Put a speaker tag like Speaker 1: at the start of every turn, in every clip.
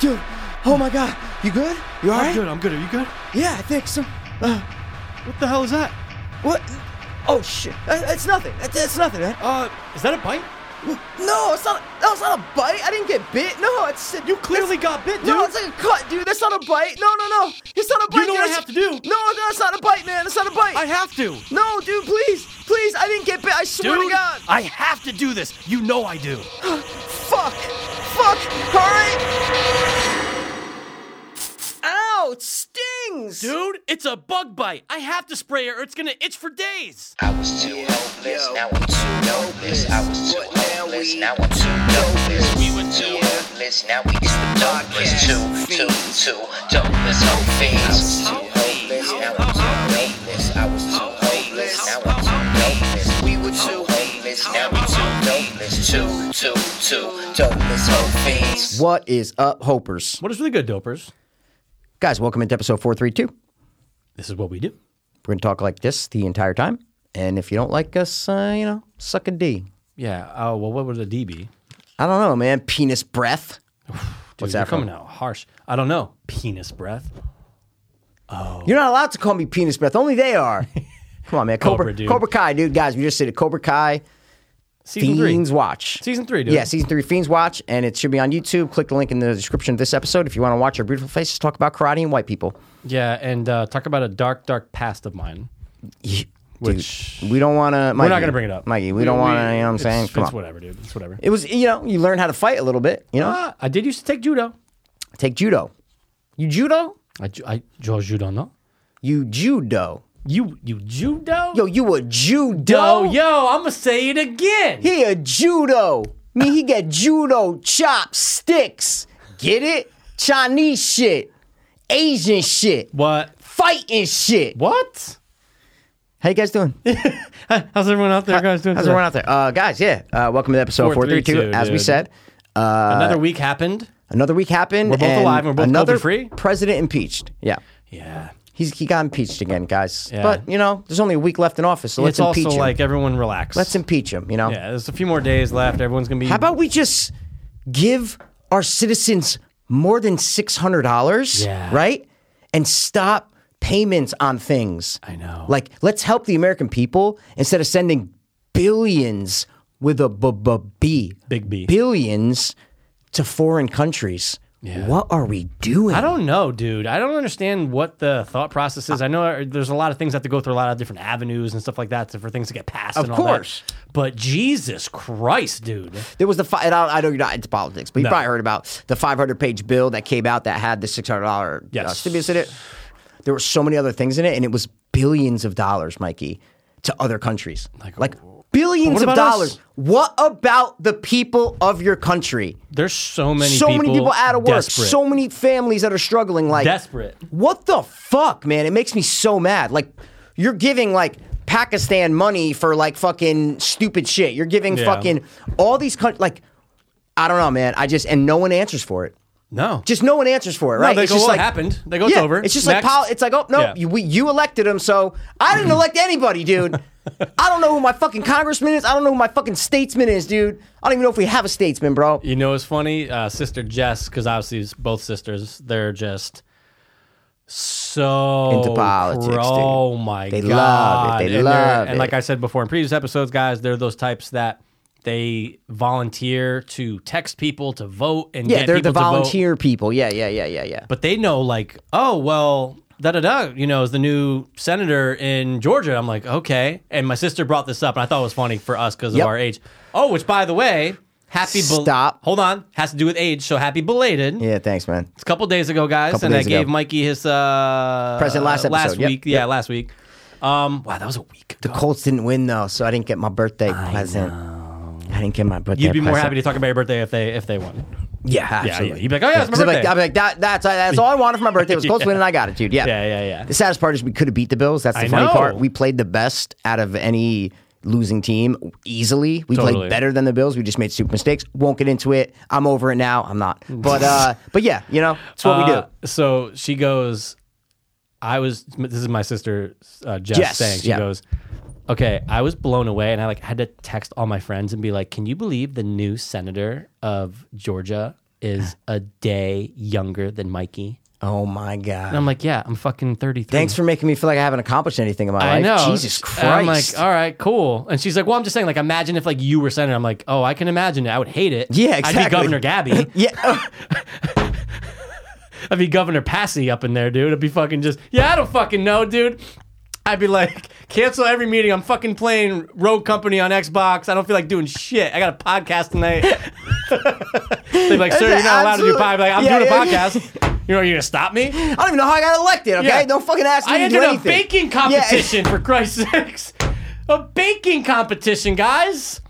Speaker 1: dude. Oh my God, you good? You all
Speaker 2: I'm
Speaker 1: right?
Speaker 2: good. I'm good. Are you good?
Speaker 1: Yeah, I think so. Uh,
Speaker 2: What the hell is that?
Speaker 1: what? Oh shit! Uh, It's nothing. It's, it's nothing, man.
Speaker 2: Uh, is that a bite?
Speaker 1: No, it's not. No, it's not a bite. I didn't get bit. No, it's
Speaker 2: You clearly got bit, dude.
Speaker 1: No, it's like a cut, dude. That's not a bite. No, no, no. It's not a bite.
Speaker 2: You know
Speaker 1: dude.
Speaker 2: what I
Speaker 1: It's-
Speaker 2: have to do?
Speaker 1: No, no, it's not a bite, man. It's not a bite.
Speaker 2: I have to.
Speaker 1: No, dude, please, please. I didn't get bit. I swear
Speaker 2: Dude,
Speaker 1: to God.
Speaker 2: I have to do this. You know I do.
Speaker 1: Fuck. Fuck. All right. Ow! It stings.
Speaker 2: Dude, it's a bug bite. I have to spray it or it's gonna itch for days.
Speaker 3: I was too hopeless, now I'm too hopeless. I was too hopeless, now I'm too hopeless. We were too hopeless, now we just the darkness. Two, two, two, dopeless, hope fiends. I was too hopeless, now I'm too hopeless. I was too hopeless, now I'm too hopeless. We were too hopeless, now we too dopeless. Two, two, two, dopeless, hope fiends.
Speaker 1: What is up, Hopers?
Speaker 2: What is really good, dopers?
Speaker 1: Guys, welcome into episode 432. We're
Speaker 2: This is what we do.
Speaker 1: going to talk like this the entire time. And if you don't like us, uh, you know, suck a D.
Speaker 2: Yeah. Oh well, what would the D be?
Speaker 1: I don't know, man. Penis breath.
Speaker 2: Dude,
Speaker 1: What's that
Speaker 2: you're
Speaker 1: from?
Speaker 2: coming out harsh. I don't know. Penis breath. Oh.
Speaker 1: You're not allowed to call me penis breath. Only they are. Come on, man. Cobra,
Speaker 2: Cobra, dude.
Speaker 1: Cobra Kai, dude. Guys, we just did a Cobra Kai
Speaker 2: Season
Speaker 1: Fiends
Speaker 2: three.
Speaker 1: Watch.
Speaker 2: Season three, dude.
Speaker 1: Yeah, season three Fiends Watch, and it should be on YouTube. Click the link in the description of this episode if you want to watch our beautiful faces talk about karate and white people.
Speaker 2: Yeah, and uh, talk about a dark, dark past of mine.
Speaker 1: Dude,
Speaker 2: Which-
Speaker 1: we don't want to.
Speaker 2: We're not gonna bring it up,
Speaker 1: Mikey. We don't want to. You know what I'm
Speaker 2: it's-
Speaker 1: saying? Come
Speaker 2: it's
Speaker 1: on.
Speaker 2: whatever, dude. It's whatever.
Speaker 1: It was you know you learn how to fight a little bit. You know,
Speaker 2: Ah, I did used to take judo.
Speaker 1: take judo. You judo.
Speaker 2: I, ju- I jo judo no.
Speaker 1: You judo.
Speaker 2: You you judo?
Speaker 1: Yo, you a judo?
Speaker 2: yo, yo, I'm gonna say it again.
Speaker 1: He a judo. Me, he get judo chopsticks. Get it? Chinese shit, Asian shit,
Speaker 2: What?
Speaker 1: fighting shit.
Speaker 2: What?
Speaker 1: How you guys doing?
Speaker 2: How's everyone out there, guys? Doing
Speaker 1: How's
Speaker 2: today?
Speaker 1: everyone out there? Uh, guys, yeah. Uh, welcome to episode 432.
Speaker 2: 432,
Speaker 1: as we
Speaker 2: dude.
Speaker 1: said, uh,
Speaker 2: Another week happened.
Speaker 1: another week happened. We're
Speaker 2: both alive and we're both
Speaker 1: another
Speaker 2: COVID-free.
Speaker 1: president impeached. Yeah.
Speaker 2: Yeah.
Speaker 1: He's, he got impeached again, guys.
Speaker 2: Yeah.
Speaker 1: But, you know, there's only a week left in office, so let's
Speaker 2: it's also
Speaker 1: impeach him.
Speaker 2: like everyone relax.
Speaker 1: let's impeach him, you know?
Speaker 2: yeah, there's a few more days left. Everyone's gonna be.
Speaker 1: How about we just give our citizens more than $600,
Speaker 2: Yeah.
Speaker 1: right? And stop payments on things.
Speaker 2: I know.
Speaker 1: Like, let's help the American people instead of sending billions with a b- b- B.
Speaker 2: Big B.
Speaker 1: Billions to foreign countries.
Speaker 2: Yeah.
Speaker 1: What are we doing?
Speaker 2: I don't know, dude. I don't understand what the thought process is. I know uh, there's a lot of things that have to go through a lot of different avenues and stuff like that to- for things to get passed.
Speaker 1: Of
Speaker 2: and all that.
Speaker 1: course.
Speaker 2: But Jesus Christ, dude.
Speaker 1: There was the fi- and I, I know you're not into politics, but you probably heard about the 500 page bill that came out that had the $600 uh,
Speaker 2: Yes.
Speaker 1: stimulus in it. There were so many other things in it, and it was billions of dollars, Mikey, to other countries. Like, billions
Speaker 2: But
Speaker 1: of
Speaker 2: what about
Speaker 1: dollars.
Speaker 2: us?
Speaker 1: What about the people of your country?
Speaker 2: There's so many
Speaker 1: so many people out of work,
Speaker 2: desperate.
Speaker 1: so many families that are struggling. Like,
Speaker 2: desperate.
Speaker 1: what the fuck, man? It makes me so mad. Like, you're giving like Pakistan money for like fucking stupid shit. You're giving
Speaker 2: Yeah.
Speaker 1: fucking all these countries. Like, I don't know, man. I just and no one answers for it.
Speaker 2: No.
Speaker 1: Just no one answers for it,
Speaker 2: no,
Speaker 1: right?
Speaker 2: they
Speaker 1: it's
Speaker 2: go,
Speaker 1: just
Speaker 2: well, it
Speaker 1: like
Speaker 2: happened. They go, it's
Speaker 1: yeah,
Speaker 2: over.
Speaker 1: It's just like
Speaker 2: Next.
Speaker 1: pol- it's like oh no,
Speaker 2: Yeah.
Speaker 1: you, we, you elected him, so I didn't elect anybody, dude. I don't know who my fucking congressman is. I don't know who my fucking statesman is, dude. I don't even know if we have a statesman, bro.
Speaker 2: You know, it's funny, uh, sister Jess, because obviously it's both sisters, they're just so
Speaker 1: Into politics, dude.
Speaker 2: Oh my
Speaker 1: They
Speaker 2: god,
Speaker 1: love it. They
Speaker 2: and they're-
Speaker 1: love
Speaker 2: And like
Speaker 1: it.
Speaker 2: I said before in previous episodes, guys, they're those types that they volunteer to text people to vote and
Speaker 1: Yeah,
Speaker 2: get
Speaker 1: they're
Speaker 2: people
Speaker 1: the
Speaker 2: to vote.
Speaker 1: volunteer people. Yeah, yeah, yeah, yeah, yeah.
Speaker 2: but they know like, oh well, da da da. You know, is the new senator in Georgia. I'm like, okay. And my sister brought this up, and I thought it was funny for us because
Speaker 1: Yep.
Speaker 2: of our age. Oh, which by the way, happy bel-
Speaker 1: Stop.
Speaker 2: Hold on, has to do with age. So happy belated.
Speaker 1: Yeah, thanks, man.
Speaker 2: It's a couple days ago, guys,
Speaker 1: Couple
Speaker 2: and I
Speaker 1: days ago.
Speaker 2: gave Mikey his uh,
Speaker 1: Present last episode,
Speaker 2: last
Speaker 1: yep,
Speaker 2: week. Yeah, last week. Um, wow, that was a week. Ago.
Speaker 1: Colts didn't win though, so I didn't get my birthday present. I didn't get my birthday.
Speaker 2: You'd be more happy
Speaker 1: present.
Speaker 2: to talk about your birthday if they if they won.
Speaker 1: Yeah,
Speaker 2: Yeah, yeah.
Speaker 1: absolutely.
Speaker 2: You'd be like, oh yeah, it's my
Speaker 1: 'Cause I'd be like-
Speaker 2: birthday.
Speaker 1: I'd be like, that, that's that's all I wanted for my birthday was Colts win, and I got it, dude. Yeah.
Speaker 2: Yeah, yeah, yeah.
Speaker 1: The saddest part is we could have beat the Bills. That's the
Speaker 2: I
Speaker 1: funny
Speaker 2: know.
Speaker 1: part. We played the best out of any losing team easily. We
Speaker 2: Totally.
Speaker 1: played better than the Bills. We just made stupid mistakes. Won't get into it. I'm over it now. I'm not. But uh, but yeah, you know, it's what we do.
Speaker 2: Uh, So she goes, I was. This is my sister uh, Jess,
Speaker 1: Jess,
Speaker 2: saying. She
Speaker 1: yeah.
Speaker 2: goes, okay, I was blown away, and I like had to text all my friends and be like, can you believe the new senator of Georgia is a day younger than Mikey.
Speaker 1: Oh my god.
Speaker 2: And I'm like, yeah, I'm fucking 33.
Speaker 1: Thanks for making me feel like I haven't accomplished anything in my
Speaker 2: I
Speaker 1: life.
Speaker 2: know.
Speaker 1: Jesus Christ.
Speaker 2: And I'm like, uh, all right, cool. And she's like, well, I'm just saying, like, imagine if like you were senator. I'm like, oh, I can imagine it. I would hate it.
Speaker 1: Yeah,
Speaker 2: I'd be
Speaker 1: exactly.
Speaker 2: Governor Gabby.
Speaker 1: yeah.
Speaker 2: I'd be Governor Passy up in there, dude. I'd be fucking just, yeah, I don't fucking know, dude. I'd be like, cancel every meeting. I'm fucking playing Rogue Company on Xbox. I don't feel like doing shit. I got a podcast tonight. They'd be like, sir, you're not allowed to do
Speaker 1: Absolutely.
Speaker 2: podcast. Like, I'm
Speaker 1: Yeah,
Speaker 2: doing a
Speaker 1: yeah, yeah.
Speaker 2: podcast. You know, you're gonna stop me?
Speaker 1: I don't even know how I got elected. Okay,
Speaker 2: Yeah.
Speaker 1: don't fucking ask me.
Speaker 2: I
Speaker 1: to
Speaker 2: entered
Speaker 1: do
Speaker 2: a
Speaker 1: anything.
Speaker 2: baking competition for Christ's sakes. A baking competition, guys.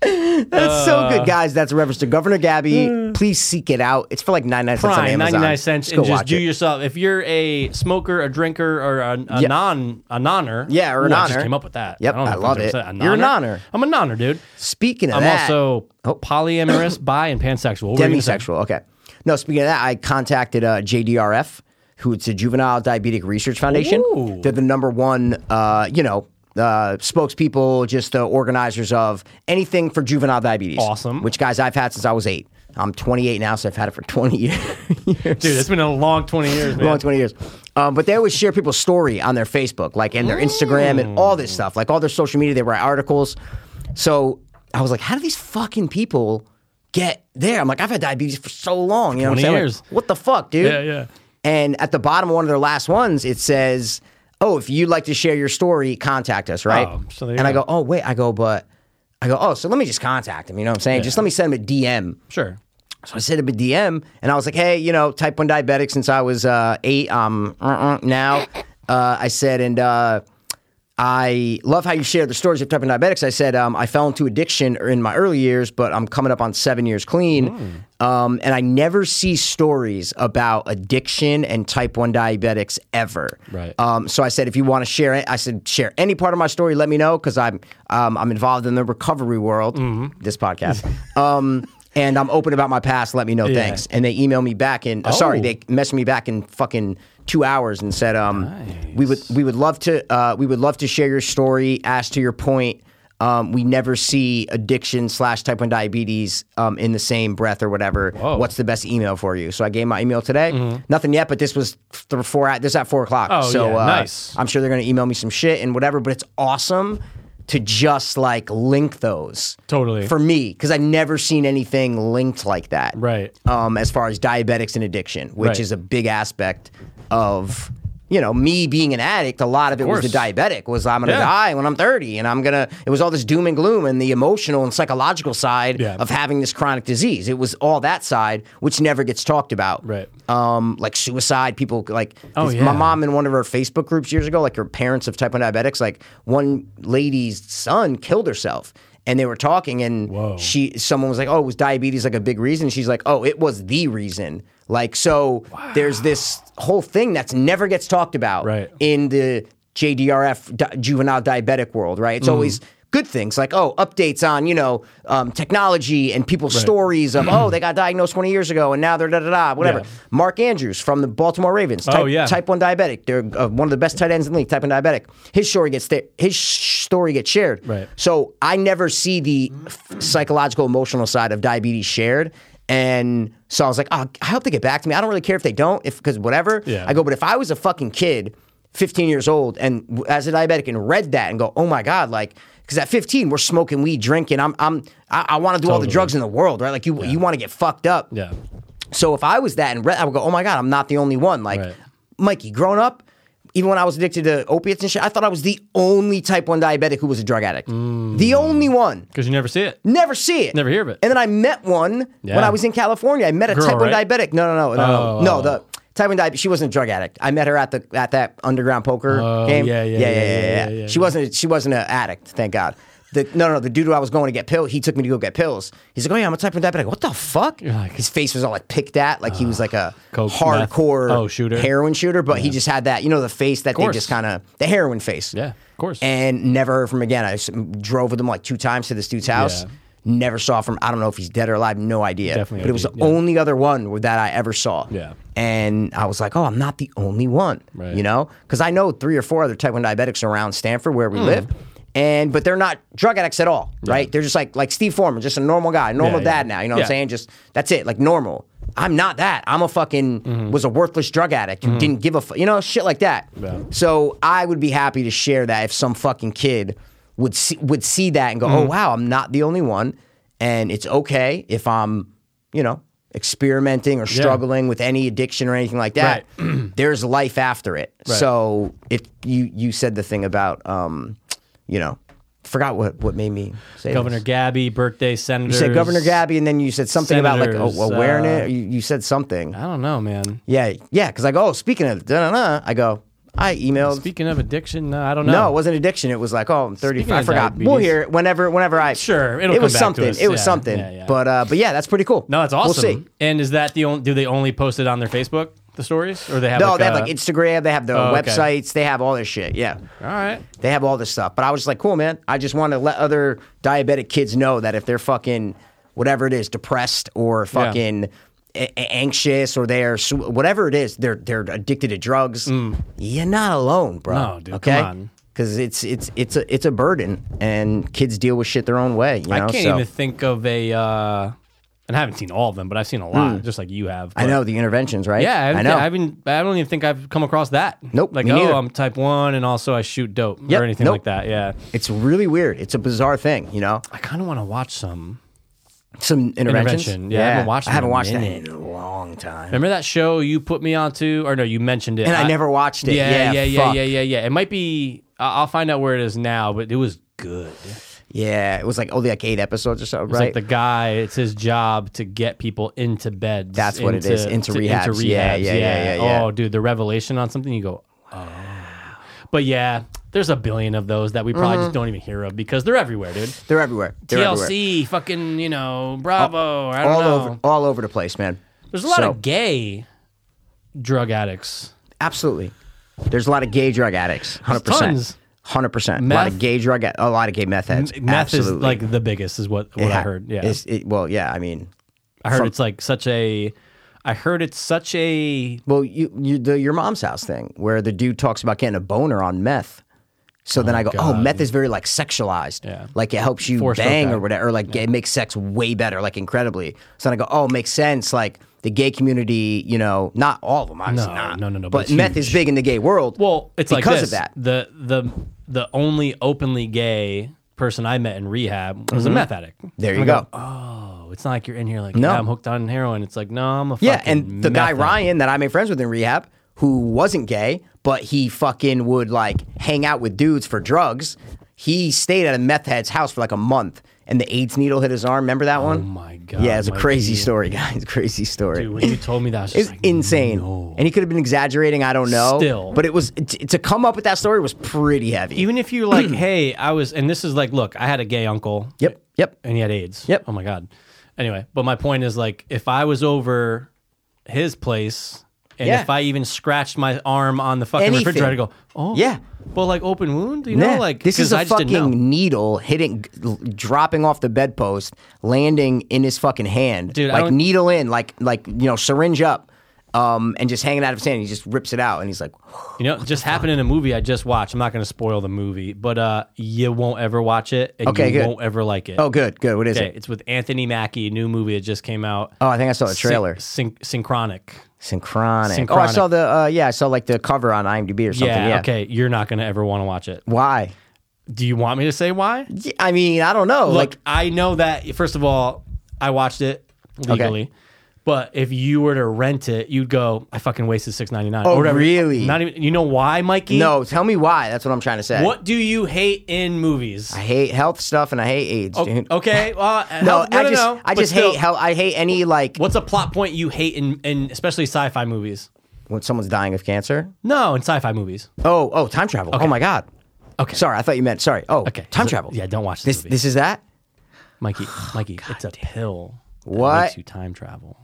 Speaker 1: That's so good, guys. That's a reference to Governor Gabby. Please seek it out. It's for like 99 cents on
Speaker 2: Mm. Prime,
Speaker 1: Amazon.
Speaker 2: 99 cents,
Speaker 1: Just go
Speaker 2: and just
Speaker 1: watch
Speaker 2: do
Speaker 1: it.
Speaker 2: yourself. If you're a smoker, a drinker, or a, a
Speaker 1: Yeah.
Speaker 2: non a nonner,
Speaker 1: Yeah, or a
Speaker 2: Ooh, I just
Speaker 1: nonner.
Speaker 2: came up with that.
Speaker 1: Yep,
Speaker 2: don't know
Speaker 1: I
Speaker 2: if I'm
Speaker 1: love
Speaker 2: gonna
Speaker 1: it.
Speaker 2: say A
Speaker 1: You're a nonner.
Speaker 2: I'm a nonner, dude.
Speaker 1: Speaking of
Speaker 2: I'm
Speaker 1: that,
Speaker 2: also
Speaker 1: Oh.
Speaker 2: polyamorous, bi, and pansexual. What were you gonna say?
Speaker 1: demisexual. Okay. No, speaking of that, I contacted uh, JDRF, who it's a Juvenile Diabetic Research Foundation.
Speaker 2: Ooh.
Speaker 1: They're the number one, uh, you know, uh, spokespeople, just the organizers of anything for juvenile diabetes.
Speaker 2: Awesome.
Speaker 1: Which, guys, I've had since I was eight. I'm 28 now, so I've had it for 20 years.
Speaker 2: Dude, it's been a long 20 years, man.
Speaker 1: long 20 years. Um, but they always share people's story on their Facebook, like and their Instagram and all this stuff, like all their social media. They write articles. So I was like, how do these fucking people get there? I'm like, I've had diabetes for so long. You know what I'm
Speaker 2: 20
Speaker 1: saying? Like,
Speaker 2: years.
Speaker 1: what the fuck, dude?
Speaker 2: Yeah, yeah.
Speaker 1: And at the bottom of one of their last ones, it says, oh, if you'd like to share your story, contact us, right?
Speaker 2: Oh, so there you
Speaker 1: and I
Speaker 2: go.
Speaker 1: go, oh, wait. I go, but I go, oh, so let me just contact him. You know what I'm saying? Just let me send him a DM.
Speaker 2: Sure.
Speaker 1: So I sent him a DM and I was like, hey, you know, type 1 diabetic since I was uh, eight. Um, uh-uh, now, uh, I said, and uh, I love how you share the stories of type 1 diabetics. I said, um, I fell into addiction in my early years, but I'm coming up on seven years clean. Um, and I never see stories about addiction and type 1 diabetics ever.
Speaker 2: Right.
Speaker 1: Um, so I said, if you want to share it, I said, share any part of my story, let me know because I'm um, I'm involved in the recovery world, this podcast. um, and I'm open about my past. Let me know. Thanks. And they emailed me back in. uh, Sorry,
Speaker 2: Oh.
Speaker 1: they messaged me back in fucking two hours and said, um, we would we would love to uh, we would love to share your story. As to your point, um, we never see addiction slash type one diabetes um, in the same breath or whatever. What's the best email for you? So I gave my email today. Nothing yet, but this was th- four. At, this is at four o'clock.
Speaker 2: Mm-hmm. Oh,
Speaker 1: so
Speaker 2: yeah,
Speaker 1: uh,
Speaker 2: nice.
Speaker 1: I'm sure they're going to email me some shit and whatever, but it's awesome to just like link those.
Speaker 2: Totally.
Speaker 1: For me, because I've never seen anything linked like that.
Speaker 2: Right.
Speaker 1: Um, as far as diabetics and addiction, which
Speaker 2: Right.
Speaker 1: is a big aspect of, you know, me being an addict, a lot of it was the
Speaker 2: course.
Speaker 1: diabetic was I'm gonna
Speaker 2: Yeah.
Speaker 1: die when I'm 30 and I'm gonna it was all this doom and gloom and the emotional and psychological side
Speaker 2: Yeah.
Speaker 1: of having this chronic disease. It was all that side which never gets talked about.
Speaker 2: Right.
Speaker 1: Um, like suicide, people like
Speaker 2: Oh,
Speaker 1: this-
Speaker 2: yeah.
Speaker 1: my mom in one of her Facebook groups years ago, like her parents of type 1 diabetics, like one lady's son killed herself. And they were talking and
Speaker 2: Whoa.
Speaker 1: she someone was like, Oh, was diabetes like a big reason? She's like, Oh, it was the reason. Like, so there's this whole thing that's never gets talked about
Speaker 2: Right.
Speaker 1: in the JDRF di- juvenile diabetic world, right?
Speaker 2: Mm-hmm.
Speaker 1: It's always good things like oh updates on you know um, technology and people's stories of oh they got diagnosed 20 years ago and now they're da da da whatever
Speaker 2: Yeah. Oh,
Speaker 1: mark andrews from the baltimore ravens type,
Speaker 2: yeah.
Speaker 1: type 1 diabetic they're uh, one of the best tight ends in the league type 1 diabetic his story gets th- his sh- story gets shared
Speaker 2: Right.
Speaker 1: so i never see the f- psychological emotional side of diabetes shared and so i was like oh, i hope they get back to me i don't really care if they don't if because whatever
Speaker 2: Yeah.
Speaker 1: i go but if I was a fucking kid, 15 years old, and w- as a diabetic, and read that and go, oh my god, like, because at 15 we're smoking weed, drinking. I'm, I'm, I, I want to do all the
Speaker 2: Totally.
Speaker 1: drugs in the world, right? Like you, you want to get fucked up.
Speaker 2: Yeah.
Speaker 1: So if I was that and read, I would go, oh my god, I'm not the only one. Like,
Speaker 2: Right.
Speaker 1: Mikey, growing up. Even when I was addicted to opiates and shit, I thought I was the only type 1 diabetic who was a drug addict. The only one.
Speaker 2: Because you never see it.
Speaker 1: Never see it.
Speaker 2: Mm. Never hear of it.
Speaker 1: And then I met one when
Speaker 2: Yeah.
Speaker 1: I was in California. I met a
Speaker 2: Girl,
Speaker 1: type one
Speaker 2: right?
Speaker 1: diabetic. No, no, no, no,
Speaker 2: Oh,
Speaker 1: no.
Speaker 2: oh.
Speaker 1: The type one diabetic. She wasn't a drug addict. I met her at the at that underground poker
Speaker 2: Oh,
Speaker 1: game.
Speaker 2: yeah, yeah, yeah, yeah, yeah, yeah,
Speaker 1: She
Speaker 2: yeah.
Speaker 1: wasn't. She wasn't an addict. Thank God. The, no, no, no. The dude who I was going to get pill, he took me to go get pills. He's like, "Oh yeah, I'm a type one diabetic." What the fuck?
Speaker 2: like-
Speaker 1: His face was all like picked at, like he was like a
Speaker 2: Coke, meth.
Speaker 1: hardcore
Speaker 2: Oh, shooter.
Speaker 1: heroin shooter. But he just had that, you know, the face that they
Speaker 2: course.
Speaker 1: just kind of the heroin face.
Speaker 2: Yeah, of course.
Speaker 1: And never heard from him again. I s- drove with him like two times to this dude's house.
Speaker 2: Yeah.
Speaker 1: Never saw from. I don't know if he's dead or alive. No idea.
Speaker 2: Definitely
Speaker 1: but it was the
Speaker 2: OD, yeah.
Speaker 1: only other one where- that I ever saw.
Speaker 2: Yeah.
Speaker 1: And I was like, oh, I'm not the only one.
Speaker 2: Right.
Speaker 1: You know, because I know three or four other type one diabetics around Stanford where we
Speaker 2: Hmm.
Speaker 1: live, and but they're not drug addicts at all, right? They're just like like Steve Foreman, just a normal guy, normal
Speaker 2: Yeah, yeah.
Speaker 1: dad now. You know what
Speaker 2: Yeah.
Speaker 1: I'm saying? Just that's it, like normal. I'm not that. I'm a fucking
Speaker 2: Mm-hmm.
Speaker 1: was a worthless drug addict who didn't give a fu- you know shit like that.
Speaker 2: Yeah.
Speaker 1: So I would be happy to share that if some fucking kid would see, would see that and go,
Speaker 2: Mm-hmm.
Speaker 1: "Oh wow, I'm not the only one, and it's okay if I'm you know experimenting or struggling with any addiction or anything like that. There's life after it. So if you you said the thing about um you know forgot what what made me say
Speaker 2: Governor
Speaker 1: this.
Speaker 2: Gabby, birthday senator.
Speaker 1: You said Governor Gabby, and then you said something about
Speaker 2: Senators,
Speaker 1: like
Speaker 2: uh,
Speaker 1: a- awareness. you, you said something.
Speaker 2: I don't know, man.
Speaker 1: Yeah, yeah. Because I go, oh, speaking of, da, da, da, I go, I emailed.
Speaker 2: Speaking of addiction, no, I don't know.
Speaker 1: no, it wasn't addiction. It was like, oh, I'm 30.
Speaker 2: Speaking
Speaker 1: I
Speaker 2: of
Speaker 1: forgot.
Speaker 2: diabetes-
Speaker 1: We'll hear it whenever, whenever I.
Speaker 2: Sure, it'll
Speaker 1: it
Speaker 2: come
Speaker 1: was
Speaker 2: back to
Speaker 1: something.
Speaker 2: us.
Speaker 1: It was
Speaker 2: Yeah,
Speaker 1: something.
Speaker 2: yeah, yeah.
Speaker 1: But uh, but yeah, that's pretty cool.
Speaker 2: No, it's awesome.
Speaker 1: We'll see.
Speaker 2: And is that the only? Do they only post it on their Facebook the stories, or they have?
Speaker 1: No,
Speaker 2: like
Speaker 1: they have
Speaker 2: a-
Speaker 1: like Instagram. They have the
Speaker 2: Oh, okay.
Speaker 1: websites. They have all this shit. Yeah,
Speaker 2: All right.
Speaker 1: they have all this stuff. But I was just like, cool, man. I just want to let other diabetic kids know that if they're fucking whatever it is, depressed or fucking a- a- anxious or they're su- whatever it is, they're they're addicted to drugs. You're not alone, bro.
Speaker 2: Mm. No, dude, come on.
Speaker 1: Because it's it's it's a it's a burden, and kids deal with shit their own way. You know,
Speaker 2: I can't
Speaker 1: so.
Speaker 2: even think of a. Uh, and I haven't seen all of them, but I've seen a lot, just like you have.
Speaker 1: Hmm. I
Speaker 2: but-
Speaker 1: know the interventions, right?
Speaker 2: Yeah, I, haven't,
Speaker 1: I know.
Speaker 2: I haven't. I don't even think I've come across that.
Speaker 1: Nope,
Speaker 2: Like,
Speaker 1: me
Speaker 2: oh,
Speaker 1: neither.
Speaker 2: I'm type one, and also I shoot dope
Speaker 1: Yep,
Speaker 2: or anything
Speaker 1: nope.
Speaker 2: like that. Yeah.
Speaker 1: it's really weird. It's a bizarre thing, you know.
Speaker 2: I kind of want to watch some.
Speaker 1: Some interventions.
Speaker 2: Intervention, yeah, I haven't watched
Speaker 1: I
Speaker 2: them
Speaker 1: haven't
Speaker 2: in a
Speaker 1: watched that
Speaker 2: minute.
Speaker 1: in a long time.
Speaker 2: Remember that show you put me onto, or no, you mentioned it,
Speaker 1: And I never watched it.
Speaker 2: Yeah, yeah,
Speaker 1: Yeah,
Speaker 2: yeah,
Speaker 1: fuck.
Speaker 2: yeah, yeah, yeah. It might be. I- I'll find out where it is now, but it was good.
Speaker 1: Yeah, it was like only like eight episodes or so,
Speaker 2: It's
Speaker 1: right?
Speaker 2: like the guy, it's his job to get people into beds.
Speaker 1: That's what it is, into rehabs. Yeah, yeah, yeah, yeah, yeah.
Speaker 2: Oh, dude, the revelation on something, you go, oh. But yeah, there's a billion of those that we probably just don't even hear of because they're everywhere, dude.
Speaker 1: They're everywhere. Mm-hmm. They're everywhere.
Speaker 2: TLC, fucking, you know, Bravo. I don't
Speaker 1: all
Speaker 2: know.
Speaker 1: over, all over the place, man.
Speaker 2: There's a lot
Speaker 1: So-
Speaker 2: of gay drug addicts.
Speaker 1: Absolutely. There's a lot of gay drug addicts. Hundred percent.
Speaker 2: tons.
Speaker 1: Hundred percent. A lot
Speaker 2: Meth.
Speaker 1: of gay drug. ad- A lot of gay meth heads.
Speaker 2: Meth
Speaker 1: Absolutely.
Speaker 2: is like the biggest, is what, what
Speaker 1: It
Speaker 2: I
Speaker 1: ha-
Speaker 2: heard. Yeah.
Speaker 1: it's- it- well, yeah. I mean,
Speaker 2: I heard
Speaker 1: from-
Speaker 2: it's like such a. I heard it's such a
Speaker 1: well, you, you the your mom's house thing where the dude talks about getting a boner on meth. So then I go, oh, meth is very like sexualized.
Speaker 2: Yeah.
Speaker 1: Like it helps you
Speaker 2: Forced
Speaker 1: bang
Speaker 2: okay.
Speaker 1: or whatever, or like it makes sex way better, like incredibly. So then I go, oh, makes sense. Like the gay community, you know, not all of them, obviously
Speaker 2: No,
Speaker 1: not.
Speaker 2: no, no, no, but
Speaker 1: But,
Speaker 2: it's
Speaker 1: meth is big in the gay world.
Speaker 2: Well, it's like
Speaker 1: because
Speaker 2: this.
Speaker 1: of that.
Speaker 2: The the the only openly gay person I met in rehab was a meth addict.
Speaker 1: There you
Speaker 2: I
Speaker 1: go.
Speaker 2: Oh, it's not like you're in here like
Speaker 1: Mm-hmm. No.
Speaker 2: yeah, I'm hooked on heroin. It's like no, I'm a
Speaker 1: yeah,
Speaker 2: fucking
Speaker 1: and the
Speaker 2: meth
Speaker 1: guy
Speaker 2: addict.
Speaker 1: Ryan that I made friends with in rehab, who wasn't gay, but he fucking would like hang out with dudes for drugs. He stayed at a meth head's house for like a month, and the AIDS needle hit his arm. Remember that one?
Speaker 2: Oh my God,
Speaker 1: Yeah, it's a
Speaker 2: my
Speaker 1: crazy
Speaker 2: dude.
Speaker 1: story, guys. Crazy story.
Speaker 2: Dude, when you told me that, I was just
Speaker 1: It's
Speaker 2: like,
Speaker 1: insane,
Speaker 2: no.
Speaker 1: and he could have been exaggerating. I don't know.
Speaker 2: Still.
Speaker 1: but it was t- to come up with that story was pretty heavy.
Speaker 2: Even if you're like, hey, I was, and this is like, look, I had a gay uncle.
Speaker 1: yep, yep.
Speaker 2: and he had AIDS.
Speaker 1: Yep.
Speaker 2: Oh my god. Anyway, but my point is like if I was over his place and
Speaker 1: Yeah.
Speaker 2: if I even scratched my arm on the fucking
Speaker 1: Anything.
Speaker 2: refrigerator, I'd go, oh
Speaker 1: Yeah.
Speaker 2: But like open wound, you know,
Speaker 1: Yeah,
Speaker 2: like
Speaker 1: this is
Speaker 2: 'cause
Speaker 1: a
Speaker 2: I just didn't know.
Speaker 1: fucking needle hitting, l- dropping off the bedpost, landing in his fucking hand,
Speaker 2: Dude, I
Speaker 1: Like
Speaker 2: don't-
Speaker 1: needle in, like like you know syringe up, um, and just hanging out of his hand. He just rips it out, and he's like,
Speaker 2: You know, it just happened in a movie I just watched. I'm not going to spoil the movie, but uh, you won't ever watch it, and
Speaker 1: Okay,
Speaker 2: you
Speaker 1: good.
Speaker 2: won't ever like it.
Speaker 1: "Oh, good, good. What is
Speaker 2: okay,
Speaker 1: it?
Speaker 2: it's with Anthony Mackie, new movie that just came out.
Speaker 1: Oh, I think I saw the trailer.
Speaker 2: Syn- syn- synchronic.
Speaker 1: Synchronic. Oh, I
Speaker 2: Synchronic.
Speaker 1: saw the uh, yeah, I saw like the cover on IMDb or something.
Speaker 2: Yeah,
Speaker 1: Yeah.
Speaker 2: Okay, you're not going to ever want to watch it.
Speaker 1: Why?
Speaker 2: Do you want me to say why?
Speaker 1: Yeah, I mean, I don't know.
Speaker 2: Look,
Speaker 1: like,
Speaker 2: I know that first of all, I watched it legally. But if you were to rent it, you'd go, I fucking wasted six ninety nine.
Speaker 1: Oh, really?
Speaker 2: Not even you know why, Mikey?
Speaker 1: no, tell me why. That's what I'm trying to say.
Speaker 2: What do you hate in movies?
Speaker 1: I hate health stuff, and I hate AIDS, dude.
Speaker 2: okay. Well
Speaker 1: No,
Speaker 2: no, Oh, no,
Speaker 1: I
Speaker 2: no,
Speaker 1: just
Speaker 2: no,
Speaker 1: I
Speaker 2: but
Speaker 1: just
Speaker 2: still,
Speaker 1: hate how I hate any like
Speaker 2: what's a plot point you hate in, in especially sci fi movies?
Speaker 1: when someone's dying of cancer.
Speaker 2: No, in sci fi movies.
Speaker 1: Oh, oh, time travel. Oh my god.
Speaker 2: Okay.
Speaker 1: Sorry, I thought you meant sorry. Oh,
Speaker 2: Okay.
Speaker 1: time
Speaker 2: So-
Speaker 1: travel.
Speaker 2: Yeah, don't watch this,
Speaker 1: This
Speaker 2: movie.
Speaker 1: this is that.
Speaker 2: Mikey Mikey, it's a pill. that
Speaker 1: What?
Speaker 2: makes you time travel.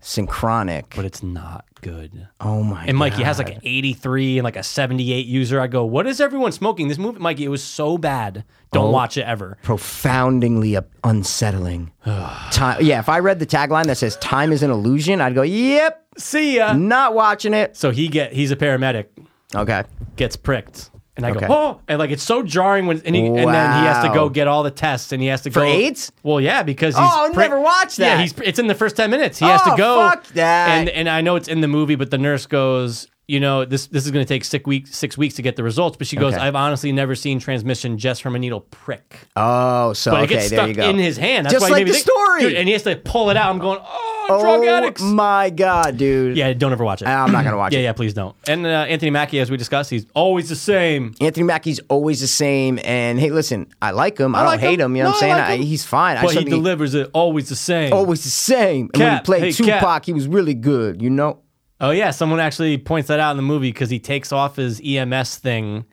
Speaker 1: Synchronic.
Speaker 2: But it's not good.
Speaker 1: Oh my.
Speaker 2: And Mikey
Speaker 1: God.
Speaker 2: has like an 83 and like a 78 user. I go, what is everyone smoking? This movie, Mikey, it was so bad.
Speaker 1: Oh.
Speaker 2: Don't watch it ever.
Speaker 1: profoundly up- unsettling. time. Yeah, if I read the tagline that says "Time is an illusion," I'd go, "Yep,
Speaker 2: See ya.
Speaker 1: not watching it."
Speaker 2: So he get he's a paramedic,
Speaker 1: Okay.
Speaker 2: gets pricked, And I
Speaker 1: Okay.
Speaker 2: go, oh, and like it's so jarring when, and, he, and then he has to
Speaker 1: Wow.
Speaker 2: go get all the tests, and he has to
Speaker 1: For
Speaker 2: go
Speaker 1: AIDS?
Speaker 2: Well, yeah, because he's
Speaker 1: Oh, I've never watched
Speaker 2: Yeah,
Speaker 1: that.
Speaker 2: he's it's in the first ten minutes. He has
Speaker 1: Oh,
Speaker 2: to go.
Speaker 1: fuck that.
Speaker 2: And and I know it's in the movie, but the nurse goes, you know, this this is going to take six weeks six weeks to get the results. But she goes,
Speaker 1: Okay.
Speaker 2: I've honestly never seen transmission just from a needle prick.
Speaker 1: Oh, so
Speaker 2: But it
Speaker 1: okay,
Speaker 2: gets
Speaker 1: there you
Speaker 2: stuck
Speaker 1: go.
Speaker 2: in his hand. That's
Speaker 1: Just
Speaker 2: why
Speaker 1: like
Speaker 2: it made me
Speaker 1: the
Speaker 2: think-
Speaker 1: story.
Speaker 2: dude, and he has to pull it out. I'm going, oh, drug
Speaker 1: oh
Speaker 2: addicts.
Speaker 1: my god, dude!
Speaker 2: yeah, don't ever watch it.
Speaker 1: I'm not gonna watch
Speaker 2: yeah,
Speaker 1: it.
Speaker 2: yeah, please don't. And uh, Anthony Mackie, as we discussed, he's always the same.
Speaker 1: Anthony Mackie's always the same. And hey, listen, I like him. I, don't
Speaker 2: like
Speaker 1: hate
Speaker 2: him.
Speaker 1: him. You know
Speaker 2: No,
Speaker 1: what I'm
Speaker 2: I
Speaker 1: saying?
Speaker 2: like
Speaker 1: I,
Speaker 2: him.
Speaker 1: he's fine. I
Speaker 2: But
Speaker 1: just
Speaker 2: he
Speaker 1: don't think he-
Speaker 2: delivers it always the same.
Speaker 1: always the same. And when he
Speaker 2: Cap,
Speaker 1: played
Speaker 2: hey,
Speaker 1: Tupac,
Speaker 2: Cap.
Speaker 1: he was really good. You know?
Speaker 2: Oh yeah, someone actually points that out in the movie because he takes off his EMS thing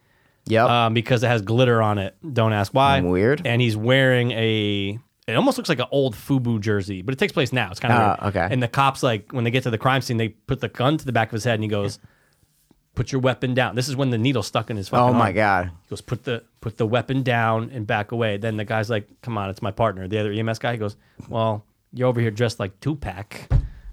Speaker 1: Yep.
Speaker 2: um, because it has glitter on it. Don't ask why.
Speaker 1: Mm, Weird.
Speaker 2: And he's wearing a. It almost looks like an old FUBU jersey, but it takes place now. It's kind
Speaker 1: Ah,
Speaker 2: of weird.
Speaker 1: okay.
Speaker 2: And the cops, like when they get to the crime scene, they put the gun to the back of his head, and he goes, "Put your weapon down." This is when the needle's stuck in his. Fucking
Speaker 1: oh my
Speaker 2: arm.
Speaker 1: god.
Speaker 2: He goes, put the put the weapon down and back away. Then the guy's like, come on, it's my partner. The other EMS guy goes, well, you're over here dressed like Tupac.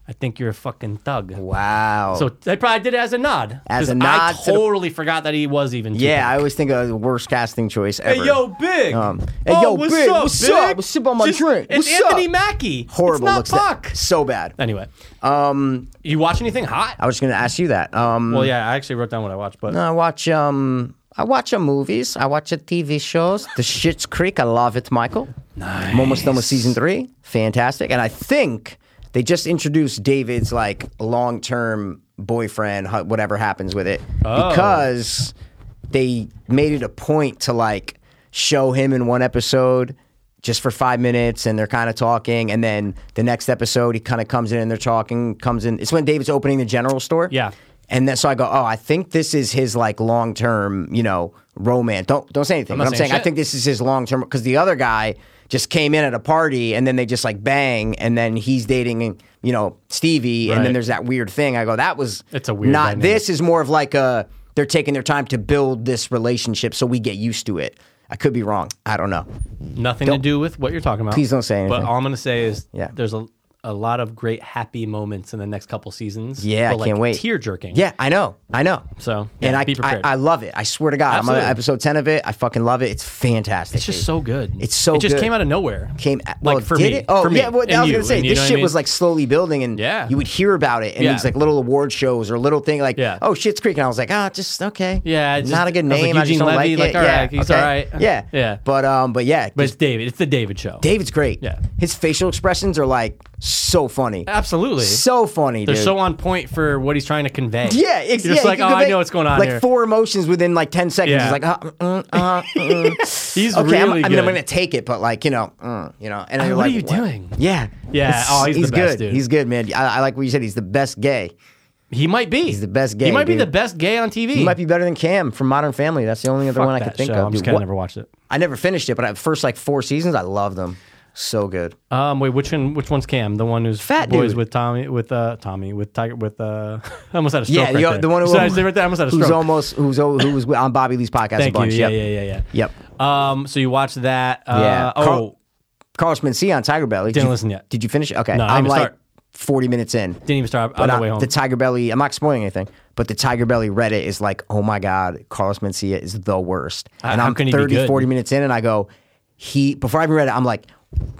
Speaker 2: I think you're a fucking thug.
Speaker 1: Wow.
Speaker 2: So they probably did it as a nod.
Speaker 1: As a
Speaker 2: 'Cause
Speaker 1: nod
Speaker 2: I
Speaker 1: to the-
Speaker 2: totally forgot that he was even.
Speaker 1: yeah, I
Speaker 2: Tupac.
Speaker 1: always think of the worst casting choice ever.
Speaker 2: Hey yo, big.
Speaker 1: Um, hey,
Speaker 2: oh,
Speaker 1: yo,
Speaker 2: what's
Speaker 1: Big,
Speaker 2: Up,
Speaker 1: what's
Speaker 2: big?
Speaker 1: up? What's up on my
Speaker 2: Just-
Speaker 1: drink?
Speaker 2: It's
Speaker 1: What's
Speaker 2: Anthony
Speaker 1: up?
Speaker 2: Mackie.
Speaker 1: horrible
Speaker 2: It's not
Speaker 1: looks. that-
Speaker 2: Fuck.
Speaker 1: so bad.
Speaker 2: Anyway, um, you watch anything hot?
Speaker 1: I was gonna ask you that. Um,
Speaker 2: well, yeah, I actually wrote down what I watched, but
Speaker 1: I watch um I watch uh, movies. I watch uh, TV shows. The Shit's Creek. I love it, Michael. Nice. I'm almost done with season three. Fantastic. And I think they just introduced David's like long term boyfriend. hu- Whatever happens with it, because they made it a point to like show him in one episode just for five minutes and they're kind of talking and then the next episode he kind of comes in and they're talking comes in it's when david's opening the general store
Speaker 2: Yeah.
Speaker 1: and then so I go, oh, I think this is his like long term, you know, romance. Don't don't say anything.
Speaker 2: not
Speaker 1: but I'm
Speaker 2: saying
Speaker 1: saying I
Speaker 2: shit.
Speaker 1: think this is his long term because the other guy just came in at a party and then they just like bang and then he's dating you know Stevie and
Speaker 2: Right.
Speaker 1: then there's that weird thing. I go, that was
Speaker 2: It's a weird
Speaker 1: Not
Speaker 2: dynamic.
Speaker 1: this is more of like a they're taking their time to build this relationship so we get used to it. I could be wrong. I don't know.
Speaker 2: nothing to do with what you're talking about.
Speaker 1: Please don't say
Speaker 2: But
Speaker 1: anything.
Speaker 2: all I'm gonna say is,
Speaker 1: Yeah.
Speaker 2: there's a a lot of great happy moments in the next couple seasons.
Speaker 1: Yeah, I
Speaker 2: but, like,
Speaker 1: can't wait.
Speaker 2: Tear jerking.
Speaker 1: Yeah, I know. I know.
Speaker 2: So
Speaker 1: and
Speaker 2: yeah,
Speaker 1: I,
Speaker 2: be
Speaker 1: I
Speaker 2: prepared.
Speaker 1: I love it. I swear to God, I'm on
Speaker 2: Absolutely.
Speaker 1: episode ten of it. I fucking love it. It's fantastic.
Speaker 2: it's just
Speaker 1: dude.
Speaker 2: so good.
Speaker 1: It's so
Speaker 2: It just
Speaker 1: good.
Speaker 2: came out of nowhere.
Speaker 1: came at- well,
Speaker 2: like for
Speaker 1: did
Speaker 2: me.
Speaker 1: it? Oh
Speaker 2: for me.
Speaker 1: yeah, well,
Speaker 2: and
Speaker 1: I was
Speaker 2: you,
Speaker 1: gonna say
Speaker 2: and you
Speaker 1: this
Speaker 2: know what
Speaker 1: shit
Speaker 2: I mean?
Speaker 1: was like slowly building, and
Speaker 2: Yeah.
Speaker 1: you would hear about it in
Speaker 2: Yeah.
Speaker 1: these like little award shows or little thing like,
Speaker 2: Yeah.
Speaker 1: oh Shit's Creek, and I was like, ah, just okay,
Speaker 2: Yeah, it's
Speaker 1: not
Speaker 2: just-
Speaker 1: a good
Speaker 2: I was like,
Speaker 1: name. I, just
Speaker 2: Eugene
Speaker 1: don't
Speaker 2: Levy,
Speaker 1: like it.
Speaker 2: like, all
Speaker 1: yeah,
Speaker 2: right, he's
Speaker 1: okay.
Speaker 2: all right.
Speaker 1: Yeah,
Speaker 2: Yeah.
Speaker 1: but um, but yeah,
Speaker 2: but
Speaker 1: just-
Speaker 2: it's David. It's the David show.
Speaker 1: David's great.
Speaker 2: Yeah.
Speaker 1: his facial expressions are like so funny,
Speaker 2: Absolutely.
Speaker 1: so funny.
Speaker 2: They're
Speaker 1: dude.
Speaker 2: so on point for what he's trying to convey.
Speaker 1: Yeah, it's
Speaker 2: You're just like, oh, I know what's going on
Speaker 1: Like
Speaker 2: here.
Speaker 1: four emotions within like ten seconds.
Speaker 2: Yeah.
Speaker 1: It's like, uh, mm, uh, mm.
Speaker 2: He's
Speaker 1: okay, I'm-
Speaker 2: really
Speaker 1: I mean, I'm
Speaker 2: good.
Speaker 1: gonna take it, but like, you know, mm, you know, and
Speaker 2: Hey,
Speaker 1: you're
Speaker 2: what are
Speaker 1: like,
Speaker 2: you doing?
Speaker 1: Yeah,
Speaker 2: Yeah,
Speaker 1: It's-
Speaker 2: oh, he's the best,
Speaker 1: good.
Speaker 2: dude.
Speaker 1: He's good, man. I, I like what you said. He's the best gay.
Speaker 2: He might be. He's
Speaker 1: the best gay,
Speaker 2: He might
Speaker 1: dude.
Speaker 2: be the best gay on TV.
Speaker 1: He might be better than Cam from Modern Family. That's the only other
Speaker 2: Fuck
Speaker 1: one I
Speaker 2: that
Speaker 1: could think
Speaker 2: show.
Speaker 1: of. dude.
Speaker 2: I'm just kidding. I
Speaker 1: What-
Speaker 2: never watched it.
Speaker 1: I never finished it, but I first like four seasons, I loved them. So good.
Speaker 2: Um, wait, which one? Which one's Cam? The one who's
Speaker 1: Fat
Speaker 2: boys
Speaker 1: dude.
Speaker 2: with Tommy, with uh, Tommy, with Tiger, with uh, I almost had a stroke.
Speaker 1: Yeah,
Speaker 2: right
Speaker 1: the-
Speaker 2: there.
Speaker 1: the one who-
Speaker 2: So I said right there, I almost had a
Speaker 1: Who's
Speaker 2: stroke.
Speaker 1: almost who's o- who was on Bobby Lee's podcast a
Speaker 2: Thank you.
Speaker 1: bunch?
Speaker 2: Yeah,
Speaker 1: yep.
Speaker 2: yeah, yeah, yeah.
Speaker 1: Yep.
Speaker 2: Um, so you watch that? Uh,
Speaker 1: Yeah.
Speaker 2: Oh,
Speaker 1: Carl- Carlos Mencia on Tiger Belly. Did
Speaker 2: Didn't
Speaker 1: you-
Speaker 2: listen yet.
Speaker 1: Did you finish? it? Okay,
Speaker 2: No, I
Speaker 1: I'm
Speaker 2: didn't
Speaker 1: like
Speaker 2: start.
Speaker 1: 40 minutes in.
Speaker 2: didn't even start
Speaker 1: But
Speaker 2: on
Speaker 1: I-
Speaker 2: the way home.
Speaker 1: The Tiger Belly, I'm not spoiling anything, but the Tiger Belly Reddit is like, oh my God, Carlos Mencia is the worst. And
Speaker 2: how
Speaker 1: I'm
Speaker 2: can he be
Speaker 1: 30,
Speaker 2: good?
Speaker 1: 40 minutes in, and I go, he, before I even read it, I'm like,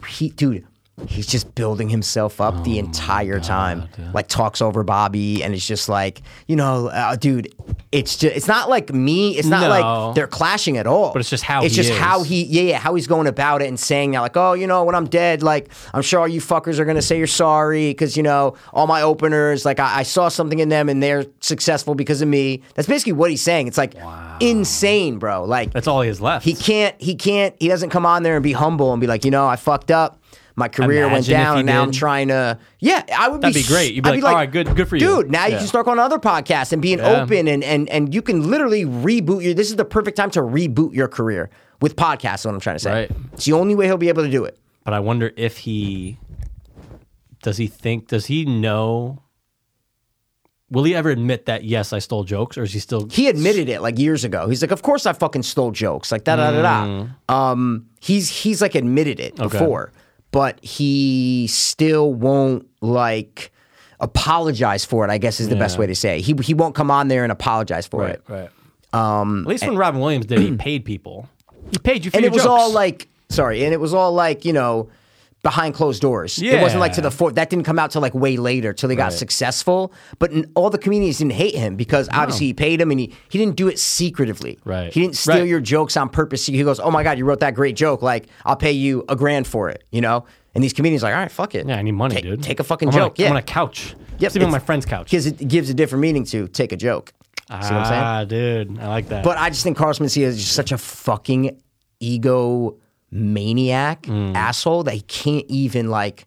Speaker 1: he, dude, he's just building himself up the
Speaker 2: Oh
Speaker 1: entire time. Like, talks over Bobby, and it's just like, you know, uh, dude, it's just, it's not like me, it's not
Speaker 2: No.
Speaker 1: like they're clashing at all. But
Speaker 2: it's just how
Speaker 1: it's
Speaker 2: he
Speaker 1: just how
Speaker 2: is.
Speaker 1: he, yeah, yeah, how he's going about it and saying that, like, oh, you know, when I'm dead, like, I'm sure all you fuckers are gonna say you're sorry because you know all my openers, like, I, I saw something in them and they're successful because of me. That's basically what he's saying. It's like insane, bro. Like,
Speaker 2: That's all he has left.
Speaker 1: he can't, he can't, he doesn't come on there and be humble and be like, you know, I fucked up. My career went
Speaker 2: Imagine if
Speaker 1: down,
Speaker 2: he
Speaker 1: and now I'm
Speaker 2: did.
Speaker 1: trying to. Yeah, I would
Speaker 2: That'd
Speaker 1: be
Speaker 2: be great. You'd be
Speaker 1: I'd
Speaker 2: like, "All right, good- good for you."
Speaker 1: dude. Now you
Speaker 2: Yeah.
Speaker 1: can start going to other podcasts and being
Speaker 2: Yeah.
Speaker 1: open and and and you can literally reboot your. This is the perfect time to reboot your career with podcasts. is What I'm trying to say,
Speaker 2: Right.
Speaker 1: it's the only way he'll be able to do it.
Speaker 2: but I wonder if he does he think does he know will he ever admit that yes I stole jokes or is he still
Speaker 1: He admitted it like years ago. He's like, of course I fucking stole jokes, like da da da da. Um, he's he's like admitted it before, but he still won't like apologize for it. I guess is the best way to say it. he he won't come on there and apologize for it.
Speaker 2: right At least when Robin Williams did, he paid people. He paid you for
Speaker 1: Um, and
Speaker 2: your
Speaker 1: it was
Speaker 2: jokes.
Speaker 1: all like sorry, and it was all like you know behind closed doors. It wasn't like to
Speaker 2: Yeah.
Speaker 1: the fore. That didn't come out till like way later till they got successful. But n- all the comedians didn't hate him because obviously he paid him and he, he didn't do it secretively.
Speaker 2: Right.
Speaker 1: He didn't steal
Speaker 2: Right.
Speaker 1: your jokes on purpose. He goes, oh my god, you wrote that great joke. Like I'll pay you a grand for it. You know. And these comedians are like, all right, fuck it.
Speaker 2: yeah, I need money,
Speaker 1: Take-
Speaker 2: dude.
Speaker 1: Take a fucking
Speaker 2: I'm
Speaker 1: joke.
Speaker 2: On a,
Speaker 1: yeah.
Speaker 2: I'm on a couch.
Speaker 1: Yep,
Speaker 2: Sleeping on my
Speaker 1: it's-
Speaker 2: friend's couch.
Speaker 1: Because it gives a different meaning to take a joke. See what I'm saying?
Speaker 2: Ah, dude, I like that.
Speaker 1: But I just think Carson Mencia is just such a fucking ego maniac
Speaker 2: Mm.
Speaker 1: asshole that he can't even like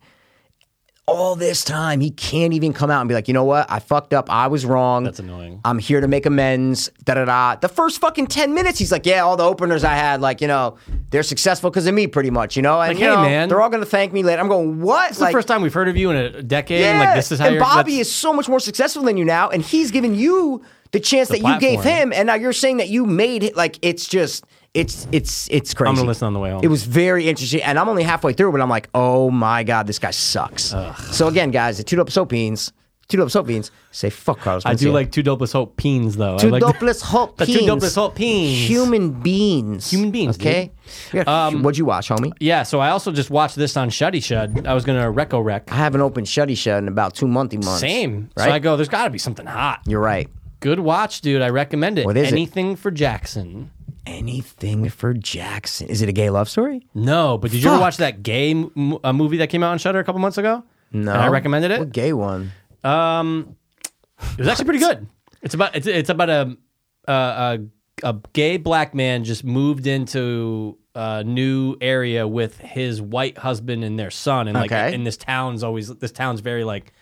Speaker 1: all this time he can't even come out and be like, you know what? I fucked up. I was wrong.
Speaker 2: That's annoying.
Speaker 1: I'm here to make amends. Da da da. The first fucking ten minutes, he's like, yeah, all the openers I had, like you know, they're successful because of me, pretty much. You know, and
Speaker 2: Like,
Speaker 1: you
Speaker 2: hey,
Speaker 1: know,
Speaker 2: man.
Speaker 1: they're all gonna thank me later. I'm going, what?
Speaker 2: It's the first time we've heard of you in a decade. and, like this is how
Speaker 1: and
Speaker 2: you're.
Speaker 1: Bobby
Speaker 2: that's-
Speaker 1: is so much more successful than you now, and he's given you the chance that you gave
Speaker 2: platform.
Speaker 1: him, and now you're saying that you made it. Like it's just, it's it's it's crazy.
Speaker 2: gonna listen on the way home.
Speaker 1: It was very interesting, and I'm only halfway through, but I'm like, oh my god, this guy sucks. So again, guys, the two dope soap beans, two dope soap beans, say fuck Carlos.
Speaker 2: I do
Speaker 1: Mencia.
Speaker 2: like two dopeless hope peens though.
Speaker 1: two
Speaker 2: I like
Speaker 1: dopeless hope
Speaker 2: The
Speaker 1: peens,
Speaker 2: two dopeless hope peens.
Speaker 1: human beings,
Speaker 2: Human beings, Um,
Speaker 1: Okay, Yeah, what'd you watch, homie?
Speaker 2: Yeah, so I also just watched this on Shuddy Shud. I was gonna reco wreck.
Speaker 1: I haven't opened Shuddy Shud in about two months. months.
Speaker 2: Same. So I
Speaker 1: right?
Speaker 2: go. There's got to be something hot.
Speaker 1: You're right.
Speaker 2: Good watch, dude. I recommend it.
Speaker 1: What is it?
Speaker 2: Anything for Jackson.
Speaker 1: Anything for Jackson. Is it a gay love story?
Speaker 2: No, but did you ever
Speaker 1: Fuck.
Speaker 2: watch that gay m- uh, movie that came out on Shutter a couple months ago?
Speaker 1: No.
Speaker 2: And I recommended it.
Speaker 1: What gay one?
Speaker 2: It was actually pretty good. It's about it's it's about a a, a a gay black man just moved into a new area with his white husband and their son, and like
Speaker 1: Okay.
Speaker 2: and this town's always this town's very like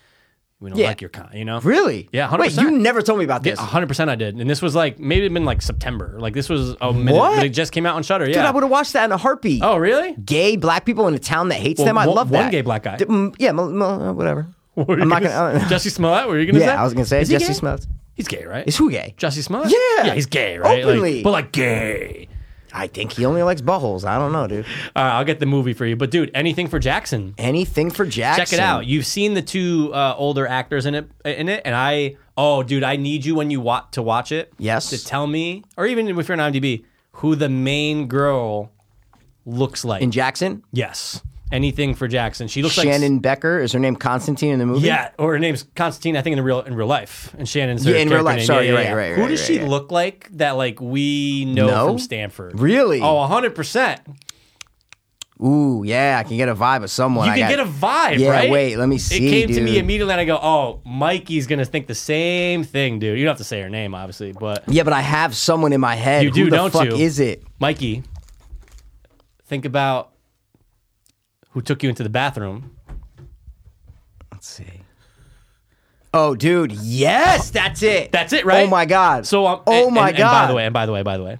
Speaker 2: we don't
Speaker 1: Yeah.
Speaker 2: like your kind, you know.
Speaker 1: Really?
Speaker 2: Yeah,
Speaker 1: Wait,
Speaker 2: 100%.
Speaker 1: you never told me about
Speaker 2: Yeah,
Speaker 1: this.
Speaker 2: 100% I did. And this was like, maybe it'd been like September. Like, this was a minute.
Speaker 1: What?
Speaker 2: But it just came out on Shutter. Yeah.
Speaker 1: Dude, I would have watched that in a heartbeat.
Speaker 2: oh, really?
Speaker 1: Gay black people in a town that hates
Speaker 2: Well,
Speaker 1: them. I
Speaker 2: one-
Speaker 1: love
Speaker 2: one
Speaker 1: that.
Speaker 2: gay black guy.
Speaker 1: D- mm, yeah, mo- mo- uh, whatever.
Speaker 2: What were
Speaker 1: I'm
Speaker 2: you
Speaker 1: not gonna.
Speaker 2: say?
Speaker 1: uh,
Speaker 2: Jesse Smollett? What were you going to
Speaker 1: yeah,
Speaker 2: say?
Speaker 1: I was gonna say
Speaker 2: Is he
Speaker 1: Jesse
Speaker 2: gay?
Speaker 1: Smollett.
Speaker 2: He's gay, right?
Speaker 1: Is who gay?
Speaker 2: Jesse Smollett?
Speaker 1: Yeah.
Speaker 2: Yeah, he's gay, right? Like-
Speaker 1: Openly.
Speaker 2: but like gay.
Speaker 1: I think he only likes buttholes. I don't know, dude.
Speaker 2: All right, I'll get the movie for you. But dude, anything for Jackson.
Speaker 1: Anything for Jackson.
Speaker 2: Check it out. You've seen the two uh, older actors in it in it and I oh dude, I need you when you want to watch it.
Speaker 1: Yes.
Speaker 2: To tell me or even if you're on IMDb who the main girl looks like.
Speaker 1: In Jackson,
Speaker 2: yes. Anything for Jackson. She looks like
Speaker 1: Shannon Becker is her name. Constantine in the movie.
Speaker 2: Yeah, or her name's Constantine, I think in the real in real life, and Shannon's her
Speaker 1: Yeah, in real
Speaker 2: character
Speaker 1: life.
Speaker 2: name.
Speaker 1: Sorry,
Speaker 2: yeah, yeah,
Speaker 1: right,
Speaker 2: yeah.
Speaker 1: right,
Speaker 2: Who
Speaker 1: right,
Speaker 2: does
Speaker 1: right,
Speaker 2: she
Speaker 1: right.
Speaker 2: look like that? Like we know
Speaker 1: No?
Speaker 2: from Stanford,
Speaker 1: Really?
Speaker 2: Oh, hundred percent.
Speaker 1: Ooh, yeah. I can get a vibe of someone.
Speaker 2: You
Speaker 1: I
Speaker 2: can
Speaker 1: got-
Speaker 2: get a vibe,
Speaker 1: Yeah,
Speaker 2: right?
Speaker 1: wait, let me see,
Speaker 2: It came to me
Speaker 1: dude.
Speaker 2: immediately, and I go, "Oh, Mikey's gonna think the same thing, dude." You don't have to say her name, obviously, but
Speaker 1: Yeah, but I have someone in my head.
Speaker 2: You
Speaker 1: Who
Speaker 2: do,
Speaker 1: the
Speaker 2: don't
Speaker 1: fuck
Speaker 2: you?
Speaker 1: Is it?
Speaker 2: Mikey, think about who took you into the bathroom.
Speaker 1: Let's see. Oh, dude, yes, that's it.
Speaker 2: That's it, right?
Speaker 1: Oh my god.
Speaker 2: So, um,
Speaker 1: oh
Speaker 2: and-
Speaker 1: my
Speaker 2: and- and
Speaker 1: god.
Speaker 2: by the way, and by the way, by the way,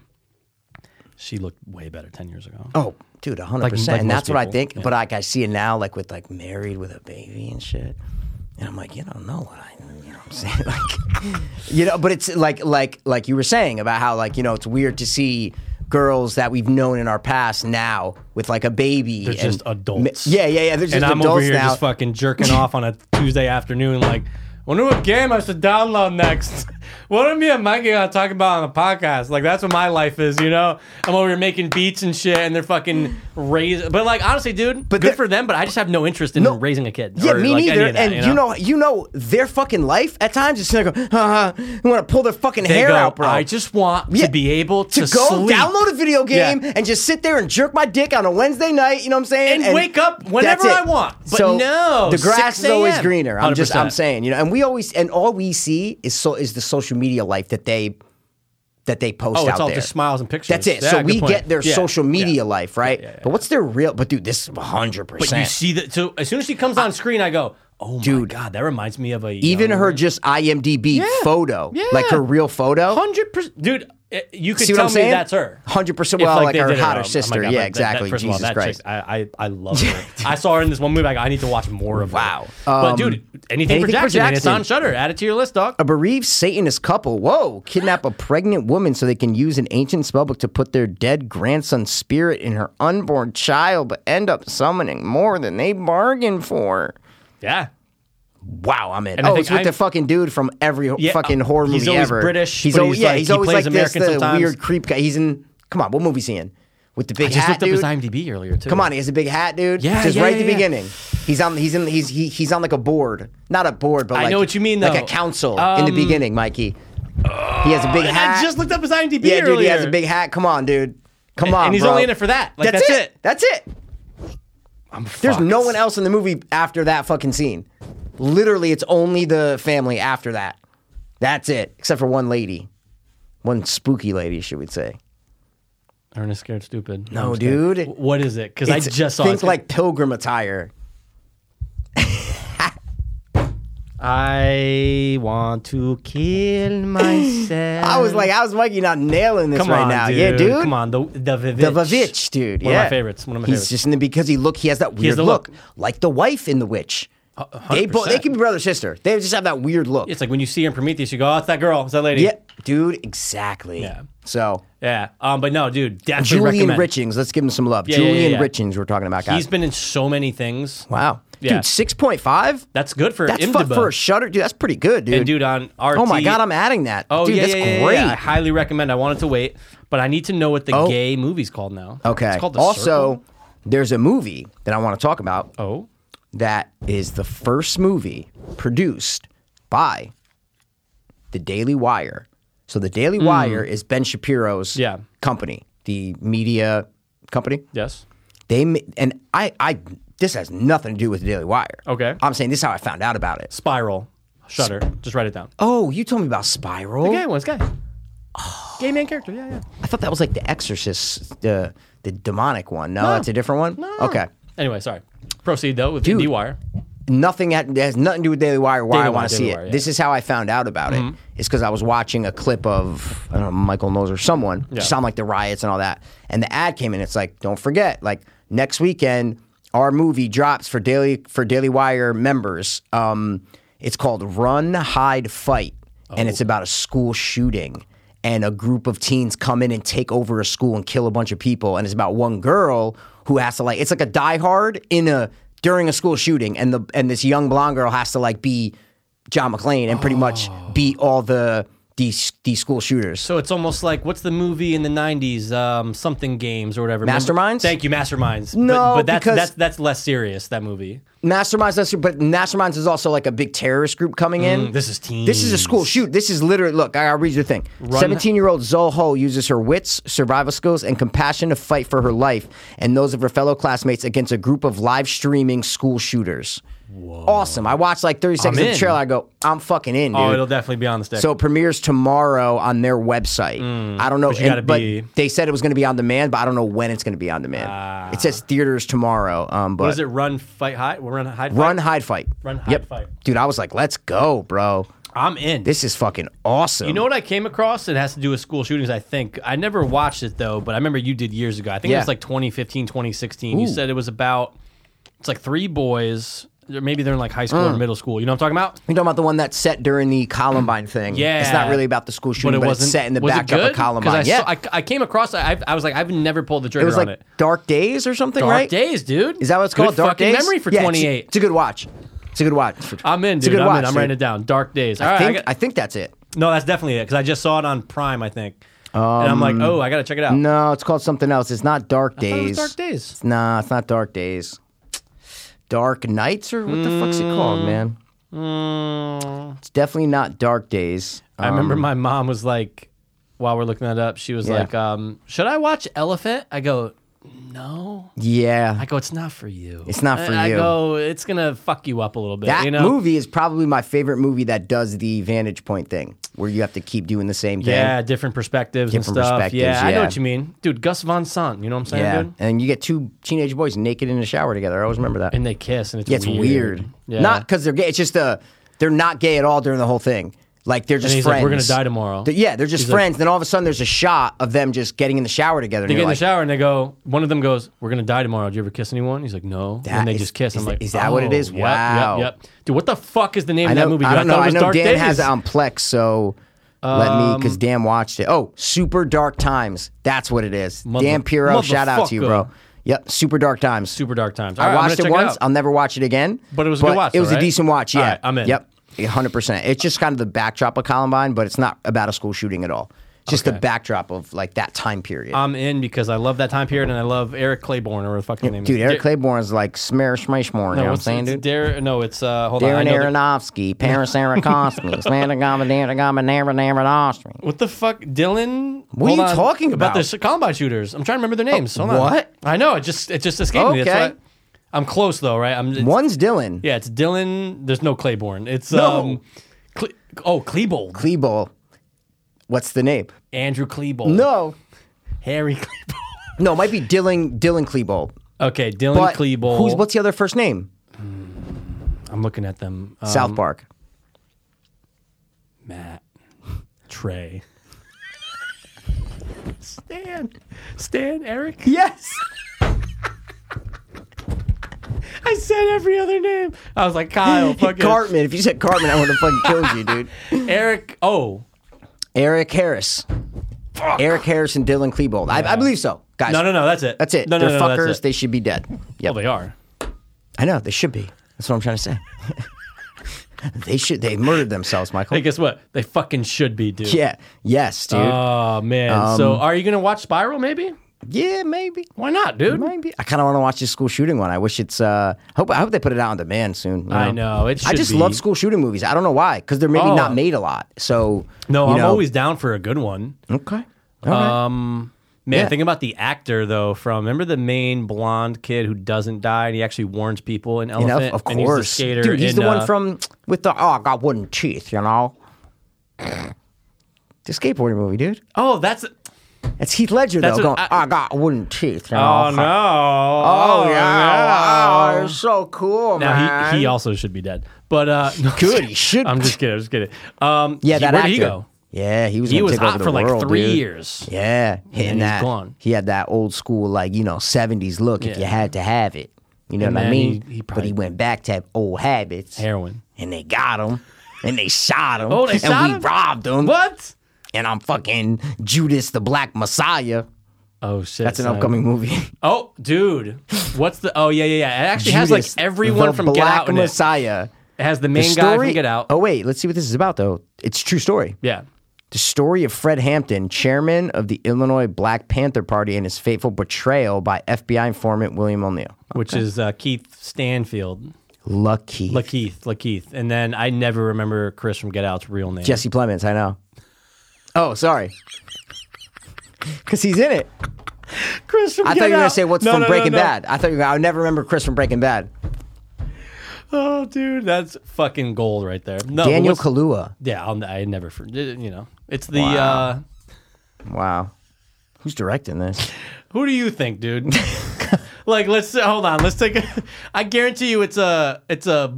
Speaker 2: she looked way better ten years ago.
Speaker 1: Oh, dude, hundred
Speaker 2: Like-
Speaker 1: percent.
Speaker 2: like
Speaker 1: And
Speaker 2: most
Speaker 1: that's what I
Speaker 2: people,
Speaker 1: think.
Speaker 2: yeah.
Speaker 1: But like, I see it now, like with like married with a baby and shit. And I'm like, you don't know what I. You know what I'm saying? Like, you know, but it's like like like you were saying about how like you know it's weird to see girls that we've known in our past now with like a baby.
Speaker 2: They're just adults.
Speaker 1: Yeah, yeah, yeah. They're just
Speaker 2: and I'm
Speaker 1: adults
Speaker 2: over here
Speaker 1: now.
Speaker 2: just fucking jerking off on a Tuesday afternoon, like, wonder what game I should download next. What are me and Mikey gonna talk about on the podcast? Like that's what my life is, you know. I'm over here making beats and shit, and they're fucking raising. But like honestly, dude,
Speaker 1: But
Speaker 2: good
Speaker 1: they're-
Speaker 2: for them. But I just have no interest in
Speaker 1: No.
Speaker 2: raising a kid.
Speaker 1: Yeah,
Speaker 2: or,
Speaker 1: me
Speaker 2: like, any
Speaker 1: neither.
Speaker 2: of that,
Speaker 1: and you know? you know, their fucking life at times is like, uh, uh, you want to pull their fucking
Speaker 2: They
Speaker 1: hair
Speaker 2: go,
Speaker 1: out, bro.
Speaker 2: I just want
Speaker 1: Yeah.
Speaker 2: to be able to,
Speaker 1: to go
Speaker 2: sleep.
Speaker 1: download a video
Speaker 2: Yeah.
Speaker 1: game and just sit there and jerk my dick on a Wednesday night. You know what I'm saying?
Speaker 2: And wake up whenever
Speaker 1: that's it.
Speaker 2: I want. But
Speaker 1: so
Speaker 2: no,
Speaker 1: the grass
Speaker 2: 6
Speaker 1: is always
Speaker 2: a.m..
Speaker 1: greener. I'm just I'm
Speaker 2: 100%.
Speaker 1: saying, you know. And we always and all we see is so is the social media life that they that they post
Speaker 2: Oh,
Speaker 1: out
Speaker 2: it's all
Speaker 1: there.
Speaker 2: just smiles and pictures.
Speaker 1: That's it.
Speaker 2: Yeah,
Speaker 1: so
Speaker 2: good
Speaker 1: we
Speaker 2: point.
Speaker 1: get their
Speaker 2: Yeah.
Speaker 1: social media
Speaker 2: Yeah.
Speaker 1: life, right? But what's their real? But dude, this is 100. percent
Speaker 2: But you see that. So as soon as she comes on screen, I go, "Oh my god, that reminds me of a
Speaker 1: even her just IMDb photo, like her real photo.
Speaker 2: hundred percent, dude. eh, You could
Speaker 1: See what
Speaker 2: tell
Speaker 1: I'm
Speaker 2: me
Speaker 1: saying?
Speaker 2: that's her.
Speaker 1: 100%
Speaker 2: If,
Speaker 1: well, like
Speaker 2: they
Speaker 1: her
Speaker 2: did it
Speaker 1: hotter
Speaker 2: wrong. Oh my
Speaker 1: sister.
Speaker 2: God,
Speaker 1: Yeah,
Speaker 2: like,
Speaker 1: exactly.
Speaker 2: first of all,
Speaker 1: Jesus
Speaker 2: that
Speaker 1: Christ.
Speaker 2: chick, I, I, I love her. I saw her in this one movie. I, go, I need to watch more of. her.
Speaker 1: Wow.
Speaker 2: but
Speaker 1: Um,
Speaker 2: dude, anything,
Speaker 1: anything
Speaker 2: for
Speaker 1: for
Speaker 2: Jackson, and it's
Speaker 1: Jackson.
Speaker 2: on Shutter. Add it to your list, dog.
Speaker 3: Uh,
Speaker 1: A bereaved Satanist couple, whoa, kidnap a pregnant woman so they can use an ancient spell book to put their dead grandson's spirit in her unborn child, but end up summoning more than they bargained for.
Speaker 2: Yeah.
Speaker 3: wow, I'm in.
Speaker 2: And I
Speaker 3: oh,
Speaker 2: think
Speaker 3: it's with
Speaker 2: I-
Speaker 3: the fucking dude from every ho-
Speaker 2: Yeah,
Speaker 3: fucking
Speaker 2: uh,
Speaker 3: horror movie
Speaker 2: he's always
Speaker 3: ever.
Speaker 2: British,
Speaker 3: He's
Speaker 2: but
Speaker 3: always
Speaker 2: he's
Speaker 3: yeah,
Speaker 2: like-
Speaker 3: he's
Speaker 2: he
Speaker 3: always
Speaker 2: plays
Speaker 3: like this
Speaker 2: American
Speaker 3: the
Speaker 2: sometimes.
Speaker 3: weird creep guy. He's in. Come on, what movie's he in? With the big
Speaker 2: I just
Speaker 3: hat,
Speaker 2: looked up
Speaker 3: dude.
Speaker 2: his IMDb earlier too.
Speaker 3: Come on, he has a big hat, dude.
Speaker 2: Yeah,
Speaker 3: just
Speaker 2: yeah,
Speaker 3: right
Speaker 2: yeah,
Speaker 3: at the
Speaker 2: yeah.
Speaker 3: beginning. He's on. He's in. He's he, he's on like a board, not a board, but
Speaker 2: I
Speaker 3: like,
Speaker 2: know what you mean,
Speaker 3: Like
Speaker 2: though.
Speaker 3: a council in
Speaker 2: Um, uh,
Speaker 3: the beginning, Mikey. He has a big
Speaker 2: And
Speaker 3: hat.
Speaker 2: I just looked up his IMDb
Speaker 3: yeah,
Speaker 2: earlier.
Speaker 3: dude, he has a big hat. Come on, dude. Come on,
Speaker 2: and he's
Speaker 3: bro.
Speaker 2: only in it for that. Like, that's it.
Speaker 3: That's it. There's no one else in the movie after that fucking scene. Literally, it's only the family after that. That's it, except for one lady, one spooky lady, should we say?
Speaker 2: Ernest scared stupid.
Speaker 3: No,
Speaker 2: I'm scared.
Speaker 3: dude.
Speaker 2: W- What is it? Because I
Speaker 3: It's-
Speaker 2: just saw
Speaker 3: think
Speaker 2: it.
Speaker 3: like pilgrim attire.
Speaker 2: I want to kill myself.
Speaker 3: I was like, I was Mikey not nailing this
Speaker 2: Mm. come
Speaker 3: right
Speaker 2: on,
Speaker 3: now.
Speaker 2: dude.
Speaker 3: Yeah, dude.
Speaker 2: Come on, the the Vivitch.
Speaker 3: The Vavitch, dude.
Speaker 2: One of
Speaker 3: yeah.
Speaker 2: my favorites, one of my
Speaker 3: He's
Speaker 2: favorites.
Speaker 3: just in the because he look he has that weird
Speaker 2: has the
Speaker 3: look.
Speaker 2: look.
Speaker 3: Like the wife in the witch. They both they
Speaker 2: 100%.
Speaker 3: can be brother and sister. They just have that weird look.
Speaker 2: It's like when you see her in Prometheus, you go, "Oh, it's that girl, it's that lady."
Speaker 3: yeah, dude, exactly.
Speaker 2: Yeah.
Speaker 3: So
Speaker 2: yeah. Um, but no, dude, definitely
Speaker 3: Julian
Speaker 2: recommend.
Speaker 3: Richings, let's give him some love.
Speaker 2: Yeah, yeah, yeah,
Speaker 3: Julian
Speaker 2: yeah.
Speaker 3: Richings, we're talking about. Guys.
Speaker 2: He's been in so many things.
Speaker 3: wow,
Speaker 2: Yeah.
Speaker 3: dude, six point five.
Speaker 2: That's good for
Speaker 3: That's
Speaker 2: IMDb.
Speaker 3: fu- for a shutter, dude. That's pretty good, dude.
Speaker 2: And dude, on RT.
Speaker 3: oh my god, I'm adding that.
Speaker 2: Oh
Speaker 3: dude,
Speaker 2: yeah,
Speaker 3: that's
Speaker 2: yeah, yeah,
Speaker 3: great.
Speaker 2: yeah. I highly recommend. I wanted to wait, but I need to know what the
Speaker 3: Oh.
Speaker 2: gay movie's called now.
Speaker 3: Okay.
Speaker 2: It's called the
Speaker 3: also,
Speaker 2: Circle?
Speaker 3: there's a movie that I want to talk about.
Speaker 2: Oh.
Speaker 3: that is the first movie produced by the Daily Wire. So the Daily Wire is Ben Shapiro's
Speaker 2: Yeah.
Speaker 3: company, the media company.
Speaker 2: Yes.
Speaker 3: They ma- and I I this has nothing to do with the Daily Wire.
Speaker 2: Okay.
Speaker 3: I'm saying this is how I found out about it.
Speaker 2: Spiral. Shutter. Just write it down.
Speaker 3: Oh, you told me about Spiral.
Speaker 2: Gay one's guy. Gay man character. Yeah, yeah.
Speaker 3: I thought that was like the Exorcist, the the demonic one. No, that's a different one. No. Okay.
Speaker 2: Anyway, sorry. Proceed though with
Speaker 3: Dude.
Speaker 2: D Wire.
Speaker 3: nothing had, has nothing to do with Daily Wire. Why
Speaker 2: Daily
Speaker 3: I
Speaker 2: Wire,
Speaker 3: want to see
Speaker 2: Daily
Speaker 3: it.
Speaker 2: Wire, yeah.
Speaker 3: This is how I found out about it. It's because I was watching a clip of I don't know Michael Knowles or someone
Speaker 2: Yeah.
Speaker 3: just on like the riots and all that, and the ad came in. It's like don't forget, like next weekend our movie drops for Daily for Daily Wire members. Um, it's called Run, Hide, Fight, and it's about a school shooting. And a group of teens come in and take over a school and kill a bunch of people. And it's about one girl who has to like it's like a Die Hard in a during a school shooting, and the and this young blonde girl has to like be John McClane and pretty much
Speaker 2: Oh.
Speaker 3: beat all the these these school shooters.
Speaker 2: So it's almost like what's the movie in the '90s? Um, something games or whatever. Remember-
Speaker 3: Masterminds?
Speaker 2: Thank you, Masterminds.
Speaker 3: No,
Speaker 2: but, but that's
Speaker 3: because-
Speaker 2: that's that's less serious. That movie.
Speaker 3: Masterminds, that's- but Masterminds is also like a big terrorist group coming in.
Speaker 2: Mm, This is teen.
Speaker 3: This is a school shoot. This is literally look. I- I'll read you the thing. Seventeen-year-old Zoho uses her wits, survival skills, and compassion to fight for her life and those of her fellow classmates against a group of live streaming school shooters. Awesome. I watched like thirty seconds
Speaker 2: Oh. I'm
Speaker 3: of the
Speaker 2: in.
Speaker 3: trailer. I go, I'm fucking in, dude.
Speaker 2: Oh, it'll definitely be on the stick.
Speaker 3: So it premieres tomorrow on their website.
Speaker 2: Mm.
Speaker 3: I don't know.
Speaker 2: you gotta be-
Speaker 3: they said it was going to be on demand, but I don't know when it's going to be on demand. it says theaters tomorrow. Um, but
Speaker 2: Ah. what is it? Run, fight, hide. Well, Run, hide,
Speaker 3: Run,
Speaker 2: Fight?
Speaker 3: hide, fight.
Speaker 2: Run, hide, fight.
Speaker 3: Dude, I was like, let's go, bro.
Speaker 2: I'm in.
Speaker 3: This is fucking awesome.
Speaker 2: You know what I came across? It has to do with school shootings, I think. I never watched it though, but I remember you did years ago. I think it
Speaker 3: Yeah.
Speaker 2: was like 2015, 2016. You said it was about, it's like three boys. or Maybe they're in like high school
Speaker 3: Mm.
Speaker 2: or middle school. You know what I'm talking about?
Speaker 3: You're talking about the one that's set during the Columbine thing.
Speaker 2: Yeah.
Speaker 3: It's not really about the school shooting, but, it's set in the
Speaker 2: was it
Speaker 3: back up
Speaker 2: good?
Speaker 3: of
Speaker 2: 'Cause
Speaker 3: Columbine.
Speaker 2: I,
Speaker 3: yeah.
Speaker 2: saw- I, I came across I, I was like, I've never pulled the
Speaker 3: it
Speaker 2: trigger
Speaker 3: was
Speaker 2: on
Speaker 3: like
Speaker 2: it.
Speaker 3: Dark Days or something,
Speaker 2: Dark
Speaker 3: right?
Speaker 2: Days, dude.
Speaker 3: Is that what it's
Speaker 2: Good
Speaker 3: called? Dark
Speaker 2: fucking
Speaker 3: Days?
Speaker 2: memory for
Speaker 3: Yeah, it's-
Speaker 2: 28.
Speaker 3: It's, a good watch. It's a good watch.
Speaker 2: I'm in,
Speaker 3: It's a
Speaker 2: dude.
Speaker 3: good
Speaker 2: I'm
Speaker 3: watch.
Speaker 2: in. I'm
Speaker 3: dude.
Speaker 2: writing it down. Dark Days. All
Speaker 3: I
Speaker 2: right,
Speaker 3: think,
Speaker 2: got-
Speaker 3: I think that's it.
Speaker 2: no, that's definitely it because I just saw it on Prime, I think. and I'm
Speaker 3: Um,
Speaker 2: like, oh, I got to check it out.
Speaker 3: No, it's called something else. It's not Dark
Speaker 2: I thought it
Speaker 3: Days.
Speaker 2: was Dark Days.
Speaker 3: Nah, it's not Dark Days. Dark Nights or what the fuck's it
Speaker 2: Mm.
Speaker 3: called, man? It's definitely not Dark Days.
Speaker 2: I remember my mom was like, while we're looking that up, she was
Speaker 3: Yeah.
Speaker 2: like, um, "Should I watch Elephant?" I go, "No."
Speaker 3: Yeah.
Speaker 2: I go, "It's not for you.
Speaker 3: It's not for
Speaker 2: I,
Speaker 3: you.
Speaker 2: I go, "It's gonna fuck you up a little bit."
Speaker 3: that
Speaker 2: you know?
Speaker 3: movie is probably my favorite movie that does the vantage point thing where you have to keep doing the same thing.
Speaker 2: Yeah, different perspectives
Speaker 3: Different
Speaker 2: and stuff.
Speaker 3: perspectives,
Speaker 2: yeah, I
Speaker 3: yeah.
Speaker 2: know what you mean, dude. Gus Von Sant, you know what I'm saying,
Speaker 3: Yeah.
Speaker 2: dude?
Speaker 3: And you get two teenage boys naked in the shower together. I always remember that.
Speaker 2: And they kiss, and it's
Speaker 3: yeah, it's
Speaker 2: weird.
Speaker 3: weird.
Speaker 2: Yeah.
Speaker 3: Not because they're gay. It's just uh, they're not gay at all during the whole thing. Like they're just
Speaker 2: he's like,
Speaker 3: friends.
Speaker 2: "We're gonna die tomorrow."
Speaker 3: They're- yeah, they're just
Speaker 2: He's like-
Speaker 3: friends. then all of a sudden, there's a shot of them just getting in the shower together.
Speaker 2: They
Speaker 3: and
Speaker 2: get
Speaker 3: you're
Speaker 2: in the
Speaker 3: like,
Speaker 2: shower and they go. One of them goes, "We're gonna die tomorrow. Did you ever kiss anyone?" He's like, "No."
Speaker 3: That
Speaker 2: and they
Speaker 3: is-
Speaker 2: just kiss.
Speaker 3: is
Speaker 2: I'm
Speaker 3: that-
Speaker 2: like,
Speaker 3: is that what it
Speaker 2: "Oh,
Speaker 3: is?
Speaker 2: yep, yep,
Speaker 3: Wow.
Speaker 2: Yep, Dude, what the fuck is the name
Speaker 3: I
Speaker 2: of that
Speaker 3: know.
Speaker 2: movie? Dude,
Speaker 3: I don't
Speaker 2: thought
Speaker 3: know.
Speaker 2: it
Speaker 3: I
Speaker 2: was
Speaker 3: know
Speaker 2: Dark
Speaker 3: Dan
Speaker 2: Days. Um,
Speaker 3: has it on Plex, so let me because Dan watched it. Oh, Super Dark Times. That's what it is.
Speaker 2: Mother-
Speaker 3: Dan Piro, shout out to you, bro.
Speaker 2: motherfucker.
Speaker 3: Yep, super dark times.
Speaker 2: Super dark times. All
Speaker 3: I
Speaker 2: right, I'm gonna
Speaker 3: watched it
Speaker 2: check
Speaker 3: once.
Speaker 2: out.
Speaker 3: I'll never watch it again.
Speaker 2: But it was a good watch,
Speaker 3: It
Speaker 2: though,
Speaker 3: was a
Speaker 2: right?
Speaker 3: decent watch.
Speaker 2: All
Speaker 3: Yeah,
Speaker 2: right, I'm in.
Speaker 3: Yep, hundred percent. It's just kind of the backdrop of Columbine, but it's not about a school shooting at all. Just the
Speaker 2: Okay. Uh,
Speaker 3: backdrop of like that time period.
Speaker 2: I'm in because I love that time period and I love Eric Claiborne or whatever the fuck his name
Speaker 3: dude,
Speaker 2: is.
Speaker 3: Eric
Speaker 2: Da-
Speaker 3: Claiborne's like smear smash more. You know what I'm
Speaker 2: what's-
Speaker 3: saying,
Speaker 2: it's
Speaker 3: dude?
Speaker 2: Dar- no, it's uh, hold on. I
Speaker 3: Darren
Speaker 2: know the-
Speaker 3: Aronofsky, Paris Aronofsky, Santa Gama, Darren Gama, Darren Aronofsky.
Speaker 2: What the fuck, Dylan?
Speaker 3: What are
Speaker 2: Hold
Speaker 3: you
Speaker 2: on.
Speaker 3: talking about? Uh,
Speaker 2: the s- Columbine shooters? I'm trying to remember their names. Hold on.
Speaker 3: what?
Speaker 2: I know. It just it just escaped me.
Speaker 3: Okay.
Speaker 2: That's why I'm close though, right? I'm it's-
Speaker 3: One's Dylan.
Speaker 2: Yeah, it's Dylan. There's no Claiborne. It's
Speaker 3: No.
Speaker 2: um, Cle- oh Klebold,
Speaker 3: Klebold. What's the name?
Speaker 2: Andrew Klebold,
Speaker 3: No.
Speaker 2: Harry Klebold.
Speaker 3: No, it might be Dylan Dylan Klebold.
Speaker 2: Okay, Dylan
Speaker 3: But
Speaker 2: Klebold.
Speaker 3: who's what's the other first name?
Speaker 2: I'm looking at them. Um,
Speaker 3: South Park.
Speaker 2: Matt, Trey, Stan, Stan, Eric.
Speaker 3: Yes.
Speaker 2: I said every other name. I was like Kyle, fucking
Speaker 3: Cartman. If you said Cartman, I would have fucking killed you, dude.
Speaker 2: Eric. Oh.
Speaker 3: Eric Harris. Eric Harris and Dylan Klebold. I, I believe so, guys.
Speaker 2: No, no, no. That's it.
Speaker 3: That's it.
Speaker 2: No, no,
Speaker 3: They're
Speaker 2: no,
Speaker 3: fuckers.
Speaker 2: that's it.
Speaker 3: They should be dead. Yep.
Speaker 2: Well, they are.
Speaker 3: I know they should be. That's what I'm trying to say. they should. They murdered themselves, Michael.
Speaker 2: Hey, guess what? They fucking should be, dude.
Speaker 3: yeah. Yes, dude. Um,
Speaker 2: Oh man. so, are you gonna watch Spiral? Maybe.
Speaker 3: yeah, maybe.
Speaker 2: Why not, dude?
Speaker 3: Maybe. I kind of want to watch this school shooting one. I wish it's. Uh, hope I hope they put it out on demand soon. you
Speaker 2: I know, it
Speaker 3: I
Speaker 2: should
Speaker 3: just
Speaker 2: be.
Speaker 3: love school shooting movies. I don't know why, because they're maybe
Speaker 2: Oh.
Speaker 3: not made a lot. So
Speaker 2: No,
Speaker 3: you
Speaker 2: I'm
Speaker 3: know.
Speaker 2: always down for a good one.
Speaker 3: okay. All right.
Speaker 2: Man,
Speaker 3: Yeah.
Speaker 2: think about the actor though. From remember the main blonde kid who doesn't die and he actually warns people in
Speaker 3: you know,
Speaker 2: Elephant.
Speaker 3: of
Speaker 2: and he's the
Speaker 3: course,
Speaker 2: skater.
Speaker 3: dude. He's
Speaker 2: in,
Speaker 3: the one
Speaker 2: uh,
Speaker 3: from with the oh, I got wooden teeth. You know, the skateboarding movie, dude.
Speaker 2: Oh, that's.
Speaker 3: It's Heath Ledger
Speaker 2: That's
Speaker 3: though.
Speaker 2: what
Speaker 3: Going, "Oh, I, got wooden teeth. You know?
Speaker 2: Oh no. Oh,
Speaker 3: Oh, yeah! Wow,
Speaker 2: no.
Speaker 3: you're so cool,
Speaker 2: Now
Speaker 3: man.
Speaker 2: he, he also should be dead. But uh,
Speaker 3: Good, he should
Speaker 2: I'm just kidding. I'm just kidding. Um,
Speaker 3: yeah,
Speaker 2: he-
Speaker 3: that
Speaker 2: where
Speaker 3: actor.
Speaker 2: did he go?
Speaker 3: Yeah, he was.
Speaker 2: He
Speaker 3: gonna
Speaker 2: was
Speaker 3: take over
Speaker 2: hot
Speaker 3: the
Speaker 2: for like
Speaker 3: world,
Speaker 2: three
Speaker 3: dude.
Speaker 2: years.
Speaker 3: Yeah, hitting
Speaker 2: he's
Speaker 3: that.
Speaker 2: gone.
Speaker 3: He had that old school, like you know, seventies look. If
Speaker 2: Yeah.
Speaker 3: you had to have it, you know
Speaker 2: And
Speaker 3: what I
Speaker 2: then
Speaker 3: mean.
Speaker 2: he- he
Speaker 3: but
Speaker 2: probably-
Speaker 3: he went back to have old habits,
Speaker 2: Heroin.
Speaker 3: and they got him, and they shot him,
Speaker 2: Oh, they
Speaker 3: and
Speaker 2: shot
Speaker 3: we
Speaker 2: him?
Speaker 3: robbed him,
Speaker 2: What?
Speaker 3: and I'm fucking Judas the Black Messiah.
Speaker 2: Oh shit!
Speaker 3: That's an
Speaker 2: Simon.
Speaker 3: upcoming movie.
Speaker 2: Oh, dude, what's the? Oh yeah, yeah, yeah. It actually has like
Speaker 3: Judas
Speaker 2: everyone
Speaker 3: the
Speaker 2: from
Speaker 3: Black
Speaker 2: Get Out in it.
Speaker 3: Messiah.
Speaker 2: It has the
Speaker 3: The
Speaker 2: main guy
Speaker 3: story.
Speaker 2: from Get Out.
Speaker 3: Oh wait, let's see what this is about though. It's a true story.
Speaker 2: Yeah.
Speaker 3: The story of Fred Hampton, chairman of the Illinois Black Panther Party, and his fateful betrayal by FBI informant William O'Neill.
Speaker 2: Which is uh, Keith Stanfield,
Speaker 3: Lucky.
Speaker 2: Lakeith, Lakeith, and then I never remember Chris from Get Out's real name.
Speaker 3: Jesse Plemons, I know. Oh, sorry. Because he's in it.
Speaker 2: Chris from
Speaker 3: I
Speaker 2: Get
Speaker 3: thought you were going
Speaker 2: Out.
Speaker 3: to say, what's
Speaker 2: No,
Speaker 3: from
Speaker 2: no, no,
Speaker 3: Breaking
Speaker 2: no.
Speaker 3: Bad? I thought you were gonna, I would never remember Chris from Breaking Bad.
Speaker 2: Oh, dude, that's fucking gold right there. No, but
Speaker 3: Daniel
Speaker 2: what's-
Speaker 3: Kalua.
Speaker 2: Yeah, I'll, I never. for- You know, it's the.
Speaker 3: Wow.
Speaker 2: Uh,
Speaker 3: Wow. Who's directing this?
Speaker 2: Who do you think, dude? like, let's hold on. Let's take. A, I guarantee you, it's a it's a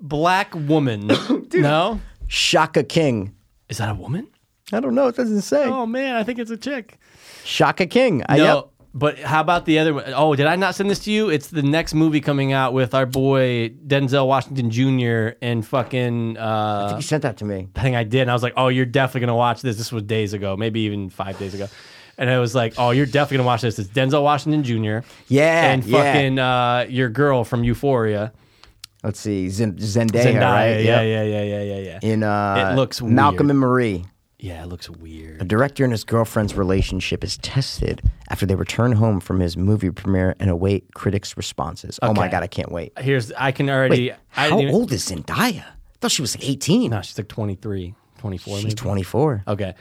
Speaker 2: black woman. No,
Speaker 3: Shaka King.
Speaker 2: is that a woman?
Speaker 3: I don't know. It doesn't say.
Speaker 2: Oh man, I think it's a chick.
Speaker 3: Shaka King. I,
Speaker 2: No,
Speaker 3: yep.
Speaker 2: but how about the other one? Oh, did I not send this to you? It's the next movie coming out with our boy Denzel Washington Jr. and fucking. Uh,
Speaker 3: You sent that to me.
Speaker 2: I think I did. And I was like, oh, you're definitely gonna watch this. This was days ago, maybe even five days ago. And I was like, oh, you're definitely gonna watch this. It's Denzel Washington Jr.
Speaker 3: Yeah,
Speaker 2: and
Speaker 3: yeah.
Speaker 2: fucking uh, your girl from Euphoria.
Speaker 3: Let's see. Zen- Zendaya,
Speaker 2: Zendaya,
Speaker 3: right?
Speaker 2: yeah,
Speaker 3: Yep.
Speaker 2: yeah, yeah, yeah, yeah, yeah.
Speaker 3: In uh,
Speaker 2: It looks
Speaker 3: Malcolm
Speaker 2: weird.
Speaker 3: and Marie.
Speaker 2: yeah, it looks weird.
Speaker 3: The director and his girlfriend's relationship is tested after they return home from his movie premiere and await critics' responses. Oh my
Speaker 2: Okay.
Speaker 3: god, I can't wait.
Speaker 2: Here's I can already.
Speaker 3: Wait,
Speaker 2: I
Speaker 3: how
Speaker 2: didn't even-
Speaker 3: old is Zendaya? I thought she was like 18.
Speaker 2: No, Uh, she's like 23, 24
Speaker 3: She's
Speaker 2: maybe.
Speaker 3: 24.
Speaker 2: Okay.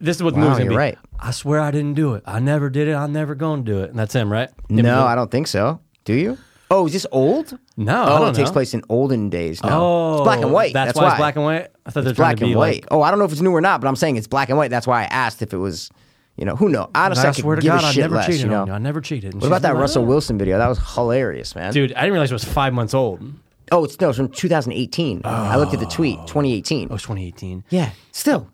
Speaker 2: This is what the movie's gonna
Speaker 3: you're
Speaker 2: be.
Speaker 3: right.
Speaker 2: I swear I didn't do it. I never did it. I'm never gonna do it. And that's him, right?
Speaker 3: no, I don't think so. Do you? Oh, is this old?
Speaker 2: No, I
Speaker 3: Oh,
Speaker 2: don't
Speaker 3: it takes
Speaker 2: know.
Speaker 3: place in olden days. No.
Speaker 2: Oh,
Speaker 3: it's black and white. That's,
Speaker 2: That's, why, it's black and white. I thought they're trying
Speaker 3: black
Speaker 2: to be
Speaker 3: and
Speaker 2: like-
Speaker 3: white. oh, I don't know if it's new or not, but I'm saying it's black and white. That's why I asked if it was, you know, who knows? Honestly, I,
Speaker 2: I swear to
Speaker 3: could give
Speaker 2: God,
Speaker 3: a
Speaker 2: I
Speaker 3: shit
Speaker 2: never
Speaker 3: less,
Speaker 2: cheated
Speaker 3: you know?
Speaker 2: on you. I never cheated. And
Speaker 3: What
Speaker 2: she's
Speaker 3: about that
Speaker 2: like,
Speaker 3: Russell
Speaker 2: "Oh."
Speaker 3: Wilson video? That was hilarious, man.
Speaker 2: Dude, I didn't realize it was five months old. It
Speaker 3: Oh, it's no, it's from 2018. I looked at the tweet, 2018.
Speaker 2: was 2018.
Speaker 3: Oh. Yeah, still.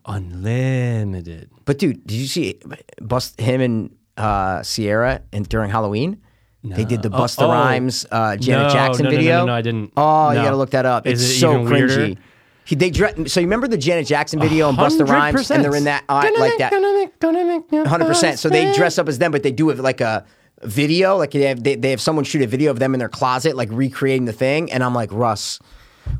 Speaker 2: Unlimited.
Speaker 3: But dude, did you see bust him and uh, Sierra and during Halloween? They did the
Speaker 2: Oh,
Speaker 3: Bust the
Speaker 2: oh.
Speaker 3: Rhymes uh, Janet
Speaker 2: No,
Speaker 3: Jackson
Speaker 2: no, no, no,
Speaker 3: video.
Speaker 2: no, no, I didn't.
Speaker 3: Oh, you
Speaker 2: No.
Speaker 3: gotta look that up.
Speaker 2: Is
Speaker 3: it's
Speaker 2: it
Speaker 3: so
Speaker 2: even weirder?
Speaker 3: cringy. He, they dre- so you remember the Janet Jackson video and Bust the Rhymes, and they're in that uh, like that.
Speaker 2: 100%.
Speaker 3: Hundred percent. So they dress up as them, but they do it like a video. Like they have, they, they have someone shoot a video of them in their closet, like recreating the thing. And I'm like, Russ,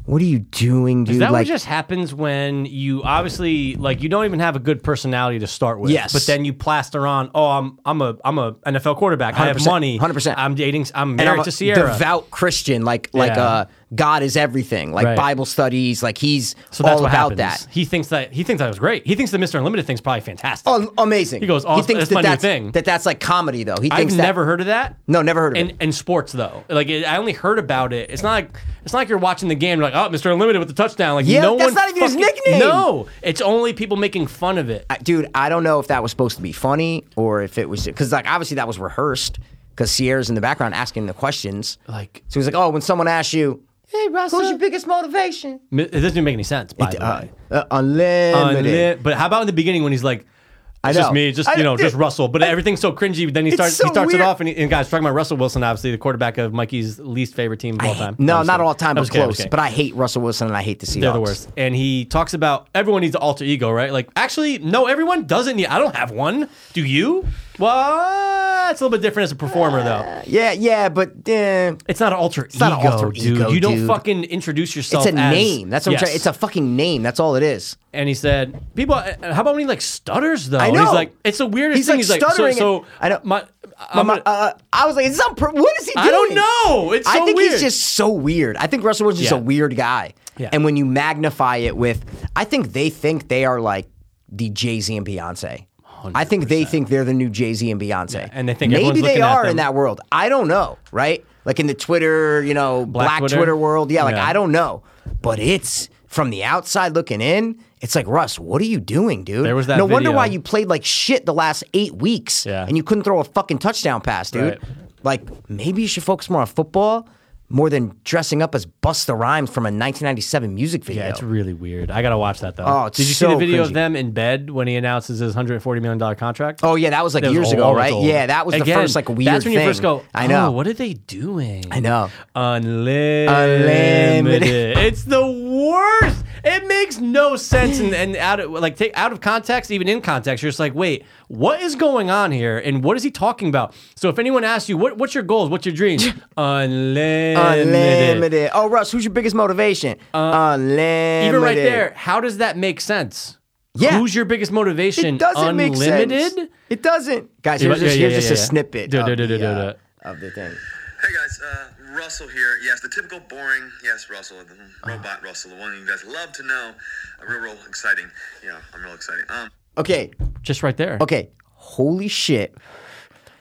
Speaker 3: what are you doing, dude?
Speaker 2: Is that
Speaker 3: like,
Speaker 2: what just happens when you obviously like you don't even have a good personality to start with.
Speaker 3: Yes.
Speaker 2: But then you plaster on, oh, I'm I'm a I'm a NFL quarterback. I have
Speaker 3: 100%,
Speaker 2: money.
Speaker 3: 100%.
Speaker 2: I'm dating. I'm
Speaker 3: and
Speaker 2: married
Speaker 3: I'm a
Speaker 2: to Sierra.
Speaker 3: devout Christian, like like
Speaker 2: Yeah.
Speaker 3: uh, God is everything, like
Speaker 2: Right.
Speaker 3: Bible studies, like he's
Speaker 2: so that's
Speaker 3: all
Speaker 2: what
Speaker 3: about
Speaker 2: happens.
Speaker 3: that.
Speaker 2: He thinks that he thinks that was great. He thinks the Mr. Unlimited thing's probably fantastic.
Speaker 3: Oh, amazing. He
Speaker 2: goes, "Oh, that's my new
Speaker 3: that's
Speaker 2: thing."
Speaker 3: that that's like comedy though. He
Speaker 2: I've
Speaker 3: thinks that-
Speaker 2: never heard of that.
Speaker 3: No, never heard of
Speaker 2: in,
Speaker 3: it.
Speaker 2: in sports though. Like it, I only heard about it. It's not like it's not like you're watching the game. You're like, oh, Mr. Unlimited with the touchdown. Like
Speaker 3: Yeah,
Speaker 2: no one
Speaker 3: that's not even his
Speaker 2: fucking-
Speaker 3: nickname.
Speaker 2: No, it's only people making fun of it.
Speaker 3: I- dude, I don't know if that was supposed to be funny or if it was because, like, obviously that was rehearsed because Sierra's in the background asking the questions.
Speaker 2: Like
Speaker 3: So he's like, "Oh, when someone asks you, hey, Russell, who's your biggest motivation?"
Speaker 2: mi- it doesn't even make any sense. By the
Speaker 3: Uh,
Speaker 2: way,
Speaker 3: uh, unlimited.
Speaker 2: Unlit- but how about in the beginning when he's like. It's
Speaker 3: I
Speaker 2: just
Speaker 3: know.
Speaker 2: me, just
Speaker 3: I-
Speaker 2: you know, just
Speaker 3: dude,
Speaker 2: Russell. But everything's so cringy. But then he starts,
Speaker 3: so
Speaker 2: he starts it
Speaker 3: weird.
Speaker 2: off, and, he, and guys, talking about Russell Wilson, obviously the quarterback of Mikey's least favorite team of all time.
Speaker 3: No,
Speaker 2: I'm just
Speaker 3: not
Speaker 2: kidding.
Speaker 3: all time,
Speaker 2: I'm
Speaker 3: but
Speaker 2: just kidding, I'm
Speaker 3: close.
Speaker 2: just kidding.
Speaker 3: But I hate Russell Wilson and I hate the Seahawks.
Speaker 2: They're the worst. And he talks about everyone needs an alter ego, right? Like, actually, no, everyone doesn't need. I don't have one. Do you? Well, it's a little bit different as a performer, though.
Speaker 3: Yeah, yeah, but eh,
Speaker 2: It's not an alter ego,
Speaker 3: not an alter
Speaker 2: dude.
Speaker 3: ego,
Speaker 2: you don't
Speaker 3: dude.
Speaker 2: fucking introduce
Speaker 3: it's
Speaker 2: yourself.
Speaker 3: a
Speaker 2: as-
Speaker 3: name. That's what
Speaker 2: Yes.
Speaker 3: I'm trying. It's a fucking name. That's all it is.
Speaker 2: And he said, "People, uh, how about when he like stutters though?" And
Speaker 3: know.
Speaker 2: He's like, "It's the weirdest
Speaker 3: He's,
Speaker 2: thing."
Speaker 3: like,
Speaker 2: he's like,
Speaker 3: stuttering
Speaker 2: So, so
Speaker 3: and- I know.
Speaker 2: My,
Speaker 3: My
Speaker 2: I'm
Speaker 3: mo-
Speaker 2: gonna-
Speaker 3: uh, I was like, is that per- what is he doing?
Speaker 2: I don't know. It's so
Speaker 3: I think
Speaker 2: weird.
Speaker 3: he's just so weird. I think Russell Wilson's just
Speaker 2: Yeah.
Speaker 3: a weird guy.
Speaker 2: Yeah.
Speaker 3: And when you magnify it with, I think they think they are like the Jay Z and Beyonce. I think they think they're the new Jay Z and Beyonce.
Speaker 2: and they think
Speaker 3: maybe
Speaker 2: everyone's
Speaker 3: they
Speaker 2: looking at
Speaker 3: are in
Speaker 2: them.
Speaker 3: that world. I don't know, right? Like in the Twitter, you know, black,
Speaker 2: Twitter?
Speaker 3: Twitter. world. Yeah, like
Speaker 2: Yeah.
Speaker 3: I don't know, but it's from the outside looking in. It's like Russ, what are you doing, dude?
Speaker 2: There was that
Speaker 3: no wonder
Speaker 2: video.
Speaker 3: why you played like shit the last eight weeks,
Speaker 2: Yeah.
Speaker 3: and you couldn't throw a fucking touchdown pass, dude.
Speaker 2: Right.
Speaker 3: Like maybe you should focus more on football more than dressing up as Busta Rhymes from a 1997 music video.
Speaker 2: yeah, it's really weird. I gotta watch that though.
Speaker 3: Oh, it's
Speaker 2: Did you see
Speaker 3: so
Speaker 2: the video of
Speaker 3: cringy.
Speaker 2: them in bed when he announces his 140 million dollar contract?
Speaker 3: oh yeah, that was like
Speaker 2: That was
Speaker 3: years
Speaker 2: old,
Speaker 3: ago,
Speaker 2: old,
Speaker 3: right?
Speaker 2: old.
Speaker 3: Yeah, that was
Speaker 2: Again,
Speaker 3: the first like weird.
Speaker 2: That's when
Speaker 3: thing.
Speaker 2: you first go.
Speaker 3: I know.
Speaker 2: "Oh, what are they doing?
Speaker 3: I know.
Speaker 2: Unlimited.
Speaker 3: Unlimited.
Speaker 2: it's the worst. It makes no sense, and, and out of like take out of context, even in context, you're just like, wait, what is going on here, and what is he talking about? So if anyone asks you, what what's your goals, what's your dreams, unlimited. Uh,
Speaker 3: Unlimited. Oh, Russ, who's your biggest motivation? Unlimited.
Speaker 2: Even right there, how does that make sense?
Speaker 3: Yeah.
Speaker 2: Who's your biggest motivation?
Speaker 3: It doesn't
Speaker 2: unlimited?
Speaker 3: make sense. It doesn't. Guys, here's
Speaker 2: Yeah,
Speaker 3: just,
Speaker 2: yeah,
Speaker 3: here's
Speaker 2: yeah,
Speaker 3: just
Speaker 2: yeah,
Speaker 3: a
Speaker 2: yeah.
Speaker 3: snippet
Speaker 2: Do,
Speaker 3: of,
Speaker 2: do, do,
Speaker 3: the,
Speaker 2: do, do,
Speaker 3: uh,
Speaker 2: do.
Speaker 3: of the thing.
Speaker 4: Hey guys, uh, Russell here. Yes, the typical boring, yes, Russell, the robot Russell, the one you guys love to know. Uh, real, real exciting. Yeah, I'm real excited. Um,
Speaker 3: Okay,
Speaker 2: Just right there.
Speaker 3: Okay, holy shit.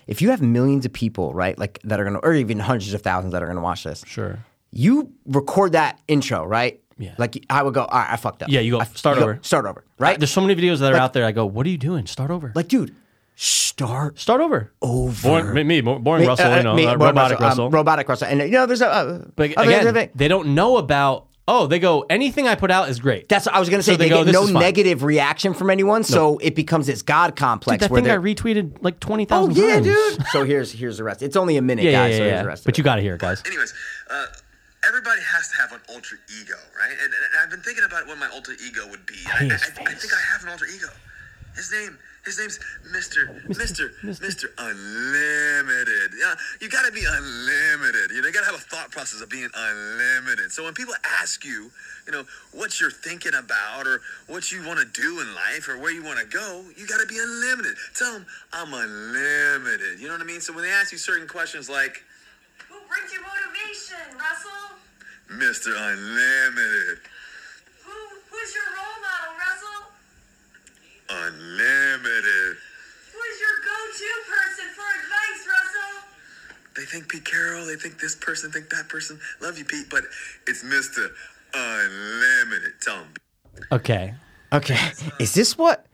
Speaker 3: If you have millions of people, right, like that are gonna, or even hundreds of thousands that are gonna watch this,
Speaker 2: Sure.
Speaker 3: you record that intro, right?
Speaker 2: Yeah.
Speaker 3: Like I would go, all right, I fucked up.
Speaker 2: Yeah, you go,
Speaker 3: I-
Speaker 2: start over.
Speaker 3: start over, right?
Speaker 2: There's so many videos that are out there. I go, what are you doing? Start over.
Speaker 3: like, dude, start
Speaker 2: start over.
Speaker 3: over.
Speaker 2: Boring, me- me, bo- boring Russell,
Speaker 3: uh,
Speaker 2: you know,
Speaker 3: me-
Speaker 2: uh,
Speaker 3: Boy
Speaker 2: robotic
Speaker 3: um,
Speaker 2: Russell.
Speaker 3: robotic Russell, and you know, there's a. Uh,
Speaker 2: but
Speaker 3: other-
Speaker 2: again,
Speaker 3: other-
Speaker 2: they don't know about. Oh, they go anything I put out is great.
Speaker 3: that's what I was gonna say.
Speaker 2: So
Speaker 3: they,
Speaker 2: they go,
Speaker 3: get
Speaker 2: "This
Speaker 3: no
Speaker 2: is fine."
Speaker 3: negative reaction from anyone, so it becomes this god complex
Speaker 2: I
Speaker 3: where
Speaker 2: think I
Speaker 3: they're.
Speaker 2: retweeted like twenty
Speaker 3: oh
Speaker 2: thousand.
Speaker 3: yeah,
Speaker 2: times.
Speaker 3: dude. so here's here's the rest. It's only a minute,
Speaker 2: Yeah, yeah,
Speaker 3: guys.
Speaker 2: yeah,
Speaker 3: so here's
Speaker 2: yeah.
Speaker 3: the rest.
Speaker 2: But you
Speaker 3: got.
Speaker 2: got to hear it, guys.
Speaker 4: anyways, uh, everybody has to have an alter ego, right? And, and I've been thinking about what my alter ego would be. I, I,
Speaker 2: his
Speaker 4: I, I think I have an alter ego. His name, his name's Mister, Mister, Mister Unlimited. Yeah, you gotta be unlimited. You know, you gotta have a thought process of being unlimited. So when people ask you, you know, what you're thinking about or what you want to do in life or where you want to go, you gotta be unlimited. Tell them I'm unlimited. You know what I mean? So when they ask you certain questions like.
Speaker 5: Who brings you motivation, Russell?
Speaker 4: Mr. Unlimited.
Speaker 5: Who who's your role model, Russell?
Speaker 4: Unlimited.
Speaker 5: Who's your go-to person for advice, Russell?
Speaker 4: They think Pete Carroll, they think this person, think that person. Love you, Pete, but it's Mr. Unlimited. Tell him.
Speaker 2: Okay.
Speaker 3: Okay. Is this what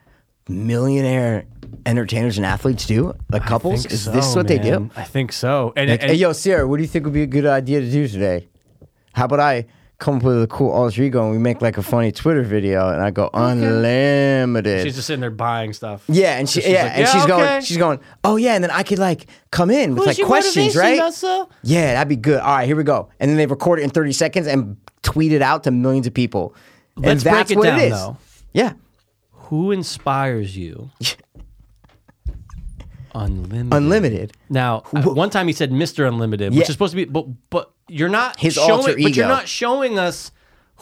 Speaker 3: millionaire entertainers and athletes do? Like couples?
Speaker 2: Think
Speaker 3: Is
Speaker 2: so,
Speaker 3: this what they do?
Speaker 2: man. I think so. And,
Speaker 3: Like,
Speaker 2: and
Speaker 3: hey, yo, Sierra, what do you think would be a good idea to do today? How about I come up with a cool alter ego and we make like a funny Twitter video and I go unlimited.
Speaker 2: she's just sitting there buying stuff.
Speaker 3: yeah, and she
Speaker 2: she's
Speaker 3: yeah,
Speaker 2: like,
Speaker 3: and
Speaker 2: "Yeah,
Speaker 3: she's
Speaker 2: okay."
Speaker 3: going she's going, "Oh yeah, and then I could like come in with like questions, right?" Yeah, that'd be good. All right, here we go. And then they record it in 30 seconds and tweet it out to millions of people. And
Speaker 2: Let's break
Speaker 3: that's
Speaker 2: it
Speaker 3: what
Speaker 2: down,
Speaker 3: it is.
Speaker 2: though.
Speaker 3: Yeah.
Speaker 2: Who inspires you? Unlimited.
Speaker 3: Unlimited.
Speaker 2: Now, uh, one time he said Mr. Unlimited, which
Speaker 3: Yeah.
Speaker 2: is supposed to be, but but you're not
Speaker 3: His
Speaker 2: showing,
Speaker 3: alter
Speaker 2: but you're
Speaker 3: ego.
Speaker 2: not showing us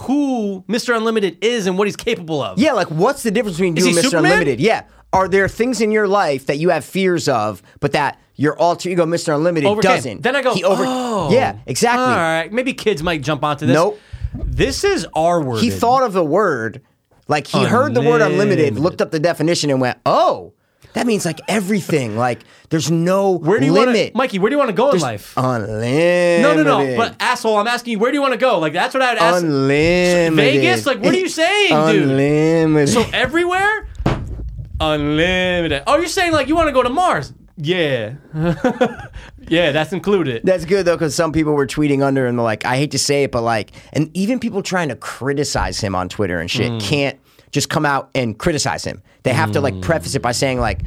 Speaker 2: who Mr. Unlimited is and what he's capable of.
Speaker 3: Yeah, like what's the difference between you
Speaker 2: he
Speaker 3: and Mr.
Speaker 2: Superman?
Speaker 3: Unlimited? Yeah. Are there things in your life that you have fears of, but that your alter ego, Mr. Unlimited,
Speaker 2: Overcame.
Speaker 3: doesn't?
Speaker 2: Then I go,
Speaker 3: He over-
Speaker 2: oh,
Speaker 3: Yeah, exactly.
Speaker 2: All right, maybe kids might jump onto this.
Speaker 3: Nope.
Speaker 2: This is our word.
Speaker 3: He thought of the word, like he heard the word unlimited,
Speaker 2: Unlimited.
Speaker 3: looked up the definition, and went, oh, that means like everything. like there's no
Speaker 2: Where do you want
Speaker 3: limit.
Speaker 2: to, Mikey? Where do you want to go in life?
Speaker 3: unlimited.
Speaker 2: no, no, no. But asshole, I'm asking you, where do you want to go? Like that's what I'd ask.
Speaker 3: unlimited.
Speaker 2: Vegas? Like, what are you saying, dude?
Speaker 3: unlimited.
Speaker 2: So everywhere, unlimited. Oh, you're saying like you want to go to Mars? Yeah, yeah, that's included.
Speaker 3: That's good though, because some people were tweeting under and like, I hate to say it, but like, and even people trying to criticize him on Twitter and shit can't just come out and criticize him. They have to like preface it by saying like,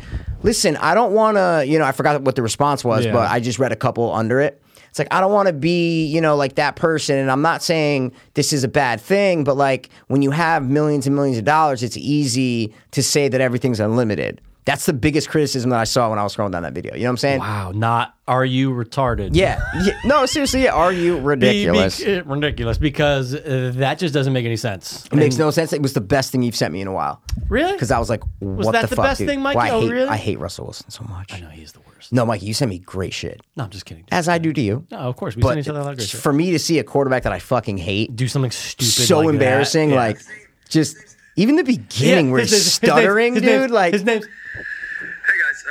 Speaker 3: listen, I don't want to, you know, I forgot what the response was,
Speaker 2: Yeah.
Speaker 3: but I just read a couple under it. It's like I don't want to be, you know, like that person, and I'm not saying this is a bad thing, but like when you have millions and millions of dollars, it's easy to say that everything's unlimited. That's the biggest criticism that I saw when I was scrolling down that video. You know what I'm saying?
Speaker 2: Wow, not are you retarded?
Speaker 3: Yeah. yeah. No, seriously, yeah. are you
Speaker 2: Be- be-
Speaker 3: ridiculous?
Speaker 2: eh, ridiculous because uh, that just doesn't make any sense.
Speaker 3: it makes no sense. It was the best thing you've sent me in a while.
Speaker 2: Really?
Speaker 3: Because I was like, what
Speaker 2: that
Speaker 3: the,
Speaker 2: the
Speaker 3: fuck,
Speaker 2: best
Speaker 3: dude?
Speaker 2: thing, Mikey?
Speaker 3: Why, I,
Speaker 2: Oh,
Speaker 3: hate,
Speaker 2: really?
Speaker 3: I hate Russell Wilson so much.
Speaker 2: no, he's the worst.
Speaker 3: No, Mikey, you sent me great shit.
Speaker 2: No, I'm just kidding.
Speaker 3: As I do to you.
Speaker 2: No, of course we send
Speaker 3: But
Speaker 2: each other a lot of great shit.
Speaker 3: for me to see a quarterback that I fucking hate,
Speaker 2: Do something stupid.
Speaker 3: so
Speaker 2: like that.
Speaker 3: embarrassing.
Speaker 2: Yeah.
Speaker 3: Like, just even the beginning
Speaker 2: Yeah,
Speaker 3: where
Speaker 2: his-
Speaker 3: he's
Speaker 2: his- his name's-
Speaker 3: stuttering,
Speaker 2: his
Speaker 3: dude.
Speaker 2: name's-
Speaker 3: like,
Speaker 2: his name's
Speaker 4: Hey guys,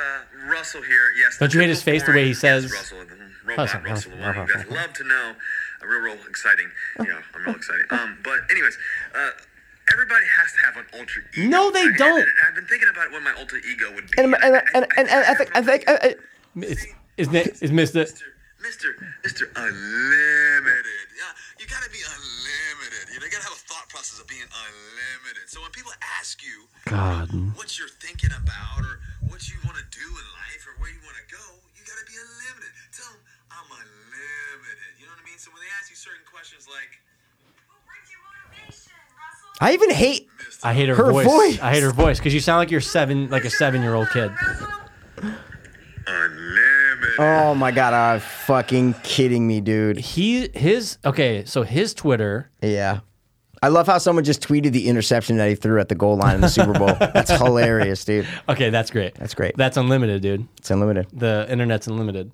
Speaker 4: uh, Russell here. Yes.
Speaker 2: Don't you hate his
Speaker 4: triple
Speaker 2: face the way he
Speaker 4: yes,
Speaker 2: says-
Speaker 4: Russell, the robot
Speaker 2: Russell,
Speaker 4: Russell,
Speaker 2: Russell,
Speaker 4: the one you
Speaker 2: Russell.
Speaker 4: guys love to know. Uh, real, real exciting. You know, I'm real excited. Um, but anyways, uh, everybody has to have an alter ego.
Speaker 2: No, they
Speaker 4: right? And-
Speaker 2: don't.
Speaker 4: And, I've been thinking about what my alter ego would be.
Speaker 3: and, and, and, and, and I
Speaker 4: have
Speaker 3: think,
Speaker 4: an
Speaker 3: I think, I, I,
Speaker 2: it's, his name is Mister.
Speaker 4: Mister, Mister, unlimited. Yeah, you gotta be unlimited. You know, you gotta have a thought process of being unlimited. So when people ask you,
Speaker 2: God.
Speaker 4: what you're thinking about, or what you want to do in life, or where you want to go, you gotta be unlimited. Tell them I'm unlimited. You know what I mean? So when they ask you certain questions like,
Speaker 5: What brings you motivation, Russell?
Speaker 3: I even hate.
Speaker 2: I hate her,
Speaker 3: Her
Speaker 2: voice.
Speaker 3: voice.
Speaker 2: I hate her voice because you sound like you're seven, like a seven-year-old kid.
Speaker 5: Russell?
Speaker 4: unlimited.
Speaker 3: Oh my god, are you fucking kidding me, dude?
Speaker 2: He his okay. So his Twitter.
Speaker 3: Yeah. I love how someone just tweeted the interception that he threw at the goal line in the Super Bowl. That's hilarious, dude.
Speaker 2: Okay, that's great.
Speaker 3: That's great.
Speaker 2: That's unlimited, dude.
Speaker 3: It's unlimited.
Speaker 2: The internet's unlimited.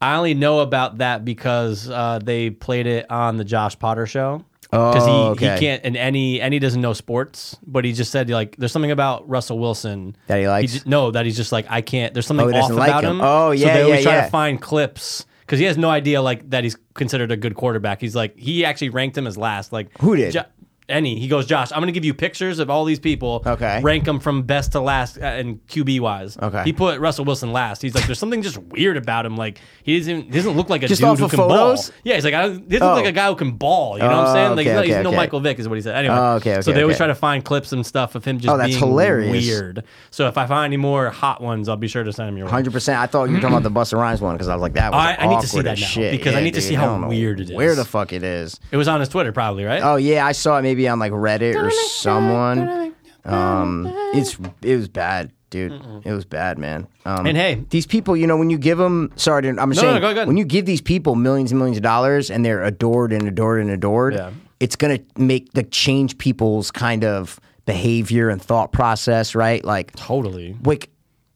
Speaker 2: I only know about that because uh, they played it on the Josh Potter show.
Speaker 3: Oh,
Speaker 2: he,
Speaker 3: okay.
Speaker 2: he can't, and any and he doesn't know sports, but he just said like there's something about Russell Wilson
Speaker 3: That he likes?
Speaker 2: ju- no, that he's just like I can't. There's something
Speaker 3: Oh, he
Speaker 2: off
Speaker 3: doesn't like
Speaker 2: about
Speaker 3: him.
Speaker 2: him.
Speaker 3: Oh,
Speaker 2: so
Speaker 3: yeah,
Speaker 2: they always
Speaker 3: yeah,
Speaker 2: try
Speaker 3: yeah.
Speaker 2: to find clips because he has no idea like that he's considered a good quarterback. He's like he actually ranked him as last. Like
Speaker 3: Who did?
Speaker 2: Jo- any? He goes, Josh. I'm going to give you pictures of all these people.
Speaker 3: Okay.
Speaker 2: Rank them from best to last uh, and QB wise.
Speaker 3: Okay.
Speaker 2: He put Russell Wilson last. He's like, there's something just weird about him. Like he doesn't he doesn't look like a
Speaker 3: Just
Speaker 2: dude
Speaker 3: off
Speaker 2: who
Speaker 3: of
Speaker 2: can
Speaker 3: photos?
Speaker 2: ball. Yeah, he's like I, don't- he doesn't
Speaker 3: Oh.
Speaker 2: look like a guy who can ball. You know what I'm
Speaker 3: Oh,
Speaker 2: saying? Like he's,
Speaker 3: okay,
Speaker 2: not, he's
Speaker 3: okay,
Speaker 2: no
Speaker 3: okay.
Speaker 2: Michael Vick is what he said. Anyway.
Speaker 3: Oh, okay,
Speaker 2: So
Speaker 3: okay,
Speaker 2: they always
Speaker 3: okay.
Speaker 2: try to find clips and stuff of him just
Speaker 3: Oh, that's
Speaker 2: being
Speaker 3: hilarious.
Speaker 2: weird. So if I find any more hot ones, I'll be sure to send them your way.
Speaker 3: 100%. I thought you were talking about the Busta Rhymes one because I was like, that was
Speaker 2: I- I need to see
Speaker 3: awkward
Speaker 2: that
Speaker 3: as
Speaker 2: now,
Speaker 3: shit.
Speaker 2: because I
Speaker 3: Yeah,
Speaker 2: need to see
Speaker 3: dude,
Speaker 2: how
Speaker 3: I don't know
Speaker 2: weird it
Speaker 3: Where
Speaker 2: is.
Speaker 3: the fuck it is.
Speaker 2: It was on his Twitter probably, right?
Speaker 3: Oh, yeah. I saw it maybe on like Reddit or someone. Um, it's It was bad, dude. It was bad, man. Um,
Speaker 2: And hey-
Speaker 3: These people, you know, when you give them, sorry, to- I'm
Speaker 2: no,
Speaker 3: saying,
Speaker 2: go ahead.
Speaker 3: when you give these people millions and millions of dollars and they're adored and adored and adored,
Speaker 2: Yeah.
Speaker 3: it's going to make, like, change people's kind of behavior and thought process, right? Like,
Speaker 2: totally.
Speaker 3: like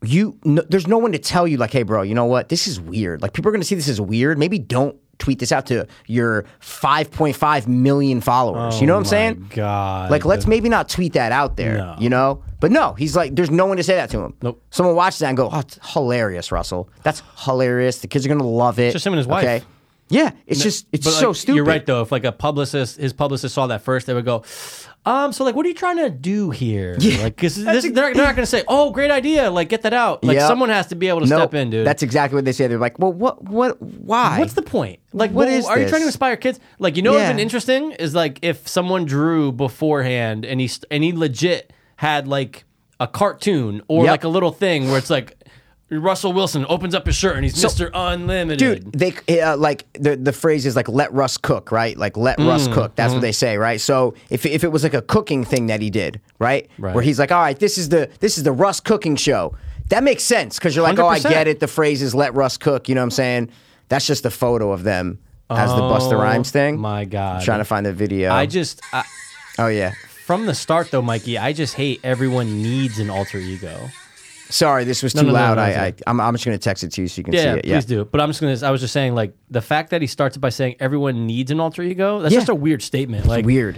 Speaker 3: you no, there's no one to tell you like hey bro you know what this is weird like people are going to see this as weird maybe don't tweet this out to your 5.5 million followers you know what i'm
Speaker 2: Oh my
Speaker 3: saying
Speaker 2: God.
Speaker 3: like let's maybe not tweet that out there
Speaker 2: No.
Speaker 3: you know but no he's like there's no one to say that to him
Speaker 2: Nope.
Speaker 3: someone watches that and go oh it's hilarious russell that's hilarious the kids are going to love it
Speaker 2: just him and his wife.
Speaker 3: yeah it's just it's
Speaker 2: But,
Speaker 3: so
Speaker 2: like,
Speaker 3: stupid
Speaker 2: You're right though. If like a publicist, his publicist saw that first, they would go, um, so like, what are you trying to do here? Yeah, like, cause this, they're, they're not gonna say, oh, great idea, like get that out. Like
Speaker 3: Yeah.
Speaker 2: someone has to be able to
Speaker 3: no,
Speaker 2: step in, dude.
Speaker 3: that's exactly what they say they're like well what what why
Speaker 2: What's the point? Like,
Speaker 3: What
Speaker 2: what is?
Speaker 3: is
Speaker 2: Are you
Speaker 3: this?
Speaker 2: trying to inspire kids? Like, you know, what's
Speaker 3: Yeah.
Speaker 2: been interesting is like if someone drew beforehand and he st- and he legit had like a cartoon or
Speaker 3: Yep.
Speaker 2: like a little thing where it's like Russell Wilson opens up his shirt and he's Mister Unlimited.
Speaker 3: dude they uh, like the the phrase is like let russ cook right like let russ
Speaker 2: Mm,
Speaker 3: cook
Speaker 2: mm-hmm.
Speaker 3: that's what they say right so if, if it was like a cooking thing that he did right?
Speaker 2: Right.
Speaker 3: where he's like all right this is the this is the russ cooking show That makes sense because you're like, oh, I
Speaker 2: 100%.
Speaker 3: get it. The phrase is "let Russ cook." You know what I'm saying? That's just the photo of them as the Busta
Speaker 2: Oh,
Speaker 3: Rhymes thing.
Speaker 2: my God.
Speaker 3: trying to find the video.
Speaker 2: I just I,
Speaker 3: oh yeah.
Speaker 2: from the start though, Mikey. I just hate everyone needs an alter ego.
Speaker 3: Sorry, this was too
Speaker 2: no, no,
Speaker 3: loud.
Speaker 2: no, it's
Speaker 3: I, I
Speaker 2: okay.
Speaker 3: I'm, I'm just gonna text it to you so you can
Speaker 2: Yeah,
Speaker 3: see it.
Speaker 2: please do. But I'm just gonna. I was just saying, like the fact that he starts by saying everyone needs an alter ego. That's
Speaker 3: Yeah.
Speaker 2: just a weird statement. Like,
Speaker 3: Weird.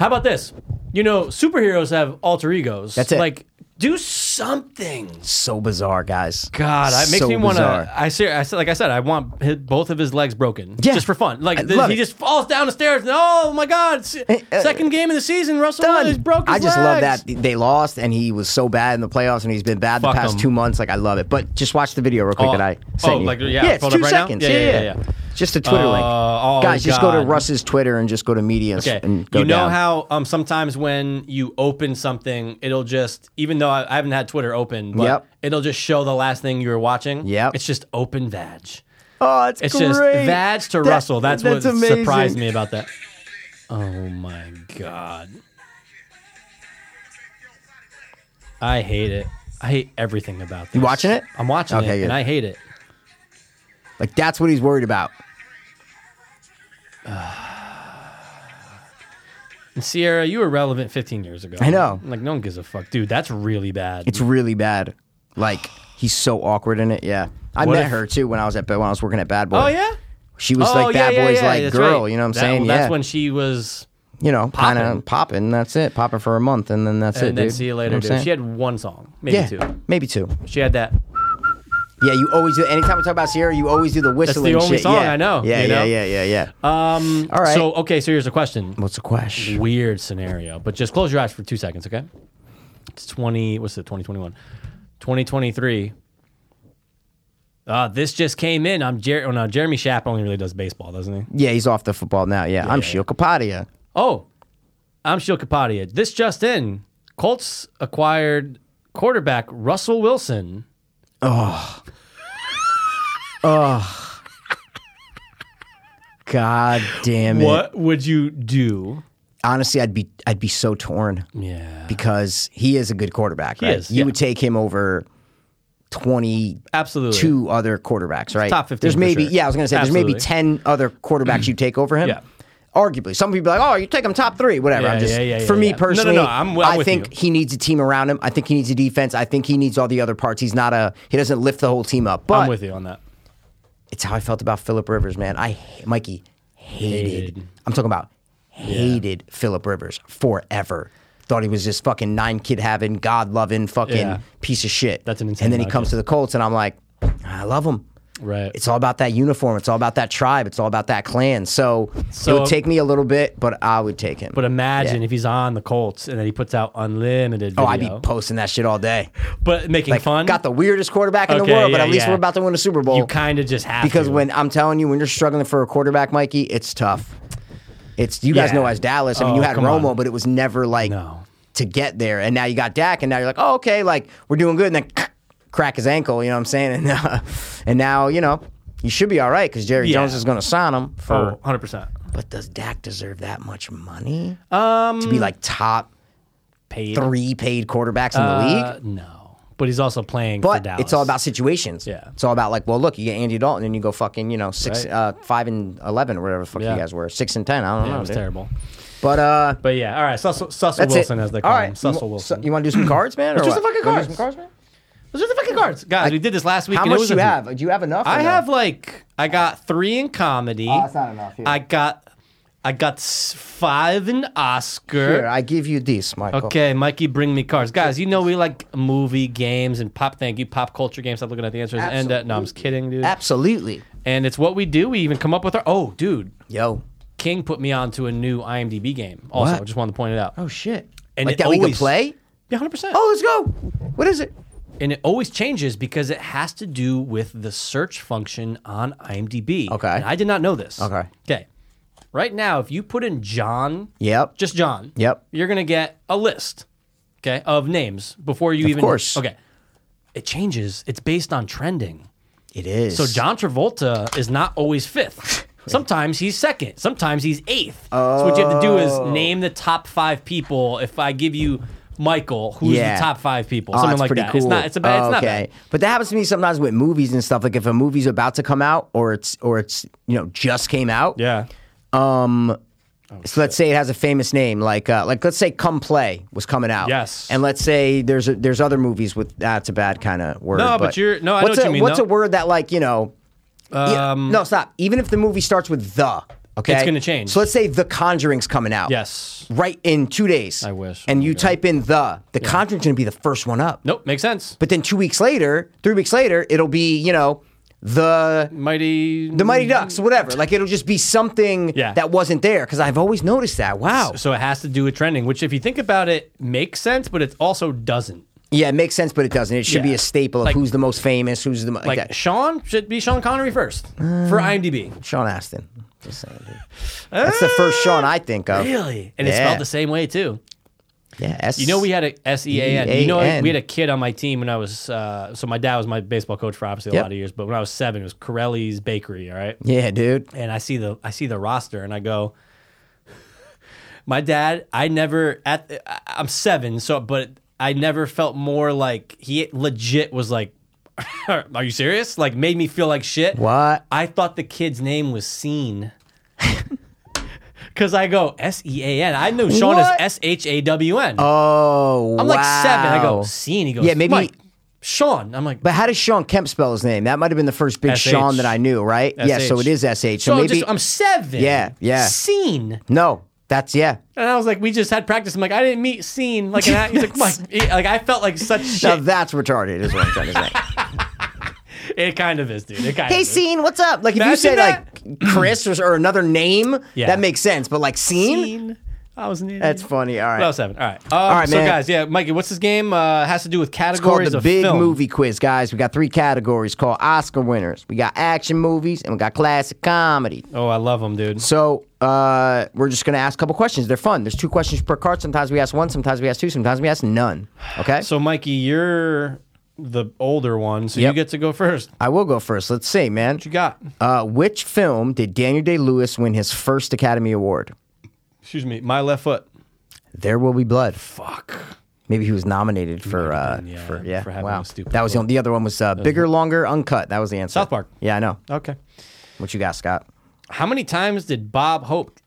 Speaker 2: how about this? You know, superheroes have alter egos.
Speaker 3: That's it.
Speaker 2: Like, do something.
Speaker 3: So bizarre, guys.
Speaker 2: God, it makes
Speaker 3: So
Speaker 2: me want
Speaker 3: bizarre.
Speaker 2: to. I ser- I said, like I said, I want his, both of his legs broken,
Speaker 3: Yeah.
Speaker 2: just for fun. Like
Speaker 3: I
Speaker 2: the,
Speaker 3: love
Speaker 2: he
Speaker 3: it.
Speaker 2: just falls down the stairs. And, oh my God! se-
Speaker 3: uh,
Speaker 2: second game of the season, Russell
Speaker 3: done.
Speaker 2: Wilson broke. His
Speaker 3: I just love
Speaker 2: legs.
Speaker 3: that they lost, and he was so bad in the playoffs, and he's been bad
Speaker 2: Fuck
Speaker 3: the past
Speaker 2: him.
Speaker 3: two months. Like I love it, but just watch the video real quick
Speaker 2: Oh,
Speaker 3: that I
Speaker 2: oh,
Speaker 3: sent you.
Speaker 2: like, yeah,
Speaker 3: it's
Speaker 2: pulled
Speaker 3: two
Speaker 2: up right now?
Speaker 3: seconds.
Speaker 2: Yeah,
Speaker 3: yeah,
Speaker 2: yeah,
Speaker 3: yeah,
Speaker 2: yeah, yeah.
Speaker 3: Just a Twitter link,
Speaker 2: oh,
Speaker 3: guys. Just go to
Speaker 2: God.
Speaker 3: Russ's Twitter and just go to media and, s-
Speaker 2: Okay.
Speaker 3: and go
Speaker 2: you know
Speaker 3: down.
Speaker 2: how um, sometimes when you open something, it'll just even though I, I haven't had Twitter open, but
Speaker 3: Yep.
Speaker 2: it'll just show the last thing you were watching.
Speaker 3: Yep.
Speaker 2: It's just open vag.
Speaker 3: oh, it's,
Speaker 2: It's
Speaker 3: great.
Speaker 2: just vag to
Speaker 3: That-
Speaker 2: Russell. That's,
Speaker 3: that's
Speaker 2: what
Speaker 3: amazing.
Speaker 2: surprised me about that. Oh my god. I hate it. I hate everything about this.
Speaker 3: You watching it?
Speaker 2: I'm watching
Speaker 3: Okay,
Speaker 2: it,
Speaker 3: good.
Speaker 2: and I hate it.
Speaker 3: Like that's what he's worried about.
Speaker 2: And Sierra, you were relevant 15 years ago.
Speaker 3: I know.
Speaker 2: Like no one gives a fuck, dude. That's really bad.
Speaker 3: It's really bad. Like he's so awkward in it. Yeah, I
Speaker 2: What
Speaker 3: met
Speaker 2: if-
Speaker 3: her too when I was at when I was working at Bad Boy.
Speaker 2: oh yeah. Oh,
Speaker 3: she was like Bad Boy's like
Speaker 2: that's
Speaker 3: girl.
Speaker 2: right.
Speaker 3: You know what I'm
Speaker 2: That-
Speaker 3: saying?
Speaker 2: That's
Speaker 3: yeah,
Speaker 2: when she was.
Speaker 3: you know, kind
Speaker 2: Poppin'.
Speaker 3: of popping. That's it, popping for a month, and then that's it.
Speaker 2: And then
Speaker 3: dude.
Speaker 2: see you
Speaker 3: Know
Speaker 2: later,
Speaker 3: what I'm
Speaker 2: dude.
Speaker 3: saying?
Speaker 2: She had one song, maybe
Speaker 3: yeah,
Speaker 2: two.
Speaker 3: maybe two.
Speaker 2: She had that.
Speaker 3: Yeah, you always do. Anytime we talk about Sierra, you always do the whistling.
Speaker 2: only
Speaker 3: shit.
Speaker 2: song
Speaker 3: yeah.
Speaker 2: I know,
Speaker 3: Yeah,
Speaker 2: you
Speaker 3: yeah,
Speaker 2: know?
Speaker 3: yeah, yeah, yeah.
Speaker 2: Um.
Speaker 3: All right.
Speaker 2: So okay, so here's a question.
Speaker 3: What's the question?
Speaker 2: Weird scenario, but just close your eyes for two seconds, okay? It's twenty. What's it? Twenty twenty one. Twenty twenty three. Uh, this just came in. I'm Jer- oh, no, Jeremy Schapp only really does baseball, doesn't he?
Speaker 3: Yeah, he's off the football now. Yeah, I'm
Speaker 2: yeah,
Speaker 3: Shio Kapadia.
Speaker 2: Oh, I'm Shil Kapadia. This just in. Colts acquired quarterback Russell Wilson.
Speaker 3: God damn it!
Speaker 2: What would you do?
Speaker 3: Honestly, I'd be I'd be so torn
Speaker 2: Yeah.
Speaker 3: because he is a good quarterback.
Speaker 2: He
Speaker 3: right?
Speaker 2: is,
Speaker 3: You
Speaker 2: yeah.
Speaker 3: would take him over twenty
Speaker 2: Absolutely.
Speaker 3: two other quarterbacks, right?
Speaker 2: Top 15
Speaker 3: There's
Speaker 2: for
Speaker 3: maybe
Speaker 2: sure.
Speaker 3: yeah, I was gonna say
Speaker 2: Absolutely.
Speaker 3: there's maybe ten other quarterbacks you take over him.
Speaker 2: Yeah.
Speaker 3: Arguably, some people are like, oh, you take him top three, whatever.
Speaker 2: Yeah,
Speaker 3: I'm just
Speaker 2: yeah, yeah, yeah,
Speaker 3: for me
Speaker 2: yeah. No, no,
Speaker 3: personally,
Speaker 2: no, I'm- I'm
Speaker 3: I
Speaker 2: with
Speaker 3: think
Speaker 2: you.
Speaker 3: he needs a team around him. I think he needs a defense. I think he needs all the other parts. He's not a he doesn't lift the whole team up. But
Speaker 2: I'm with you on that.
Speaker 3: it's how I felt about Philip Rivers, man. I ha- Mikey hated.
Speaker 2: Hated.
Speaker 3: I'm talking about hated Philip Rivers forever. Thought he was this fucking nine kid having, God loving fucking
Speaker 2: Yeah.
Speaker 3: piece of shit.
Speaker 2: That's an insane
Speaker 3: And then he
Speaker 2: logic.
Speaker 3: comes to the Colts, and I'm like, I love him.
Speaker 2: Right.
Speaker 3: It's all about that uniform. It's all about that tribe. It's all about that clan. So,
Speaker 2: So-
Speaker 3: it would take me a little bit, but I would take him.
Speaker 2: But imagine
Speaker 3: Yeah.
Speaker 2: if he's on the Colts and then he puts out unlimited video.
Speaker 3: oh, I'd be posting that shit all day.
Speaker 2: but making
Speaker 3: Like,
Speaker 2: fun.
Speaker 3: got the weirdest quarterback in
Speaker 2: Okay,
Speaker 3: the world, but
Speaker 2: yeah,
Speaker 3: at least
Speaker 2: yeah.
Speaker 3: we're about to win a Super Bowl.
Speaker 2: you kind of just have
Speaker 3: because
Speaker 2: to.
Speaker 3: when I'm telling you, when you're struggling for a quarterback, Mikey, it's tough. It's you guys
Speaker 2: Yeah.
Speaker 3: know as Dallas. I mean,
Speaker 2: Oh,
Speaker 3: you had
Speaker 2: come
Speaker 3: Romo,
Speaker 2: on.
Speaker 3: but it was never like
Speaker 2: No.
Speaker 3: to get there. And now you got Dak, and now you're like, oh, okay, like we're doing good. And then crack his ankle. You know what I'm saying? And uh, and now you know you should be all right because Jerry
Speaker 2: Yeah.
Speaker 3: Jones is going to sign him for.
Speaker 2: oh, 100%
Speaker 3: But does Dak deserve that much money
Speaker 2: Um,
Speaker 3: to be like top
Speaker 2: paid
Speaker 3: three paid quarterbacks in the league?
Speaker 2: Uh, no. But he's also playing for
Speaker 3: But
Speaker 2: Dallas.
Speaker 3: it's all about situations.
Speaker 2: Yeah.
Speaker 3: It's all about like, well, look, you get Andy Dalton, and you go fucking, you know, six,
Speaker 2: Right.
Speaker 3: uh, five and eleven, or whatever the fuck
Speaker 2: Yeah.
Speaker 3: you guys were, six and ten. I don't
Speaker 2: Yeah,
Speaker 3: know.
Speaker 2: it was
Speaker 3: dude.
Speaker 2: terrible.
Speaker 3: But uh,
Speaker 2: But yeah, all right. Sussel, Sussel
Speaker 3: that's
Speaker 2: Wilson,
Speaker 3: it.
Speaker 2: as they call
Speaker 3: All right.
Speaker 2: him. Sussel
Speaker 3: You-
Speaker 2: Wilson.
Speaker 3: so- you want to do some cards, man? Or
Speaker 2: Let's do some
Speaker 3: what?
Speaker 2: fucking
Speaker 3: Wanna do
Speaker 2: cards.
Speaker 3: some cards, man.
Speaker 2: Those are the fucking cards. Guys, we did this last week.
Speaker 3: How
Speaker 2: and it
Speaker 3: much
Speaker 2: was
Speaker 3: do you
Speaker 2: a-
Speaker 3: have? Do you have enough? or
Speaker 2: I
Speaker 3: no?
Speaker 2: have like, I got three in comedy.
Speaker 3: Oh, that's not enough. Here.
Speaker 2: I got, I got s- five in Oscar.
Speaker 3: Here, I give you this, Michael.
Speaker 2: Okay, Mikey, bring me cards, guys. You know we like movie games and pop. Thank you, pop culture games. Stop looking at the answers. And uh, no, I'm just kidding, dude.
Speaker 3: Absolutely.
Speaker 2: And it's what we do. We even come up with our. Oh, dude,
Speaker 3: Yo.
Speaker 2: King put me onto a new IMDb game. Also,
Speaker 3: What?
Speaker 2: just wanted to point it out.
Speaker 3: Oh shit.
Speaker 2: And
Speaker 3: like
Speaker 2: it
Speaker 3: that we can
Speaker 2: always-
Speaker 3: play.
Speaker 2: Yeah, hundred percent.
Speaker 3: Oh, let's go. What is it?
Speaker 2: And it always changes because it has to do with the search function on IMDb.
Speaker 3: Okay.
Speaker 2: And I did not know this.
Speaker 3: Okay.
Speaker 2: Okay. Right now, if you put in John,
Speaker 3: Yep.
Speaker 2: just John.
Speaker 3: Yep.
Speaker 2: You're gonna get a list, okay, of names before you
Speaker 3: Of
Speaker 2: even.
Speaker 3: course.
Speaker 2: Okay. It changes. It's based on trending.
Speaker 3: It is.
Speaker 2: So John Travolta is not always fifth. Sometimes he's second.
Speaker 3: Oh.
Speaker 2: Sometimes he's eighth. So what you have to do is name the top five people. If I give you Michael, who's
Speaker 3: Yeah.
Speaker 2: the top five people,
Speaker 3: Oh,
Speaker 2: something
Speaker 3: that's
Speaker 2: like
Speaker 3: pretty
Speaker 2: that.
Speaker 3: Cool.
Speaker 2: It's not. It's a bad.
Speaker 3: Oh,
Speaker 2: It's not bad.
Speaker 3: okay. But that happens to me sometimes with movies and stuff. Like if a movie's about to come out, or it's or it's you know just came out.
Speaker 2: Yeah.
Speaker 3: So let's say it has a famous name, like uh, like let's say "Come Play" was coming out.
Speaker 2: Yes.
Speaker 3: And let's say there's a, there's other movies with that's a bad kind of word.
Speaker 2: No, but you're- no, I know
Speaker 3: what's
Speaker 2: what
Speaker 3: a,
Speaker 2: you mean,
Speaker 3: What's
Speaker 2: though.
Speaker 3: a word that like you know? yeah,
Speaker 2: Um,
Speaker 3: no, stop. Even if the movie starts with the, okay,
Speaker 2: It's gonna change.
Speaker 3: So let's say The Conjuring's coming out.
Speaker 2: Yes.
Speaker 3: Right in two days.
Speaker 2: I wish.
Speaker 3: And
Speaker 2: Oh
Speaker 3: you
Speaker 2: my God.
Speaker 3: type in the, The Conjuring's gonna be the first one up.
Speaker 2: Nope. Makes sense.
Speaker 3: But then two weeks later, three weeks later, it'll be you know the
Speaker 2: Mighty.
Speaker 3: the Mighty Ducks, whatever. Like it'll just be something
Speaker 2: Yeah.
Speaker 3: that wasn't there because I've always noticed that. Wow.
Speaker 2: So it has to do with trending, which, if you think about it, makes sense, but it also doesn't.
Speaker 3: Yeah, it makes sense, but it doesn't. It should be
Speaker 2: Yeah.
Speaker 3: a staple of
Speaker 2: Like-
Speaker 3: who's the most famous, who's the mo-
Speaker 2: Like
Speaker 3: like that.
Speaker 2: Sean should be Sean Connery first for IMDb.
Speaker 3: Sean Astin. Just saying, dude. That's the first Sean I think of.
Speaker 2: Ah, Really? And it's
Speaker 3: Yeah.
Speaker 2: spelled the same way too.
Speaker 3: Yeah. S-
Speaker 2: You know, we had a S E A N. You know,
Speaker 3: E A N.
Speaker 2: we had a kid on my team when I was. Uh, so my dad was my baseball coach for obviously a
Speaker 3: Yep.
Speaker 2: lot of years, but when I was seven, it was Corelli's Bakery. All right,
Speaker 3: Yeah, dude.
Speaker 2: and I see the I see the roster, and I go. My dad, I never at I- I'm seven, so but I never felt more like he legit was like, "Are you serious?" Like made me feel like shit.
Speaker 3: What?
Speaker 2: I thought the kid's name was Seen. Cause I go S E A N. I know Sean
Speaker 3: What?
Speaker 2: is S H A W N.
Speaker 3: Oh,
Speaker 2: I'm like seven. I go
Speaker 3: wow.
Speaker 2: Seen. He goes.
Speaker 3: Yeah, maybe-
Speaker 2: "Mike, Sean. I'm like.
Speaker 3: But how does Sean Kemp spell his name? That might have been the first big
Speaker 2: SH.
Speaker 3: Sean that I knew, right? Yeah, so
Speaker 2: SH.
Speaker 3: it is SH. So
Speaker 2: Sean,
Speaker 3: maybe
Speaker 2: just, um, I'm seven.
Speaker 3: Yeah, yeah.
Speaker 2: Seen.
Speaker 3: No, that's yeah.
Speaker 2: And I was like, we just had practice. I'm like, I didn't meet scene. Like, and I, he's like, Mike, he- like I felt like such
Speaker 3: Now
Speaker 2: shit.
Speaker 3: that's retarded is what I'm trying to say.
Speaker 2: it kind of is, dude. It kind of
Speaker 3: hey,
Speaker 2: is.
Speaker 3: scene, what's up? Like if you
Speaker 2: Imagine
Speaker 3: said
Speaker 2: that.
Speaker 3: like Chris or, or another name,
Speaker 2: Yeah.
Speaker 3: that makes sense. But like scene,
Speaker 2: Scene. I was an idiot.
Speaker 3: that's funny. All right.
Speaker 2: Well, seven. All right. Um,
Speaker 3: All right,
Speaker 2: so
Speaker 3: man.
Speaker 2: guys, yeah, Mikey, what's this game? Uh, has to do with
Speaker 3: It's called
Speaker 2: categories
Speaker 3: the
Speaker 2: of
Speaker 3: Big
Speaker 2: film.
Speaker 3: Movie Quiz, guys. We got three categories called Oscar winners. We got action movies and we got classic comedy.
Speaker 2: Oh, I love them, dude.
Speaker 3: So uh, we're just gonna ask a couple questions. They're fun. There's two questions per card. Sometimes we ask one. Sometimes we ask two. Sometimes we ask none. Okay.
Speaker 2: So, Mikey, you're the older one, so you
Speaker 3: Yep.
Speaker 2: get to go first. What
Speaker 3: I will go first. Let's see, man.
Speaker 2: you got?
Speaker 3: Uh, which film did Daniel Day Lewis win his first Academy Award?
Speaker 2: Excuse me. My left foot.
Speaker 3: There Will Be Blood.
Speaker 2: Fuck.
Speaker 3: Maybe he was nominated
Speaker 2: have
Speaker 3: for uh,
Speaker 2: been, yeah,
Speaker 3: for yeah.
Speaker 2: for having
Speaker 3: wow,
Speaker 2: a stupid
Speaker 3: that was the,
Speaker 2: vote.
Speaker 3: only, the other one was uh, bigger, longer, uncut. That was the answer.
Speaker 2: South Park.
Speaker 3: Yeah, I know.
Speaker 2: Okay.
Speaker 3: What you got, Scott?
Speaker 2: How many times did Bob Hope?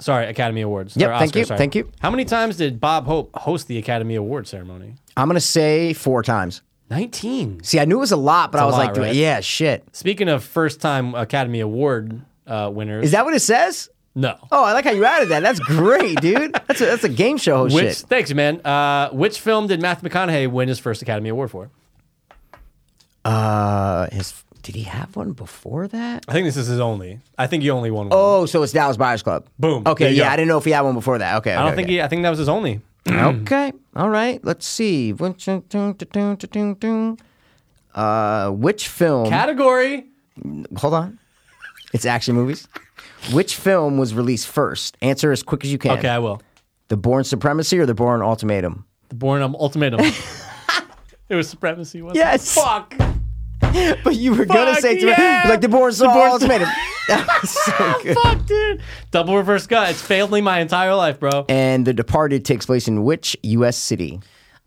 Speaker 2: Sorry, Academy Awards.
Speaker 3: Yep,
Speaker 2: or
Speaker 3: thank
Speaker 2: Oscars,
Speaker 3: you,
Speaker 2: sorry.
Speaker 3: thank you.
Speaker 2: How many times did Bob Hope host the Academy Award ceremony?
Speaker 3: I'm gonna say four times.
Speaker 2: Nineteen.
Speaker 3: See, I knew it was a lot, but I
Speaker 2: a
Speaker 3: was
Speaker 2: lot,
Speaker 3: like, dude,
Speaker 2: right?
Speaker 3: yeah, shit.
Speaker 2: Speaking of first-time Academy Award uh, winners,
Speaker 3: Is that what it says?
Speaker 2: no?
Speaker 3: Oh, I like how you added that. That's great, dude. That's a, that's a game show host
Speaker 2: Which
Speaker 3: shit.
Speaker 2: thanks, man. Uh, which film did Matthew McConaughey win his first Academy Award for?
Speaker 3: Uh, his, did he have one before that?
Speaker 2: I think this is his only. I think he only won one.
Speaker 3: Oh, so it's Dallas Buyers Club.
Speaker 2: Boom. There
Speaker 3: Okay,
Speaker 2: you
Speaker 3: yeah,
Speaker 2: go.
Speaker 3: I didn't know if he had one before that. Okay,
Speaker 2: I don't think he. I think that was his only.
Speaker 3: he. okay, all right. Let's see. Uh, which film?
Speaker 2: Category.
Speaker 3: hold on. It's action movies. Which film was released first? Answer as quick as you can.
Speaker 2: Okay, I will.
Speaker 3: The Born Supremacy or The Born Ultimatum?
Speaker 2: The Born Ultimatum. it was Supremacy. Wasn't
Speaker 3: Yes.
Speaker 2: It? Fuck.
Speaker 3: But you were gonna
Speaker 2: Fuck
Speaker 3: say to
Speaker 2: yeah!
Speaker 3: me, like the Born Saw
Speaker 2: Born
Speaker 3: Ultimatum. That was so good.
Speaker 2: Fuck, dude. Double reverse gut. It's failed me my entire life, bro.
Speaker 3: And The Departed takes place in which U.S. city?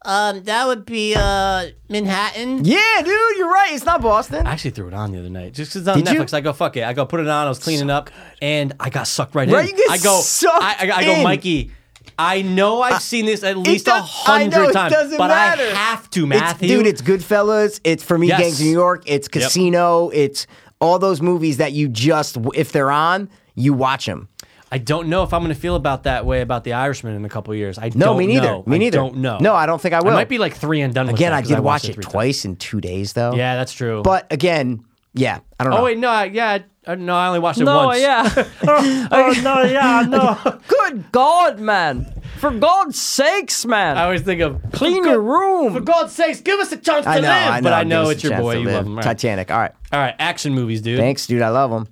Speaker 2: Um, that would be uh Manhattan.
Speaker 3: Yeah, dude, you're right. It's not Boston.
Speaker 2: I actually threw it on the other night just because it's on
Speaker 3: Did you?
Speaker 2: Netflix. I go fuck it. I go put it on. I was cleaning up and I got sucked right,
Speaker 3: Right,
Speaker 2: in.
Speaker 3: you get
Speaker 2: I go.
Speaker 3: sucked
Speaker 2: I, I, I go,
Speaker 3: in.
Speaker 2: Mikey. I know I've seen this at least a
Speaker 3: does- I know,
Speaker 2: hundred
Speaker 3: it
Speaker 2: times,
Speaker 3: doesn't
Speaker 2: but I
Speaker 3: matter.
Speaker 2: have to,
Speaker 3: It's-
Speaker 2: Matthew.
Speaker 3: dude, it's Goodfellas. It's for me,
Speaker 2: Yes.
Speaker 3: Gangs of New York. It's Casino. It's all those movies that you just, if they're on, you watch them.
Speaker 2: I don't know if I'm going to feel about that way about the Irishman in a couple years. I
Speaker 3: No,
Speaker 2: don't
Speaker 3: me neither.
Speaker 2: know. I
Speaker 3: Me neither.
Speaker 2: don't know.
Speaker 3: No, I don't think I will.
Speaker 2: I might be like three and done. with
Speaker 3: Again,
Speaker 2: that
Speaker 3: I
Speaker 2: 'cause
Speaker 3: did
Speaker 2: watched
Speaker 3: watch it
Speaker 2: three times.
Speaker 3: twice in two days, though.
Speaker 2: Yeah, that's true.
Speaker 3: But again, yeah, I don't know.
Speaker 2: oh wait, no, I, yeah, I, no, I only watched it
Speaker 1: No,
Speaker 2: once.
Speaker 1: yeah.
Speaker 2: oh, no, yeah, no.
Speaker 1: Good God, man. For God's sakes, man.
Speaker 2: I always think of
Speaker 1: Clean
Speaker 2: For
Speaker 1: your
Speaker 2: God-
Speaker 1: room.
Speaker 2: For God's sakes, give us a chance to
Speaker 3: I know,
Speaker 2: live.
Speaker 3: I know.
Speaker 2: But I
Speaker 3: Give
Speaker 2: know
Speaker 3: us a
Speaker 2: it's your
Speaker 3: chance
Speaker 2: boy.
Speaker 3: to
Speaker 2: You
Speaker 3: live.
Speaker 2: love him. All right.
Speaker 3: Titanic. All right.
Speaker 2: All right, action movies, dude.
Speaker 3: Thanks, dude. I love him.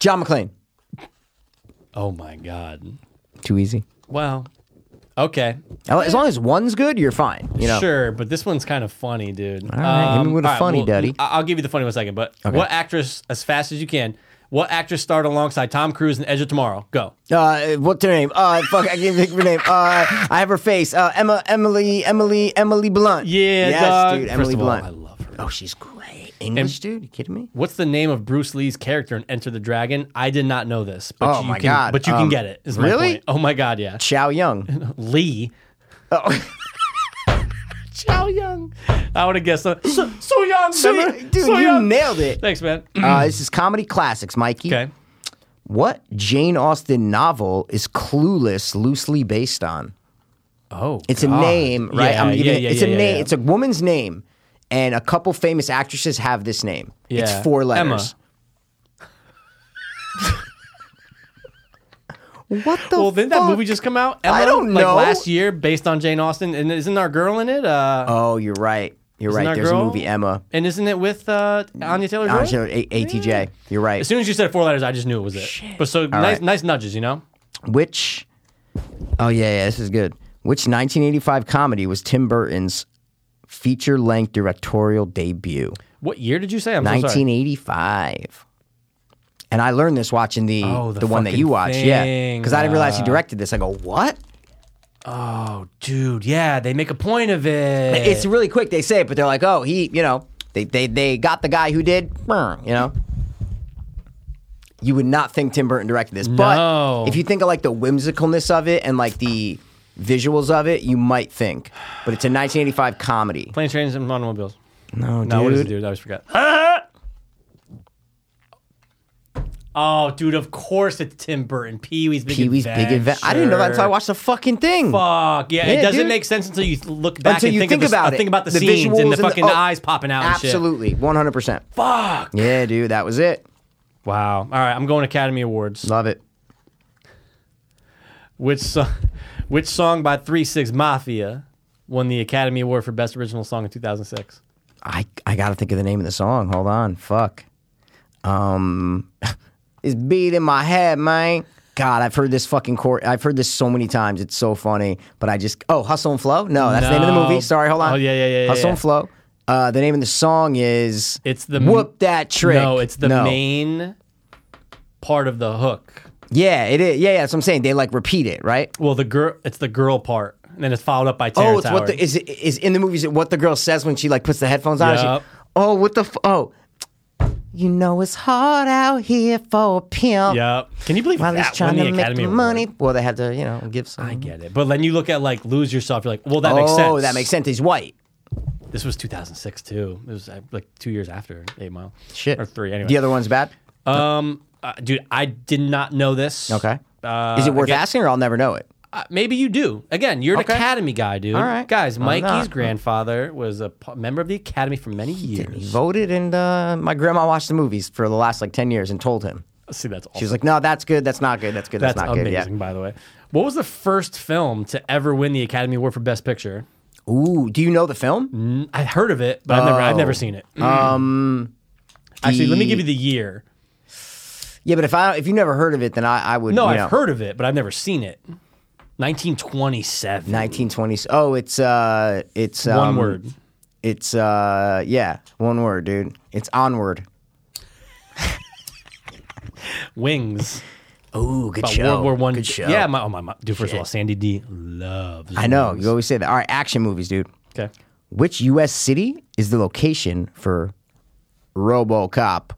Speaker 3: John McClane.
Speaker 2: Oh my god.
Speaker 3: Too easy. Oh,
Speaker 2: Well, okay,
Speaker 3: As long as one's good, you're fine. You know.
Speaker 2: sure, but this one's kind of funny, dude. Um, All
Speaker 3: right, hit me with a funny,
Speaker 2: well,
Speaker 3: daddy.
Speaker 2: I- I'll give you the funny one second, but what actress, as fast as you can, What actress starred alongside Tom Cruise in Edge of Tomorrow? Go.
Speaker 3: Uh, what's her name? Uh, fuck, I can't think of her name. Uh, I have her face. Uh, Emma, Emily, Emily, Emily Blunt.
Speaker 2: Yeah,
Speaker 3: yes,
Speaker 2: dog.
Speaker 3: dude,
Speaker 2: First
Speaker 3: Emily
Speaker 2: of all,
Speaker 3: Blunt.
Speaker 2: I love her.
Speaker 3: Oh, she's great. English, dude. You kidding me?
Speaker 2: What's the name of Bruce Lee's character in Enter the Dragon? I did not know this. But
Speaker 3: Oh,
Speaker 2: you
Speaker 3: my
Speaker 2: can,
Speaker 3: God.
Speaker 2: But you can
Speaker 3: Um,
Speaker 2: get it. Is my
Speaker 3: really?
Speaker 2: point. Oh my god, yeah.
Speaker 3: Chow Young.
Speaker 2: Lee.
Speaker 3: Oh,
Speaker 2: Chow Young. I would have guessed. that. So, so Young.
Speaker 3: so you-
Speaker 2: remember?
Speaker 3: dude,
Speaker 2: So
Speaker 3: you
Speaker 2: Young.
Speaker 3: nailed it.
Speaker 2: Thanks, man.
Speaker 3: Uh, this is comedy classics, Mikey.
Speaker 2: okay.
Speaker 3: What Jane Austen novel is Clueless loosely based on?
Speaker 2: Oh,
Speaker 3: It's a
Speaker 2: God.
Speaker 3: name, right?
Speaker 2: Yeah, yeah,
Speaker 3: giving-
Speaker 2: yeah,
Speaker 3: it's
Speaker 2: yeah,
Speaker 3: a
Speaker 2: yeah,
Speaker 3: name.
Speaker 2: yeah.
Speaker 3: It's a woman's name, and a couple famous actresses have this name. It's
Speaker 2: Yeah.
Speaker 3: four letters. what the?
Speaker 2: Well, didn't that
Speaker 3: fuck?
Speaker 2: movie just come out? Emma,
Speaker 3: I don't
Speaker 2: Like
Speaker 3: know.
Speaker 2: last year, based on Jane Austen, and isn't our girl in it? Uh,
Speaker 3: Oh, you're right. You're
Speaker 2: Isn't
Speaker 3: right.
Speaker 2: our
Speaker 3: There's a
Speaker 2: girl-
Speaker 3: movie Emma.
Speaker 2: and isn't it with uh, Anya Taylor?
Speaker 3: Uh,
Speaker 2: Joy?
Speaker 3: A- ATJ. You're right.
Speaker 2: As soon as you said four letters, I just knew it was it. But so nice,
Speaker 3: right.
Speaker 2: nice nudges, you know.
Speaker 3: Which? Oh yeah, yeah. This is good. Which 1985 comedy was Tim Burton's feature-length directorial debut?
Speaker 2: What year did you say? I'm so sorry.
Speaker 3: 1985. And I learned this watching the
Speaker 2: Oh,
Speaker 3: the,
Speaker 2: the
Speaker 3: one that
Speaker 2: fucking
Speaker 3: you watched, yeah,
Speaker 2: thing, Ah.
Speaker 3: because I didn't realize he directed this. I go, what?
Speaker 2: Oh, dude, yeah, they make a point of it.
Speaker 3: It's really quick. They say it, but they're like, oh, he, you know, they they they got the guy who did, you know. You would not think Tim Burton directed this,
Speaker 2: No.
Speaker 3: but if you think of like the whimsicalness of it and like the visuals of it, you might think. But it's a 1985 comedy.
Speaker 2: plane, trains, and automobiles.
Speaker 3: No,
Speaker 2: No, what is it,
Speaker 3: dude.
Speaker 2: Oh, dude? I always forgot. oh, dude, of course it's Tim Burton. Pee Wee's Big
Speaker 3: Pee Wee's
Speaker 2: Adventure.
Speaker 3: Big Adventure. I didn't know that until I watched the fucking thing.
Speaker 2: Fuck yeah,
Speaker 3: Yeah,
Speaker 2: it doesn't
Speaker 3: dude.
Speaker 2: make sense until you look back
Speaker 3: Until
Speaker 2: and
Speaker 3: you
Speaker 2: think,
Speaker 3: think
Speaker 2: of the,
Speaker 3: about it.
Speaker 2: Think about the,
Speaker 3: The
Speaker 2: scenes and
Speaker 3: visuals and
Speaker 2: the
Speaker 3: the-
Speaker 2: fucking
Speaker 3: oh,
Speaker 2: eyes popping out. and shit.
Speaker 3: Absolutely, 100%.
Speaker 2: Fuck.
Speaker 3: Yeah, dude, that was it.
Speaker 2: Wow. All right, I'm going Academy Awards.
Speaker 3: Love it.
Speaker 2: Which song? Which song by Three Six Mafia won the Academy Award for Best Original Song in 2006?
Speaker 3: I I gotta think of the name of the song. Hold on, fuck. Um, it's beat in my head, man. God, I've heard this fucking court. I've heard this so many times. It's so funny, but I just oh, hustle and flow. No, that's the name of the
Speaker 2: No.
Speaker 3: movie. Sorry, hold on.
Speaker 2: Oh, yeah, yeah, yeah, yeah,
Speaker 3: Hustle and
Speaker 2: yeah.
Speaker 3: flow. Uh, the name of the song is
Speaker 2: It's the
Speaker 3: whoop that trick.
Speaker 2: No, it's the
Speaker 3: No.
Speaker 2: main part of the hook.
Speaker 3: Yeah, it is. Yeah, yeah, that's what I'm saying. They like repeat it, right?
Speaker 2: Well, the girl. It's the girl part, and then it's followed up by Terror
Speaker 3: Oh, it's what
Speaker 2: Tower.
Speaker 3: the is it is in the movie. Is it what the girl says when she like puts the headphones on? and she-
Speaker 2: Yup.
Speaker 3: oh, what the f- oh. You know it's hard out here for a pimp.
Speaker 2: Yep. Can you believe
Speaker 3: While he's
Speaker 2: that won
Speaker 3: trying
Speaker 2: the
Speaker 3: to make
Speaker 2: Academy
Speaker 3: the
Speaker 2: Award?
Speaker 3: money. Well, they had to, you know, give some.
Speaker 2: I get it, but then you look at like lose yourself. You're like, well, that makes sense.
Speaker 3: Oh, that makes sense. He's white.
Speaker 2: This was 2006 too. It was uh, like two years after Eight Mile.
Speaker 3: Shit.
Speaker 2: Or three. Anyway.
Speaker 3: The other one's bad.
Speaker 2: Um, uh, dude, I did not know this.
Speaker 3: Okay.
Speaker 2: Uh,
Speaker 3: Is it worth
Speaker 2: again,
Speaker 3: asking or I'll never know it?
Speaker 2: uh, maybe you do. Again, you're an
Speaker 3: Okay.
Speaker 2: Academy guy, dude.
Speaker 3: All right.
Speaker 2: Guys,
Speaker 3: I'm
Speaker 2: Mikey's
Speaker 3: not.
Speaker 2: grandfather was a p- member of the Academy for many
Speaker 3: He
Speaker 2: years.
Speaker 3: voted and uh, my grandma watched the movies for the last like 10 years and told him.
Speaker 2: See, that's awesome.
Speaker 3: She was like, no, that's good. That's not good. That's good. That's,
Speaker 2: that's,
Speaker 3: not
Speaker 2: amazing,
Speaker 3: good.
Speaker 2: by the way. What was the first film to ever win the Academy Award for Best Picture?
Speaker 3: Yeah. Ooh, do you know the film?
Speaker 2: Mm, I heard of it, but I've never, I've
Speaker 3: Oh.
Speaker 2: never seen it. Um, actually, let me give you the year.
Speaker 3: Yeah, but if I if you never heard of it, then I, I would.
Speaker 2: No,
Speaker 3: you
Speaker 2: I've
Speaker 3: know,
Speaker 2: heard of it, but I've never seen it. 1927.
Speaker 3: 1920s. Oh, it's uh, it's
Speaker 2: One
Speaker 3: um,
Speaker 2: word.
Speaker 3: It's uh, yeah, one word, dude. It's onward.
Speaker 2: Wings.
Speaker 3: Ooh, good
Speaker 2: About
Speaker 3: show.
Speaker 2: World War One.
Speaker 3: Good show.
Speaker 2: Yeah, my, oh my, my dude. First of all, Sandy D loves.
Speaker 3: I know.
Speaker 2: Wings.
Speaker 3: You always say that. All right, action movies, dude.
Speaker 2: Okay.
Speaker 3: Which U.S. city is the location for RoboCop?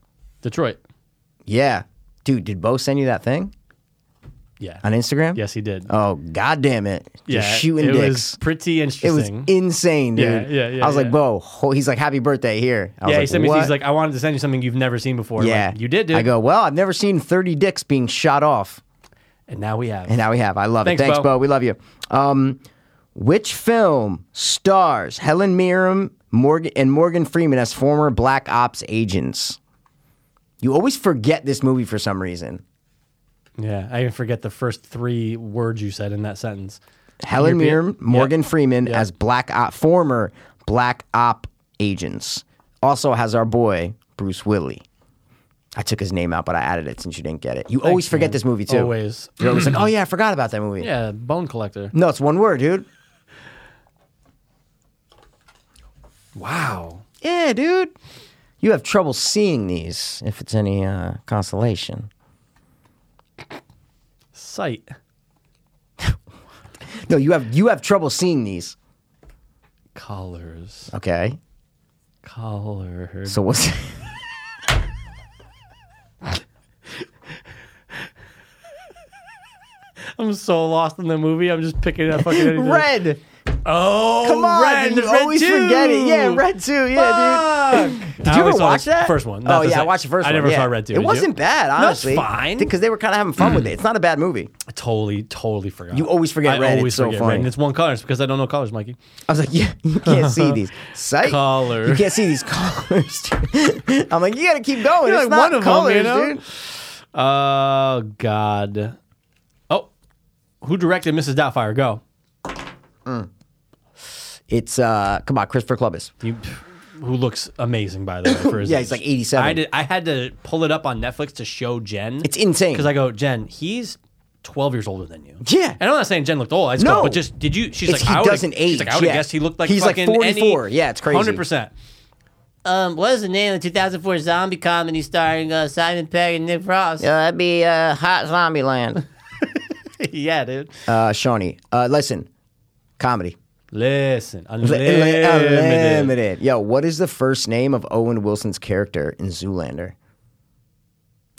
Speaker 2: Detroit.
Speaker 3: Yeah, dude. Did Bo send you that thing
Speaker 2: Yeah.
Speaker 3: on Instagram?
Speaker 2: Yes, he did.
Speaker 3: Oh God damn it! Just
Speaker 2: yeah.
Speaker 3: shooting
Speaker 2: it was
Speaker 3: dicks.
Speaker 2: pretty
Speaker 3: it was
Speaker 2: interesting.
Speaker 3: insane, dude.
Speaker 2: Yeah, yeah, yeah,
Speaker 3: I was
Speaker 2: yeah.
Speaker 3: like, Bo. ho- He's like, Happy birthday here. I was
Speaker 2: yeah,
Speaker 3: like,
Speaker 2: he sent me.
Speaker 3: what?
Speaker 2: He's like, I wanted to send you something you've never seen before. I'm
Speaker 3: Yeah,
Speaker 2: like, you did, dude.
Speaker 3: I go, well, I've never seen thirty dicks being shot off.
Speaker 2: and now we have.
Speaker 3: And now we have. I love
Speaker 2: Thanks,
Speaker 3: it. Thanks,
Speaker 2: Bo.
Speaker 3: Bo. We love you. Um, which film stars Helen Mirren Morgan, and Morgan Freeman as former Black Ops agents? You always forget this movie for some reason.
Speaker 2: yeah, I even forget the first three words you said in that sentence.
Speaker 3: Helen
Speaker 2: Repeat.
Speaker 3: Mirren, Morgan
Speaker 2: Yep.
Speaker 3: Freeman
Speaker 2: Yep.
Speaker 3: as Black Op, former Black Op agents. Also has our boy Bruce Willie. I took his name out, but I added it since you didn't get it. You always forget this movie too.
Speaker 2: Always.
Speaker 3: You're always like, oh yeah, I forgot about that movie.
Speaker 2: Yeah, Bone Collector.
Speaker 3: No, it's one word, dude.
Speaker 2: Wow.
Speaker 3: Yeah, dude. You have trouble seeing these, if it's any uh, consolation.
Speaker 2: Sight.
Speaker 3: No, you have you have trouble seeing these.
Speaker 2: Colors.
Speaker 3: Okay,
Speaker 2: Colors.
Speaker 3: so what's
Speaker 2: I'm so lost in the movie. I'm just picking up fucking anything.
Speaker 3: red?
Speaker 2: Oh,
Speaker 3: Come on,
Speaker 2: red.
Speaker 3: dude, you
Speaker 2: there's red
Speaker 3: always
Speaker 2: too.
Speaker 3: forget it. Yeah, red too. Yeah,
Speaker 2: Fuck.
Speaker 3: dude. Did
Speaker 2: I
Speaker 3: you
Speaker 2: only
Speaker 3: ever
Speaker 2: saw
Speaker 3: watch
Speaker 2: the
Speaker 3: that?
Speaker 2: First one.
Speaker 3: Ah. Oh
Speaker 2: Not the
Speaker 3: yeah, I
Speaker 2: second.
Speaker 3: watched the first
Speaker 2: I
Speaker 3: one.
Speaker 2: never
Speaker 3: yeah.
Speaker 2: saw Red Two.
Speaker 3: It wasn't bad,
Speaker 2: No, it's
Speaker 3: honestly.
Speaker 2: fine.
Speaker 3: because they were kind of having fun with it. It's not a bad movie.
Speaker 2: Totally, totally forgot.
Speaker 3: You always forget
Speaker 2: I
Speaker 3: red.
Speaker 2: always
Speaker 3: It's so
Speaker 2: forget
Speaker 3: funny.
Speaker 2: Red. And it's one color. It's because I don't know colors, Mikey.
Speaker 3: I was like, yeah, you can't see these sight.
Speaker 2: Color.
Speaker 3: You can't see these colors. dude. I'm like, you gotta keep going.
Speaker 2: You're
Speaker 3: it's
Speaker 2: like
Speaker 3: not
Speaker 2: one of 'em,
Speaker 3: colors,
Speaker 2: you know?
Speaker 3: dude.
Speaker 2: Oh God. Oh, who directed Mrs. Doubtfire? Go.
Speaker 3: It's uh, come on, Christopher Columbus.
Speaker 2: You, who looks amazing by the way. For his
Speaker 3: Yeah,
Speaker 2: age.
Speaker 3: he's like 87.
Speaker 2: I did. I had to pull it up on Netflix to show Jen.
Speaker 3: It's insane.
Speaker 2: because I go, Jen, he's. 12 years older than you.
Speaker 3: Yeah.
Speaker 2: And I'm not saying Jen looked old. I just
Speaker 3: No.
Speaker 2: go, but just, did you? She's
Speaker 3: It's-
Speaker 2: like,
Speaker 3: he
Speaker 2: I would've-
Speaker 3: doesn't
Speaker 2: she's like,
Speaker 3: age
Speaker 2: I would have
Speaker 3: yet.
Speaker 2: guessed he looked like
Speaker 3: He's like
Speaker 2: fucking any-
Speaker 3: 44. Yeah, it's crazy.
Speaker 2: 100%. Um, what is the name of the 2004 zombie comedy starring uh, Simon Pegg and Nick Frost?
Speaker 3: Yeah, that'd be uh, Hot Zombie Land.
Speaker 2: yeah, dude.
Speaker 3: uh, Shawnee, uh, listen, comedy.
Speaker 2: Listen, unlimited.
Speaker 3: uh, Unlimited. Yo, what is the first name of Owen Wilson's character in Zoolander?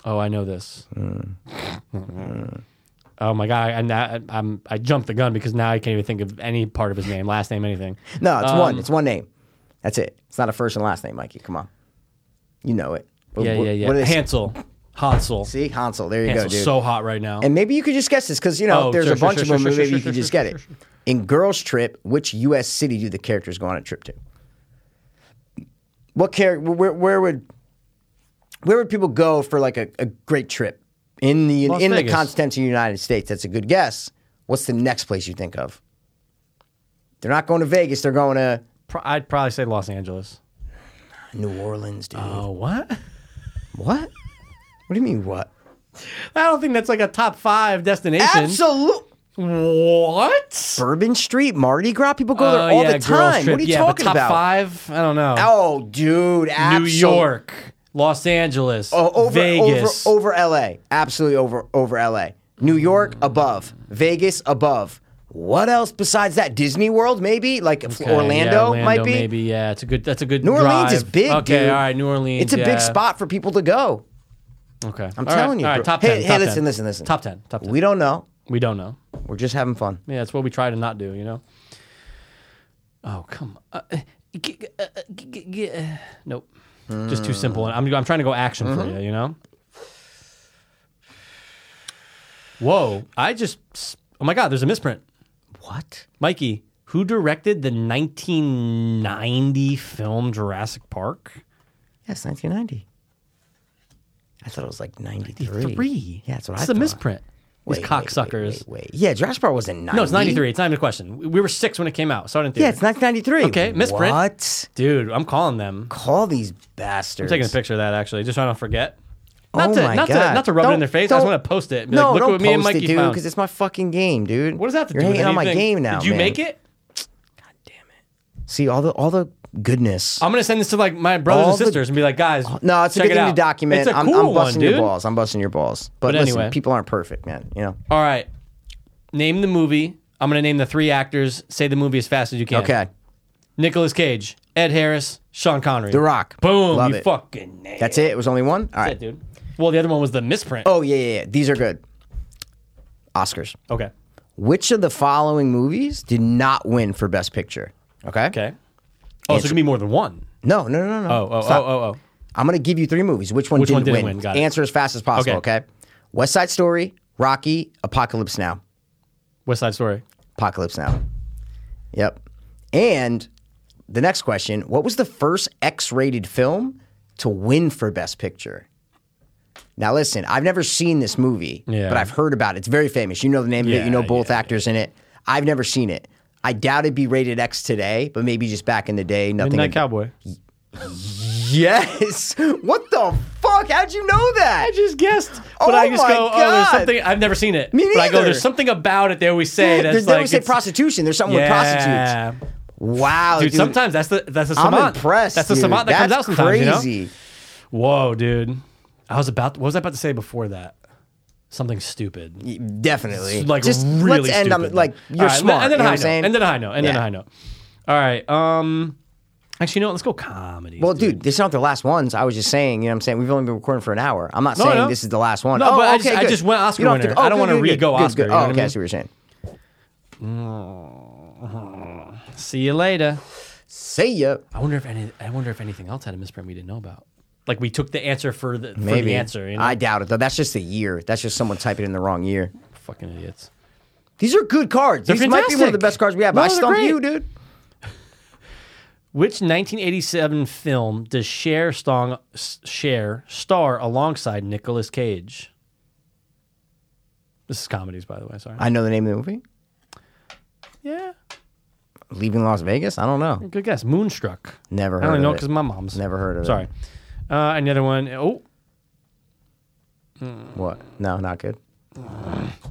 Speaker 2: Oh, I know this.
Speaker 3: Mm.
Speaker 2: oh my god! And I, I'm I jumped the gun because now I can't even think of any part of his name, last name, anything.
Speaker 3: No, it's
Speaker 2: Um,
Speaker 3: one. It's one name. That's it. It's not a first and last name, Mikey. Come on, you know it. What-
Speaker 2: Yeah,
Speaker 3: what-
Speaker 2: yeah, yeah.
Speaker 3: What is
Speaker 2: Hansel, Hansel.
Speaker 3: See Hansel. There you go,
Speaker 2: Hansel's
Speaker 3: dude.
Speaker 2: so hot right now.
Speaker 3: And maybe you could just guess this because you know
Speaker 2: Oh,
Speaker 3: there's
Speaker 2: sure,
Speaker 3: a
Speaker 2: sure,
Speaker 3: bunch
Speaker 2: sure,
Speaker 3: of them.
Speaker 2: sure, sure,
Speaker 3: maybe you
Speaker 2: sure,
Speaker 3: could
Speaker 2: sure,
Speaker 3: just
Speaker 2: sure,
Speaker 3: get
Speaker 2: sure,
Speaker 3: it.
Speaker 2: sure.
Speaker 3: In Girls Trip, which U.S. city do the characters go on a trip to? What character? Where, where would where would people go for like a, a great trip in the
Speaker 2: Las
Speaker 3: in the
Speaker 2: Vegas.
Speaker 3: continental United States? That's a good guess. What's the next place you think of? They're not going to Vegas. They're going to
Speaker 2: Pro- I'd probably say Los Angeles.
Speaker 3: New Orleans, dude.
Speaker 2: Oh, what?
Speaker 3: what? What do you mean what?
Speaker 2: I don't think that's like a top five destination.
Speaker 3: Absolute
Speaker 2: What?
Speaker 3: Bourbon Street, Mardi Gras. People go
Speaker 2: Oh,
Speaker 3: there all
Speaker 2: yeah,
Speaker 3: the
Speaker 2: girls
Speaker 3: time.
Speaker 2: trip.
Speaker 3: What are you
Speaker 2: yeah,
Speaker 3: talking
Speaker 2: but top
Speaker 3: about?
Speaker 2: five? I don't know.
Speaker 3: Oh, dude,
Speaker 2: New
Speaker 3: absolutely.
Speaker 2: York, Los Angeles,
Speaker 3: oh, over,
Speaker 2: Vegas.
Speaker 3: over over LA, absolutely over over LA. New York above, Vegas above. What else besides that? Disney World, maybe like f-
Speaker 2: Okay, yeah,
Speaker 3: Orlando, might be.
Speaker 2: Maybe yeah, it's a good. That's a good.
Speaker 3: New Orleans is
Speaker 2: drive.
Speaker 3: big,
Speaker 2: Okay,
Speaker 3: dude.
Speaker 2: all right, New Orleans.
Speaker 3: It's a
Speaker 2: yeah.
Speaker 3: big spot for people to go.
Speaker 2: Okay,
Speaker 3: I'm telling you,
Speaker 2: All right,
Speaker 3: bro.
Speaker 2: top ten.
Speaker 3: Hey, hey,
Speaker 2: top 10.
Speaker 3: listen, listen, listen.
Speaker 2: Top ten. Top ten.
Speaker 3: We don't know.
Speaker 2: We don't know.
Speaker 3: We're just having fun.
Speaker 2: Yeah, it's what we try to not do. You know. Oh come. on. Uh, g- g- uh, g- g- g- uh, nope. Just too simple.
Speaker 3: Mm.
Speaker 2: And I'm I'm trying to go action for
Speaker 3: Mm-hmm.
Speaker 2: you. You know. Whoa! I just. Oh my God! There's a misprint.
Speaker 3: What?
Speaker 2: Mikey, who directed the 1990 film Jurassic Park?
Speaker 3: Yes, 1990. I thought it was like 93.
Speaker 2: Three.
Speaker 3: Yeah, that's what I
Speaker 2: It's
Speaker 3: thought.
Speaker 2: a misprint.
Speaker 3: Wait,
Speaker 2: These
Speaker 3: wait,
Speaker 2: cocksuckers.
Speaker 3: Wait, wait, wait. Yeah, Jurassic Park wasn't 90.
Speaker 2: No, it's 93. It's not even a question. We- We were six when it came out. So I didn't think.
Speaker 3: Yeah, it's 1993.
Speaker 2: Okay, misprint.
Speaker 3: What?
Speaker 2: Dude, I'm calling them.
Speaker 3: Call these bastards.
Speaker 2: I'm taking a picture of that actually, just so I don't forget.
Speaker 3: Oh
Speaker 2: Not to,
Speaker 3: my
Speaker 2: not
Speaker 3: God.
Speaker 2: To, not to rub it
Speaker 3: Don't-
Speaker 2: in their face. I just
Speaker 3: don't-
Speaker 2: want to post it. and be
Speaker 3: no,
Speaker 2: like, look
Speaker 3: don't
Speaker 2: what me and
Speaker 3: post
Speaker 2: Mikey
Speaker 3: it, dude,
Speaker 2: found.
Speaker 3: because it's my fucking game, dude.
Speaker 2: What does that have to
Speaker 3: You're
Speaker 2: do with
Speaker 3: hating on my
Speaker 2: anything?
Speaker 3: game now.
Speaker 2: Did you
Speaker 3: man.
Speaker 2: make it?
Speaker 3: See all the all the goodness.
Speaker 2: I'm gonna send this to like my brothers
Speaker 3: All
Speaker 2: and
Speaker 3: the- Oh,
Speaker 2: sisters and be like, guys,
Speaker 3: no, it's
Speaker 2: check
Speaker 3: a good
Speaker 2: it
Speaker 3: thing
Speaker 2: out.
Speaker 3: to document.
Speaker 2: It's a
Speaker 3: I'm,
Speaker 2: cool
Speaker 3: I'm
Speaker 2: one,
Speaker 3: busting
Speaker 2: dude.
Speaker 3: your balls. I'm busting your balls. But,
Speaker 2: But
Speaker 3: listen,
Speaker 2: anyway.
Speaker 3: people aren't perfect, man. You know.
Speaker 2: All right, name the movie. I'm gonna name the three actors. Say the movie as fast as you can.
Speaker 3: Okay,
Speaker 2: Nicolas Cage, Ed Harris, Sean Connery.
Speaker 3: The Rock.
Speaker 2: Boom.
Speaker 3: Love
Speaker 2: you
Speaker 3: it.
Speaker 2: fucking nailed
Speaker 3: That's it. It was only one. All
Speaker 2: it,
Speaker 3: right.
Speaker 2: dude. Well, the other one was the misprint.
Speaker 3: Oh yeah, yeah, yeah. These are good. Oscars.
Speaker 2: Okay.
Speaker 3: Which of the following movies did not win for Best Picture? Okay.
Speaker 2: Okay. Oh, so it can be more than one.
Speaker 3: No, no, no, no. no.
Speaker 2: Oh, oh,
Speaker 3: Stop.
Speaker 2: oh, oh, oh.
Speaker 3: I'm gonna give you three movies. Which one,
Speaker 2: Which
Speaker 3: didn't,
Speaker 2: one didn't
Speaker 3: win?
Speaker 2: win? Got it.
Speaker 3: Answer as fast as possible.
Speaker 2: Okay.
Speaker 3: Okay. West Side Story, Rocky, Apocalypse Now.
Speaker 2: West Side Story.
Speaker 3: Apocalypse Now. Yep. And the next question: What was the first X-rated film to win for Best Picture? Now listen, I've never seen this movie,
Speaker 2: Yeah.
Speaker 3: but I've heard about it. It's very famous. You know the name of it.
Speaker 2: Yeah,
Speaker 3: You know both
Speaker 2: yeah,
Speaker 3: actors in it. I've never seen it. I doubt it'd be rated X today, but maybe just back in the day, nothing.
Speaker 2: Midnight
Speaker 3: had-
Speaker 2: Cowboy.
Speaker 3: Yes. What the fuck? How'd you know that?
Speaker 2: I just guessed, but
Speaker 3: Oh
Speaker 2: I just
Speaker 3: my
Speaker 2: go, oh, there's
Speaker 3: God.
Speaker 2: something. I've never seen it.
Speaker 3: Me
Speaker 2: But I go,
Speaker 3: neither.
Speaker 2: there's something about it. They always say
Speaker 3: There's-
Speaker 2: that's
Speaker 3: they
Speaker 2: like
Speaker 3: always say
Speaker 2: it's-
Speaker 3: prostitution. There's something with prostitutes.
Speaker 2: yeah.
Speaker 3: Wow,
Speaker 2: dude, Sometimes that's the that's the
Speaker 3: I'm
Speaker 2: savant.
Speaker 3: impressed.
Speaker 2: That's the
Speaker 3: dude.
Speaker 2: savant that
Speaker 3: That's
Speaker 2: comes out sometimes.
Speaker 3: Crazy.
Speaker 2: You know? Whoa, dude. I was about. What was I about to say before that? Something stupid.
Speaker 3: Definitely.
Speaker 2: like
Speaker 3: Just
Speaker 2: really
Speaker 3: let's end
Speaker 2: stupid.
Speaker 3: on like you're
Speaker 2: All right,
Speaker 3: smart.
Speaker 2: And then
Speaker 3: you know
Speaker 2: a high
Speaker 3: what I'm saying?
Speaker 2: note. And then a high note. And then a
Speaker 3: Yeah.
Speaker 2: high note. All right. Um. Actually, you know what? Let's go comedy.
Speaker 3: well, dude, this is not the last ones. I was just saying, you know what I'm saying? We've only been recording for an hour. I'm not
Speaker 2: No,
Speaker 3: saying
Speaker 2: no.
Speaker 3: this is the last one.
Speaker 2: No,
Speaker 3: oh,
Speaker 2: but I
Speaker 3: okay,
Speaker 2: just- I
Speaker 3: good.
Speaker 2: just went Oscar
Speaker 3: You don't have
Speaker 2: winner.
Speaker 3: to- oh,
Speaker 2: I don't
Speaker 3: good,
Speaker 2: wanna
Speaker 3: good, good,
Speaker 2: re-go
Speaker 3: good,
Speaker 2: Oscar,
Speaker 3: good.
Speaker 2: you know
Speaker 3: Oh,
Speaker 2: what I
Speaker 3: okay, I
Speaker 2: mean?
Speaker 3: see what you're saying.
Speaker 2: See you later.
Speaker 3: See ya.
Speaker 2: I wonder if any. I wonder if anything else had a misprint we didn't know about. Like we took the answer for the, for
Speaker 3: Maybe
Speaker 2: the answer. You know?
Speaker 3: I doubt it though. That's just the year. That's just someone typing in the wrong year.
Speaker 2: fucking idiots.
Speaker 3: These are good cards.
Speaker 2: They're
Speaker 3: These might be one of the
Speaker 2: fantastic.
Speaker 3: best cards we have.
Speaker 2: No,
Speaker 3: I
Speaker 2: they're
Speaker 3: stumped
Speaker 2: great.
Speaker 3: you, dude.
Speaker 2: Which 1987 film does Cher, stong, s- Cher star alongside Nicolas Cage? This is comedies, by the way. Sorry.
Speaker 3: I know the name of the movie.
Speaker 2: yeah,
Speaker 3: Leaving Las Vegas. I don't know.
Speaker 2: good guess. Moonstruck.
Speaker 3: Never
Speaker 2: I only
Speaker 3: heard
Speaker 2: know
Speaker 3: of
Speaker 2: because
Speaker 3: it.
Speaker 2: my mom's.
Speaker 3: Never heard of it.
Speaker 2: Sorry. Uh, another one. Oh,
Speaker 3: What? No, not good.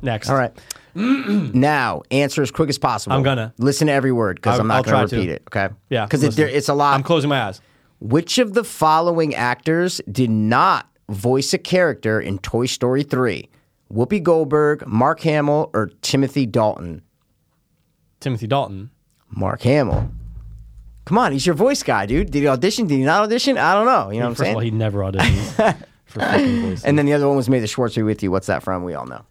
Speaker 2: next.
Speaker 3: All right. now, answer as quick as possible.
Speaker 2: I'm gonna.
Speaker 3: listen to every word because
Speaker 2: I'll-
Speaker 3: I'm
Speaker 2: I'll
Speaker 3: not
Speaker 2: try
Speaker 3: going
Speaker 2: to.
Speaker 3: to repeat it. Okay.
Speaker 2: Yeah.
Speaker 3: Because it,
Speaker 2: listen.
Speaker 3: there- it's a lot.
Speaker 2: I'm closing my eyes.
Speaker 3: Which of the following actors did not voice a character in Toy Story 3? Whoopi Goldberg, Mark Hamill, or Timothy Dalton?
Speaker 2: Timothy Dalton.
Speaker 3: Mark Hamill. Come on, he's your voice guy, dude. Did he audition? Did he not audition? I don't know. You know what I'm
Speaker 2: First
Speaker 3: saying?
Speaker 2: of all, he never auditioned for fucking voice.
Speaker 3: and then the other one was May the Schwartz be with you. What's that from? We all know.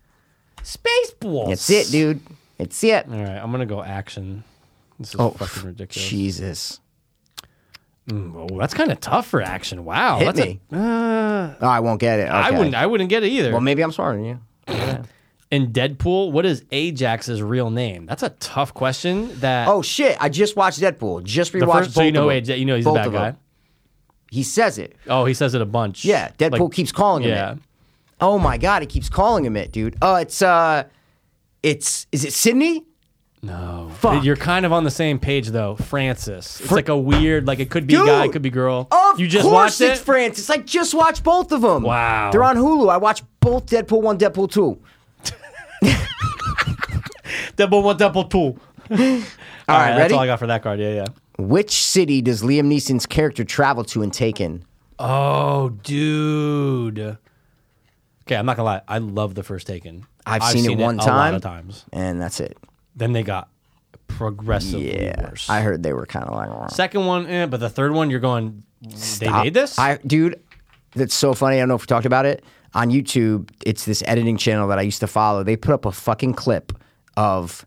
Speaker 2: Spaceballs.
Speaker 3: That's it, dude. It's it.
Speaker 2: All right, I'm gonna go action. This is
Speaker 3: Oh,
Speaker 2: fucking ridiculous.
Speaker 3: Jesus.
Speaker 2: Oh, that's kind of tough for action. Wow,
Speaker 3: Hit
Speaker 2: that's
Speaker 3: me. oh, I won't get it.
Speaker 2: A, I
Speaker 3: Okay.
Speaker 2: wouldn't. I wouldn't get it either.
Speaker 3: Well, maybe I'm smarter than you.
Speaker 2: in Deadpool, what is Ajax's real name? That's a tough question. That
Speaker 3: Oh shit! I just watched Deadpool. Just rewatched.
Speaker 2: the first, so you
Speaker 3: both
Speaker 2: know
Speaker 3: of them.
Speaker 2: Ajax, you know he's
Speaker 3: Both
Speaker 2: a bad
Speaker 3: of
Speaker 2: guy.
Speaker 3: them. He says it.
Speaker 2: Oh, he says it a bunch.
Speaker 3: Yeah, Deadpool
Speaker 2: Like,
Speaker 3: keeps calling him.
Speaker 2: Yeah,
Speaker 3: It. Oh my god, he keeps calling him it, dude. Oh, it's uh, it's is it Sydney?
Speaker 2: no,
Speaker 3: Fuck.
Speaker 2: you're kind of on the same page though. Francis, it's like a weird, like it could be
Speaker 3: Dude!
Speaker 2: guy, it could be girl.
Speaker 3: Of
Speaker 2: you just
Speaker 3: course
Speaker 2: watched
Speaker 3: it's
Speaker 2: it.
Speaker 3: Francis. I just watched both of them.
Speaker 2: Wow.
Speaker 3: They're on Hulu. I watched both Deadpool one, Deadpool two.
Speaker 2: Double one, double two. all
Speaker 3: right,
Speaker 2: that's
Speaker 3: ready?
Speaker 2: all I got for that card. Yeah, yeah.
Speaker 3: Which city does Liam Neeson's character travel to in Taken?
Speaker 2: Oh, dude. Okay, I'm not gonna lie. I love the first Taken.
Speaker 3: I've seen it one
Speaker 2: a lot
Speaker 3: time.
Speaker 2: of times.
Speaker 3: And that's it.
Speaker 2: Then they got progressively
Speaker 3: Yeah,
Speaker 2: worse.
Speaker 3: I heard they were kind of like.
Speaker 2: Second one, eh, but the third one, you're going. They made this.
Speaker 3: I, dude, that's so funny. I don't know if we talked about it on YouTube. It's this editing channel that I used to follow. They put up a fucking clip of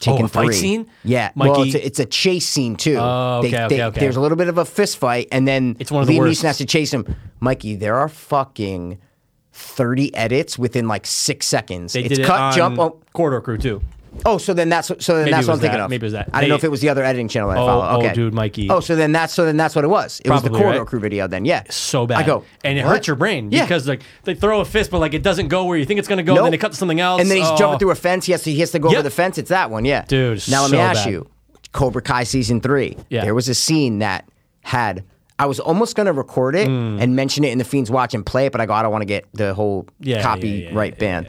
Speaker 3: taking
Speaker 2: Oh, a fight
Speaker 3: three.
Speaker 2: scene?
Speaker 3: Yeah, well,
Speaker 2: Mikey-
Speaker 3: it's a, it's a chase scene too.
Speaker 2: Oh, okay,
Speaker 3: They-
Speaker 2: okay,
Speaker 3: they-
Speaker 2: okay.
Speaker 3: There's a little bit of a fist fight, and then
Speaker 2: It's one of the
Speaker 3: Liam
Speaker 2: worst.
Speaker 3: Neeson has to chase him. Mikey, there are fucking. 30 edits within like six seconds.
Speaker 2: they
Speaker 3: it's
Speaker 2: did it
Speaker 3: cut,
Speaker 2: on
Speaker 3: jump. Oh,
Speaker 2: Corridor Crew too.
Speaker 3: oh, so then that's so then
Speaker 2: Maybe
Speaker 3: that's
Speaker 2: it
Speaker 3: what
Speaker 2: was
Speaker 3: I'm thinking
Speaker 2: that.
Speaker 3: of.
Speaker 2: Maybe it was that.
Speaker 3: I don't know
Speaker 2: They-
Speaker 3: if it was the other editing channel that I
Speaker 2: Oh,
Speaker 3: follow.
Speaker 2: oh,
Speaker 3: Okay.
Speaker 2: dude, Mikey.
Speaker 3: Oh, so then that's so then that's what it was. It was
Speaker 2: Probably,
Speaker 3: the corridor
Speaker 2: right?
Speaker 3: crew video then. Yeah.
Speaker 2: So bad.
Speaker 3: I go
Speaker 2: and it
Speaker 3: "What?"
Speaker 2: hurts your brain
Speaker 3: Yeah.
Speaker 2: because like they throw a fist, but like it doesn't go where you think it's gonna go. And
Speaker 3: Nope.
Speaker 2: then it cuts to something else.
Speaker 3: And then he's
Speaker 2: oh.
Speaker 3: jumping through a fence. He has to he has to go
Speaker 2: Yep.
Speaker 3: over the fence. It's that one, yeah.
Speaker 2: Dude,
Speaker 3: Now let me
Speaker 2: so
Speaker 3: ask
Speaker 2: bad.
Speaker 3: you, Cobra Kai season three.
Speaker 2: Yeah.
Speaker 3: There was a scene that had I was almost gonna record it
Speaker 2: Mm.
Speaker 3: and mention it in the Fiends Watch and play it, but I go, I don't want to get the whole
Speaker 2: Yeah, yeah, yeah,
Speaker 3: copyright
Speaker 2: yeah,
Speaker 3: ban.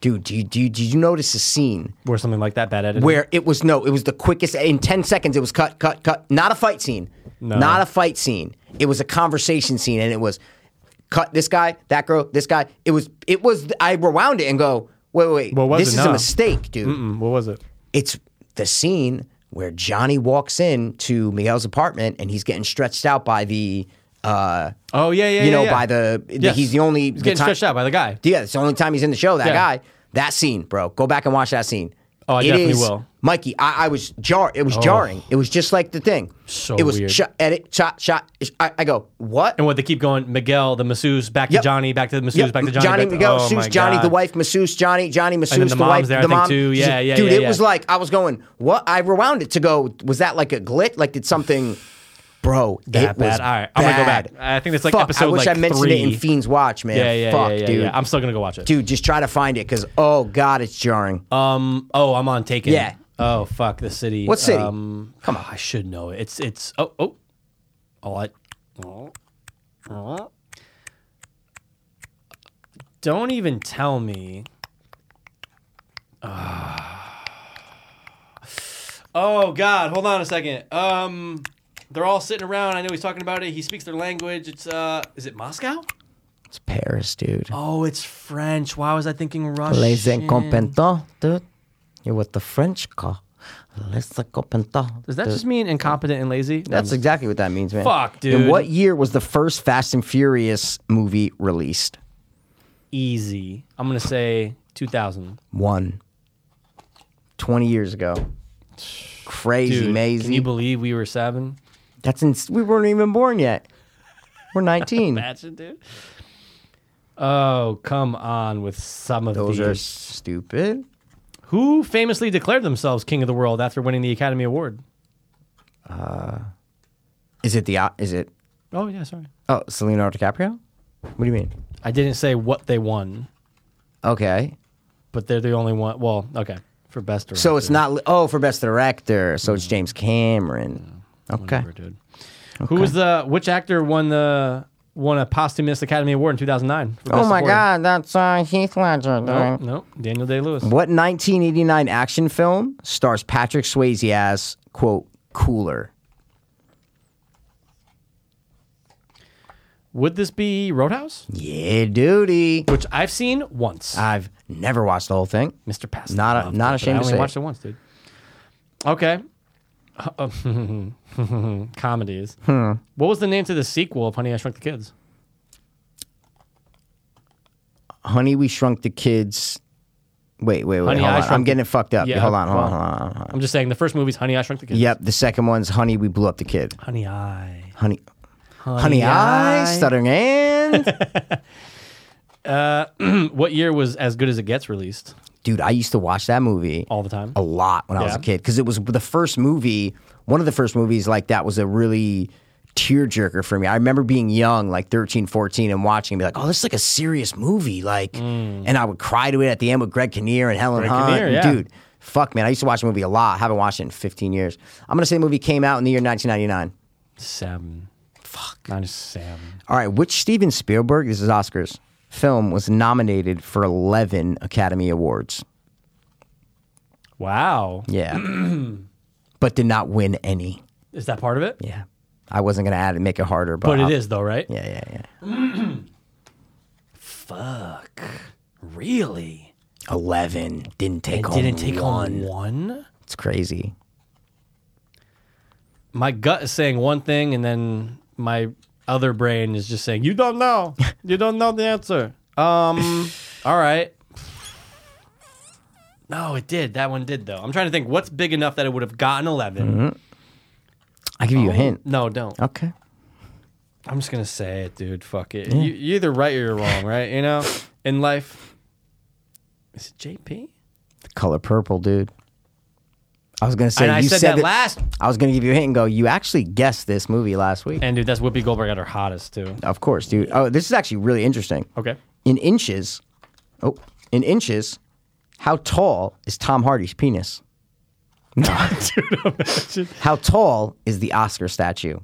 Speaker 3: Dude, do you, do you, did you notice a scene
Speaker 2: where something like that bad edited.
Speaker 3: where it was no, it was the quickest in ten seconds. It was cut, cut, cut. Not a fight scene.
Speaker 2: No.
Speaker 3: Not a fight scene. It was a conversation scene, and it was cut this guy, that girl, this guy. It was it was. I rewound it and go, wait, wait, wait.
Speaker 2: What was
Speaker 3: this
Speaker 2: it
Speaker 3: is
Speaker 2: now?
Speaker 3: a mistake, dude.
Speaker 2: Mm, what was it?
Speaker 3: It's the scene where Johnny walks in to Miguel's apartment, and he's getting stretched out by the. Uh,
Speaker 2: Oh yeah, yeah.
Speaker 3: you
Speaker 2: yeah,
Speaker 3: know,
Speaker 2: yeah.
Speaker 3: by the, the-
Speaker 2: Yes.
Speaker 3: he's the only
Speaker 2: he's
Speaker 3: the
Speaker 2: getting
Speaker 3: time-
Speaker 2: stretched out by the guy.
Speaker 3: yeah, it's the only time he's in the show. That
Speaker 2: Yeah.
Speaker 3: guy, that scene, bro. Go back and watch that scene.
Speaker 2: Oh, I
Speaker 3: It
Speaker 2: definitely
Speaker 3: is-
Speaker 2: will. Oh.
Speaker 3: Mikey, I, I was jar. It was jarring. It was just like the thing.
Speaker 2: So
Speaker 3: it was
Speaker 2: weird.
Speaker 3: shot, edit, shot, shot. I, I go, what?
Speaker 2: And what they keep going, Miguel, the masseuse, back to
Speaker 3: Yep.
Speaker 2: Johnny, back to the masseuse,
Speaker 3: Yep,
Speaker 2: back to Johnny.
Speaker 3: Johnny
Speaker 2: back to,
Speaker 3: Miguel,
Speaker 2: oh, my
Speaker 3: masseuse, Johnny the
Speaker 2: God.
Speaker 3: wife, masseuse, Johnny, Johnny, masseuse,
Speaker 2: then the mom's
Speaker 3: wife,
Speaker 2: there, I
Speaker 3: the
Speaker 2: think,
Speaker 3: mom.
Speaker 2: too. Yeah, yeah,
Speaker 3: Dude,
Speaker 2: yeah,
Speaker 3: it
Speaker 2: yeah.
Speaker 3: was like I was going, what? I rewound it to go. Was that like a glitch? Like did something? Bro,
Speaker 2: That
Speaker 3: it was
Speaker 2: bad. All right, I'm gonna go
Speaker 3: bad.
Speaker 2: back. I think it's like
Speaker 3: Fuck, I
Speaker 2: episode,
Speaker 3: wish
Speaker 2: like,
Speaker 3: I mentioned
Speaker 2: three.
Speaker 3: it in Fiends Watch, man.
Speaker 2: Yeah, yeah,
Speaker 3: Fuck,
Speaker 2: yeah, yeah,
Speaker 3: dude.
Speaker 2: yeah. I'm still gonna go watch it.
Speaker 3: dude, just try to find it because oh god, it's jarring.
Speaker 2: Um. Oh, I'm on Taken.
Speaker 3: Yeah.
Speaker 2: Oh fuck, the city.
Speaker 3: What city?
Speaker 2: Um, Come on, I should know it. It's it's. Oh oh. Oh, I. oh, oh. Don't even tell me. Ah. Oh God, hold on a second. Um, they're all sitting around. I know he's talking about it. He speaks their language. It's uh, is it Moscow?
Speaker 3: It's Paris, dude.
Speaker 2: Oh, it's French. Why was I thinking Russian?
Speaker 3: Les incompetents, dude. You're what the French call les incompetents.
Speaker 2: Does that
Speaker 3: dude.
Speaker 2: just mean incompetent and lazy?
Speaker 3: That's exactly what that means, man.
Speaker 2: Fuck, dude.
Speaker 3: In what year was the first Fast and Furious movie released?
Speaker 2: easy. I'm gonna say 2000.
Speaker 3: One. 20 years ago. Crazy,
Speaker 2: Dude,
Speaker 3: amazing.
Speaker 2: can you believe we were seven?
Speaker 3: That's ins- we weren't even born yet. We're 19.
Speaker 2: Imagine, dude. Oh, come on with some of
Speaker 3: Those
Speaker 2: these.
Speaker 3: are stupid.
Speaker 2: Who famously declared themselves king of the world after winning the Academy Award?
Speaker 3: Is it the o- is it
Speaker 2: Oh yeah, sorry.
Speaker 3: Oh, Selena DiCaprio? What do you mean?
Speaker 2: I didn't say what they won,
Speaker 3: Okay.
Speaker 2: but they're the only one. Well, okay, for best director.
Speaker 3: So it's not oh, for best director. So it's James Cameron. Okay.
Speaker 2: Whatever, dude. Who was the which actor won the won a posthumous Academy Award in 2009? for
Speaker 3: Oh
Speaker 2: Best
Speaker 3: my
Speaker 2: Supporting?
Speaker 3: god, that's uh, Heath Ledger.
Speaker 2: No,
Speaker 3: dude.
Speaker 2: no, Daniel Day Lewis.
Speaker 3: What 1989 action film stars Patrick Swayze as, quote, cooler?
Speaker 2: Would this be Roadhouse?
Speaker 3: Yeah, duty.
Speaker 2: Which I've seen once.
Speaker 3: I've never watched the whole thing.
Speaker 2: Mr. Pass.
Speaker 3: Not a- not ashamed
Speaker 2: I
Speaker 3: to
Speaker 2: only
Speaker 3: say it.
Speaker 2: watched it once, dude. Okay. Comedies.
Speaker 3: Hmm.
Speaker 2: What was the name to the sequel of Honey I Shrunk the Kids?
Speaker 3: Honey, we shrunk the kids. Wait, wait, wait.
Speaker 2: Honey,
Speaker 3: hold
Speaker 2: I
Speaker 3: on.
Speaker 2: Shrunk
Speaker 3: I'm
Speaker 2: the-
Speaker 3: getting it fucked up.
Speaker 2: Yeah,
Speaker 3: hold, on, hold
Speaker 2: well.
Speaker 3: on, hold on, hold on, hold on.
Speaker 2: I'm just saying the first movie's Honey I Shrunk the Kids.
Speaker 3: Yep, the second one's Honey, we blew up the kid.
Speaker 2: Honey I.
Speaker 3: Honey, honey, I, stuttering and.
Speaker 2: What year was As Good as It Gets released?
Speaker 3: Dude, I used to watch that movie
Speaker 2: All the time.
Speaker 3: a lot when I was
Speaker 2: Yeah.
Speaker 3: a kid because it was the first movie, one of the first movies like that was a really tearjerker for me. I remember being young, like 13, 14, and watching and be like, oh, this is like a serious movie. Like, and I would cry to it at the end with Greg Kinnear and Helen
Speaker 2: Mm. Greg
Speaker 3: Hunt.
Speaker 2: Kinnear,
Speaker 3: And
Speaker 2: yeah.
Speaker 3: Dude, fuck, man. I used to watch the movie a lot. haven't watched it in 15 years. I'm going to say the movie came out in the year 1999.
Speaker 2: Seven. Fuck. Not seven.
Speaker 3: All right, which Steven Spielberg, this is Oscars, film was nominated for 11 Academy Awards?
Speaker 2: Wow.
Speaker 3: Yeah. but did not win any.
Speaker 2: Is that part of it?
Speaker 3: Yeah. I wasn't going to add it, make it harder, but,
Speaker 2: But
Speaker 3: I'll-
Speaker 2: it is though, right?
Speaker 3: Yeah, yeah, yeah.
Speaker 2: Fuck. Really?
Speaker 3: 11. Didn't take
Speaker 2: It
Speaker 3: on
Speaker 2: didn't take
Speaker 3: one.
Speaker 2: on one?
Speaker 3: It's crazy.
Speaker 2: my gut is saying one thing and then my other brain is just saying you don't know you don't know the answer um all right no it did that one did though i'm trying to think what's big enough that it would have gotten 11
Speaker 3: I'll give you
Speaker 2: Oh.
Speaker 3: a hint.
Speaker 2: no don't
Speaker 3: Okay.
Speaker 2: i'm just gonna say it dude fuck it you, you're either right or you're wrong right you know in life is it jp
Speaker 3: The color purple, dude. I was going to say,
Speaker 2: and i
Speaker 3: you
Speaker 2: said, that last
Speaker 3: I was going to give you a hint and go, you actually guessed this movie last week.
Speaker 2: and dude that's whoopi goldberg at her hottest too
Speaker 3: of course, dude. Oh, this is actually really interesting.
Speaker 2: okay
Speaker 3: in inches. Oh, in inches. How tall is Tom Hardy's penis? No. how tall is the Oscar statue?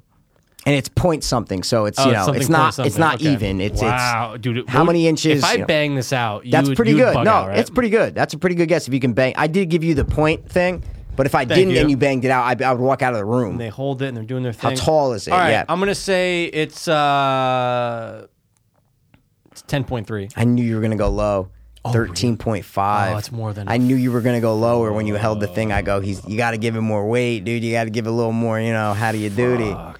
Speaker 3: And it's point something, so it's you
Speaker 2: Oh,
Speaker 3: know
Speaker 2: something
Speaker 3: it's
Speaker 2: point
Speaker 3: not it's
Speaker 2: something.
Speaker 3: not
Speaker 2: Okay.
Speaker 3: even. It's
Speaker 2: wow,
Speaker 3: it's
Speaker 2: dude.
Speaker 3: how
Speaker 2: what-
Speaker 3: many inches,
Speaker 2: If I
Speaker 3: you know.
Speaker 2: bang this out, you
Speaker 3: that's
Speaker 2: would-
Speaker 3: pretty
Speaker 2: you'd
Speaker 3: good.
Speaker 2: bug
Speaker 3: No,
Speaker 2: out, right?
Speaker 3: it's pretty good. That's a pretty good guess if you can bang. I did give you the point thing, but if I didn't
Speaker 2: you.
Speaker 3: and you banged it out, I, I would walk out of the room.
Speaker 2: They hold it and they're doing their thing.
Speaker 3: tall is it?
Speaker 2: All right,
Speaker 3: Yeah.
Speaker 2: I'm gonna say it's uh, it's ten point three.
Speaker 3: I knew you were gonna go low. Thirteen point five.
Speaker 2: Oh, it's more than-
Speaker 3: I knew you were gonna go lower when you held the thing. I go, he's. You got to give it more weight, dude. You got to give it a little more. You know, how do you duty? A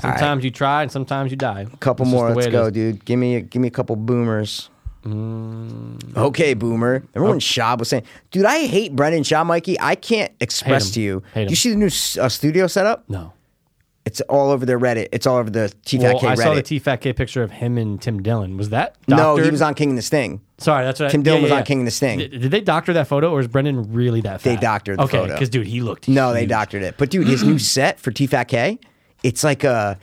Speaker 2: Sometimes you try and sometimes you die.
Speaker 3: couple
Speaker 2: It's just
Speaker 3: more.
Speaker 2: the way
Speaker 3: Let's
Speaker 2: it
Speaker 3: go,
Speaker 2: is.
Speaker 3: dude. Give me, a, give me a couple boomers.
Speaker 2: Mm.
Speaker 3: Okay, boomer.
Speaker 2: Oh.
Speaker 3: Everyone, Shab was saying, dude, I hate Brendan Shaw, Mikey. I can't express to you.
Speaker 2: Hate him.
Speaker 3: You see the new s- uh, studio setup?
Speaker 2: No.
Speaker 3: It's all over their Reddit. It's all over the T Fat
Speaker 2: Well,
Speaker 3: K
Speaker 2: I
Speaker 3: Reddit.
Speaker 2: saw the T Fat K picture of him and Tim Dillon. Was that
Speaker 3: no, he
Speaker 2: doctored?
Speaker 3: was on King and the Sting.
Speaker 2: Sorry, that's right.
Speaker 3: Tim Dillon was on King and the Sting.
Speaker 2: Did, did they doctor that photo, or is Brendan really that fat?
Speaker 3: They doctored the
Speaker 2: okay,
Speaker 3: photo.
Speaker 2: because dude, he looked.
Speaker 3: No, they
Speaker 2: huge.
Speaker 3: doctored it. But dude, his new set for T Fat K, it's like a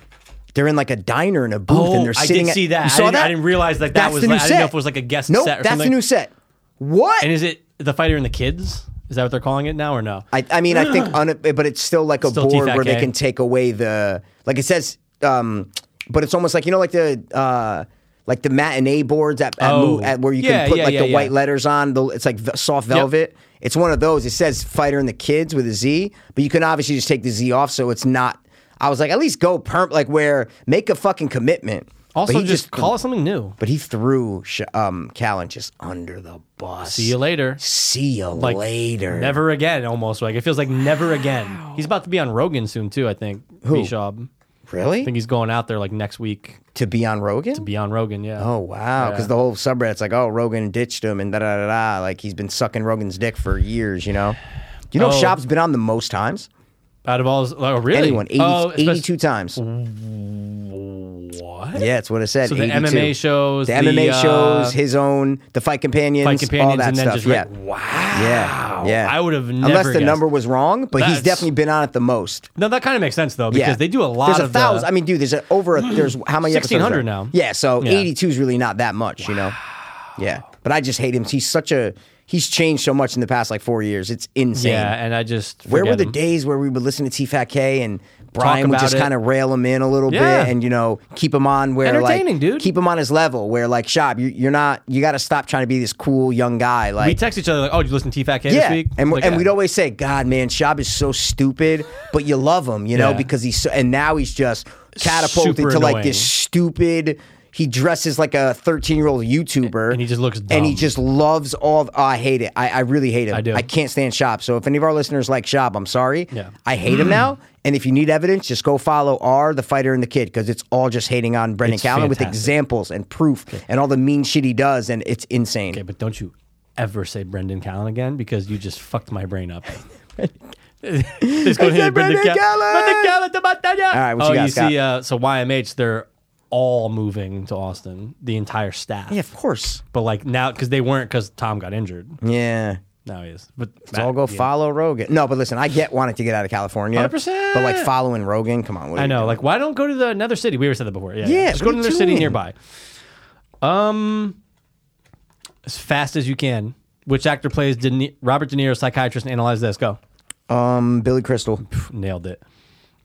Speaker 3: they're in like a diner in a booth
Speaker 2: Oh,
Speaker 3: and they're
Speaker 2: I
Speaker 3: sitting.
Speaker 2: did
Speaker 3: at,
Speaker 2: see that.
Speaker 3: You
Speaker 2: I
Speaker 3: saw
Speaker 2: didn't-
Speaker 3: that.
Speaker 2: I didn't realize that that
Speaker 3: That's
Speaker 2: was
Speaker 3: the new
Speaker 2: like- I
Speaker 3: set.
Speaker 2: didn't know if it was like a guest
Speaker 3: nope,
Speaker 2: set or
Speaker 3: that's
Speaker 2: something.
Speaker 3: the new set. What?
Speaker 2: And is it the fighter and the kids? Is that what they're calling it now, or no?
Speaker 3: I, I mean, I think, on it, but it's still like a
Speaker 2: Still
Speaker 3: board where they
Speaker 2: T-Fat-K.
Speaker 3: can take away the like it says, um, but it's almost like you know, like the uh, like the matinee boards at, at,
Speaker 2: Oh.
Speaker 3: mo- at where you
Speaker 2: Yeah,
Speaker 3: can put
Speaker 2: yeah,
Speaker 3: like
Speaker 2: yeah,
Speaker 3: the
Speaker 2: yeah.
Speaker 3: white letters on. The, it's like v- soft velvet. It's one of those. It says "Fighter and the Kids" with a Z, but you can obviously just take the Z off, so it's not. I was like, at least go perm, like where make a fucking commitment. But
Speaker 2: Also,
Speaker 3: he
Speaker 2: just, call it something new.
Speaker 3: But he threw Sh- um, Callan just under the bus.
Speaker 2: See you later.
Speaker 3: See you
Speaker 2: Like,
Speaker 3: later.
Speaker 2: Never again. Almost like it feels like never again. He's about to be on Rogan soon too. I think.
Speaker 3: Who?
Speaker 2: Bishop. I
Speaker 3: really
Speaker 2: think he's going out there like next week.
Speaker 3: to be on Rogan.
Speaker 2: Beyond Rogan. Yeah.
Speaker 3: Oh wow! Because
Speaker 2: Yeah.
Speaker 3: the whole subreddit's like, oh, Rogan ditched him, and da da da da. Like he's been sucking Rogan's dick for years. You know. You know,
Speaker 2: Oh.
Speaker 3: Shop's been on the most times.
Speaker 2: Out of all, his, oh really?
Speaker 3: Anyone, 80,
Speaker 2: oh, especially-
Speaker 3: 82 times.
Speaker 2: What?
Speaker 3: Yeah, that's what it said.
Speaker 2: So the
Speaker 3: 82.
Speaker 2: MMA shows,
Speaker 3: the,
Speaker 2: the,
Speaker 3: MMA
Speaker 2: uh,
Speaker 3: shows, his own, the fight companions,
Speaker 2: Fight
Speaker 3: all
Speaker 2: companions,
Speaker 3: that
Speaker 2: and then
Speaker 3: stuff.
Speaker 2: just
Speaker 3: yeah,
Speaker 2: right- wow.
Speaker 3: yeah, yeah.
Speaker 2: I would have never
Speaker 3: unless the
Speaker 2: guessed.
Speaker 3: number was wrong, but
Speaker 2: That's-
Speaker 3: he's definitely been on it the most.
Speaker 2: No, that kind of makes sense though because
Speaker 3: yeah.
Speaker 2: they do a lot
Speaker 3: There's
Speaker 2: of
Speaker 3: a
Speaker 2: the-
Speaker 3: thousand. I mean, dude, there's a, over. A, there's how many? episodes are
Speaker 2: 1600
Speaker 3: there?
Speaker 2: now.
Speaker 3: Yeah, so
Speaker 2: Yeah.
Speaker 3: 82 is really not that much, you know. Yeah, but I just hate him. He's such a. He's changed so much in the past like four years. It's insane.
Speaker 2: yeah, and I just
Speaker 3: Where were
Speaker 2: forget
Speaker 3: the
Speaker 2: him.
Speaker 3: days where we would listen to T Fat K and Brian would
Speaker 2: about
Speaker 3: just
Speaker 2: it.
Speaker 3: kind of rail him in a little
Speaker 2: Yeah.
Speaker 3: bit and you know keep him on where
Speaker 2: Entertaining,
Speaker 3: like
Speaker 2: dude.
Speaker 3: keep him on his level where like Shab you, you're not you got to stop trying to be this cool young guy like
Speaker 2: We text each other like, "Oh, did you listen to T Fat K
Speaker 3: yeah,
Speaker 2: this week?"
Speaker 3: and we
Speaker 2: Like,
Speaker 3: and
Speaker 2: yeah.
Speaker 3: we'd always say, "God, man, Shab is so stupid," but you love him, you know,
Speaker 2: Yeah.
Speaker 3: because he's so, and now he's just catapulted
Speaker 2: Super
Speaker 3: to like
Speaker 2: annoying.
Speaker 3: this stupid. He dresses like a 13 year old YouTuber,
Speaker 2: And he just looks
Speaker 3: and he
Speaker 2: dumb.
Speaker 3: just loves all. Of, oh, I hate it. I, I really hate him.
Speaker 2: I do.
Speaker 3: I can't stand Shab. So if any of our listeners like Shab, I'm sorry.
Speaker 2: Yeah.
Speaker 3: I hate him now. And if you need evidence, just go follow R, the fighter, and the kid because it's all just hating on Brendan
Speaker 2: It's
Speaker 3: Callan with
Speaker 2: fantastic.
Speaker 3: examples and proof and all the mean shit he does, and it's insane.
Speaker 2: Okay, but don't you ever say Brendan Callan again because you just fucked my brain up. Just go
Speaker 3: I said
Speaker 2: ahead,
Speaker 3: Brendan
Speaker 2: Cal-
Speaker 3: Callan!
Speaker 2: Brendan Callan to Montana!
Speaker 3: All right, what you
Speaker 2: oh,
Speaker 3: got,
Speaker 2: you
Speaker 3: Scott?
Speaker 2: see, uh, so YMH, they're all moving to Austin, the entire staff.
Speaker 3: Yeah, of course.
Speaker 2: But like now, because they weren't, because Tom got injured.
Speaker 3: Yeah.
Speaker 2: Now he is. But
Speaker 3: So I'll go follow Rogan. No, but listen, I get wanting to get out of California.
Speaker 2: 100%.
Speaker 3: But like following Rogan, come on. What are
Speaker 2: I
Speaker 3: you
Speaker 2: know.
Speaker 3: doing?
Speaker 2: Like, why don't go to the another city? We already said that before. Yeah.
Speaker 3: Yeah,
Speaker 2: Just go
Speaker 3: what are
Speaker 2: to
Speaker 3: you
Speaker 2: another city
Speaker 3: doing?
Speaker 2: nearby. Um, as fast as you can. Which actor plays De Ni- Robert De Niro, psychiatrist, and analyze this? Go.
Speaker 3: Um, Billy Crystal.
Speaker 2: Nailed it.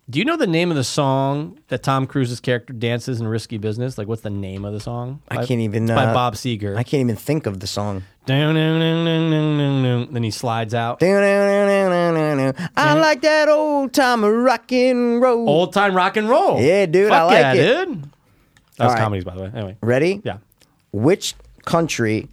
Speaker 2: Do you know the name of the song that Tom Cruise's character dances in Risky Business? Like, what's the name of the song?
Speaker 3: I
Speaker 2: By-
Speaker 3: can't even,
Speaker 2: It's by
Speaker 3: uh,
Speaker 2: Bob Seger.
Speaker 3: I can't even think of the song.
Speaker 2: Dun, dun, dun, dun, dun, dun, dun. Then he slides out.
Speaker 3: I like that old time rock and roll.
Speaker 2: Old time rock and roll.
Speaker 3: Yeah, dude,
Speaker 2: Fuck
Speaker 3: I like
Speaker 2: yeah,
Speaker 3: it.
Speaker 2: dude. That was
Speaker 3: right.
Speaker 2: comedies, by the way. Anyway.
Speaker 3: Ready?
Speaker 2: Yeah.
Speaker 3: Which country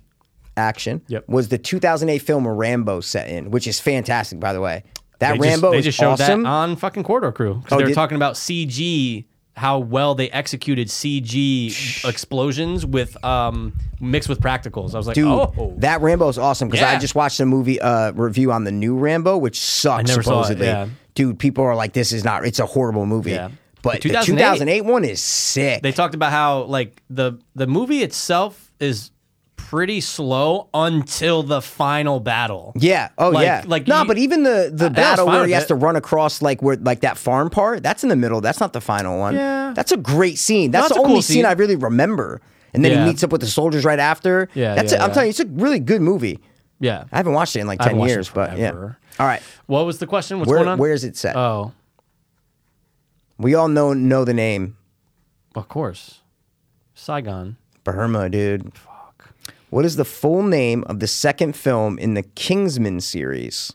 Speaker 3: action
Speaker 2: Yep.
Speaker 3: was the 2008 film Rambo set in, which is fantastic, by the way. That
Speaker 2: They just-
Speaker 3: Rambo
Speaker 2: they
Speaker 3: is
Speaker 2: just showed
Speaker 3: awesome.
Speaker 2: that on fucking Corridor Crew. 'Cause
Speaker 3: Oh,
Speaker 2: they were
Speaker 3: did-
Speaker 2: talking about CG, how well they executed CG explosions with um mixed with practicals. I was like,
Speaker 3: Dude,
Speaker 2: oh,
Speaker 3: that Rambo is awesome because I
Speaker 2: Yeah.
Speaker 3: just watched a movie uh, review on the new Rambo, which sucks.
Speaker 2: never saw it,
Speaker 3: supposedly,
Speaker 2: yeah.
Speaker 3: dude, people are like, "This is not. It's a horrible movie."
Speaker 2: Yeah.
Speaker 3: But
Speaker 2: The
Speaker 3: the 2008,
Speaker 2: 2008
Speaker 3: one is sick.
Speaker 2: they talked about how like the the movie itself is pretty slow until the final battle.
Speaker 3: yeah. Oh
Speaker 2: Like-
Speaker 3: yeah.
Speaker 2: like
Speaker 3: no,
Speaker 2: you-
Speaker 3: but even the
Speaker 2: I- I
Speaker 3: the
Speaker 2: was
Speaker 3: battle
Speaker 2: fine
Speaker 3: where
Speaker 2: with
Speaker 3: he has
Speaker 2: it.
Speaker 3: to run across like where like that farm part, that's in the middle. That's not the final one.
Speaker 2: Yeah.
Speaker 3: That's a great scene. That's
Speaker 2: it's
Speaker 3: the
Speaker 2: a
Speaker 3: only
Speaker 2: cool
Speaker 3: scene.
Speaker 2: scene.
Speaker 3: I really remember. And then
Speaker 2: Yeah.
Speaker 3: he meets up with the soldiers right after.
Speaker 2: Yeah,
Speaker 3: That's.
Speaker 2: yeah,
Speaker 3: a, I'm
Speaker 2: yeah.
Speaker 3: telling you, it's a really good movie.
Speaker 2: Yeah.
Speaker 3: I haven't watched it in like
Speaker 2: haven't
Speaker 3: ten
Speaker 2: watched it
Speaker 3: years, but yeah.
Speaker 2: forever.
Speaker 3: All right.
Speaker 2: What was the question? What's going
Speaker 3: Where,
Speaker 2: on?
Speaker 3: where is it set?
Speaker 2: Oh,
Speaker 3: we all know know the name.
Speaker 2: of course. Saigon.
Speaker 3: Burma, dude. Fuck. What is the full name of the second film in the Kingsman series?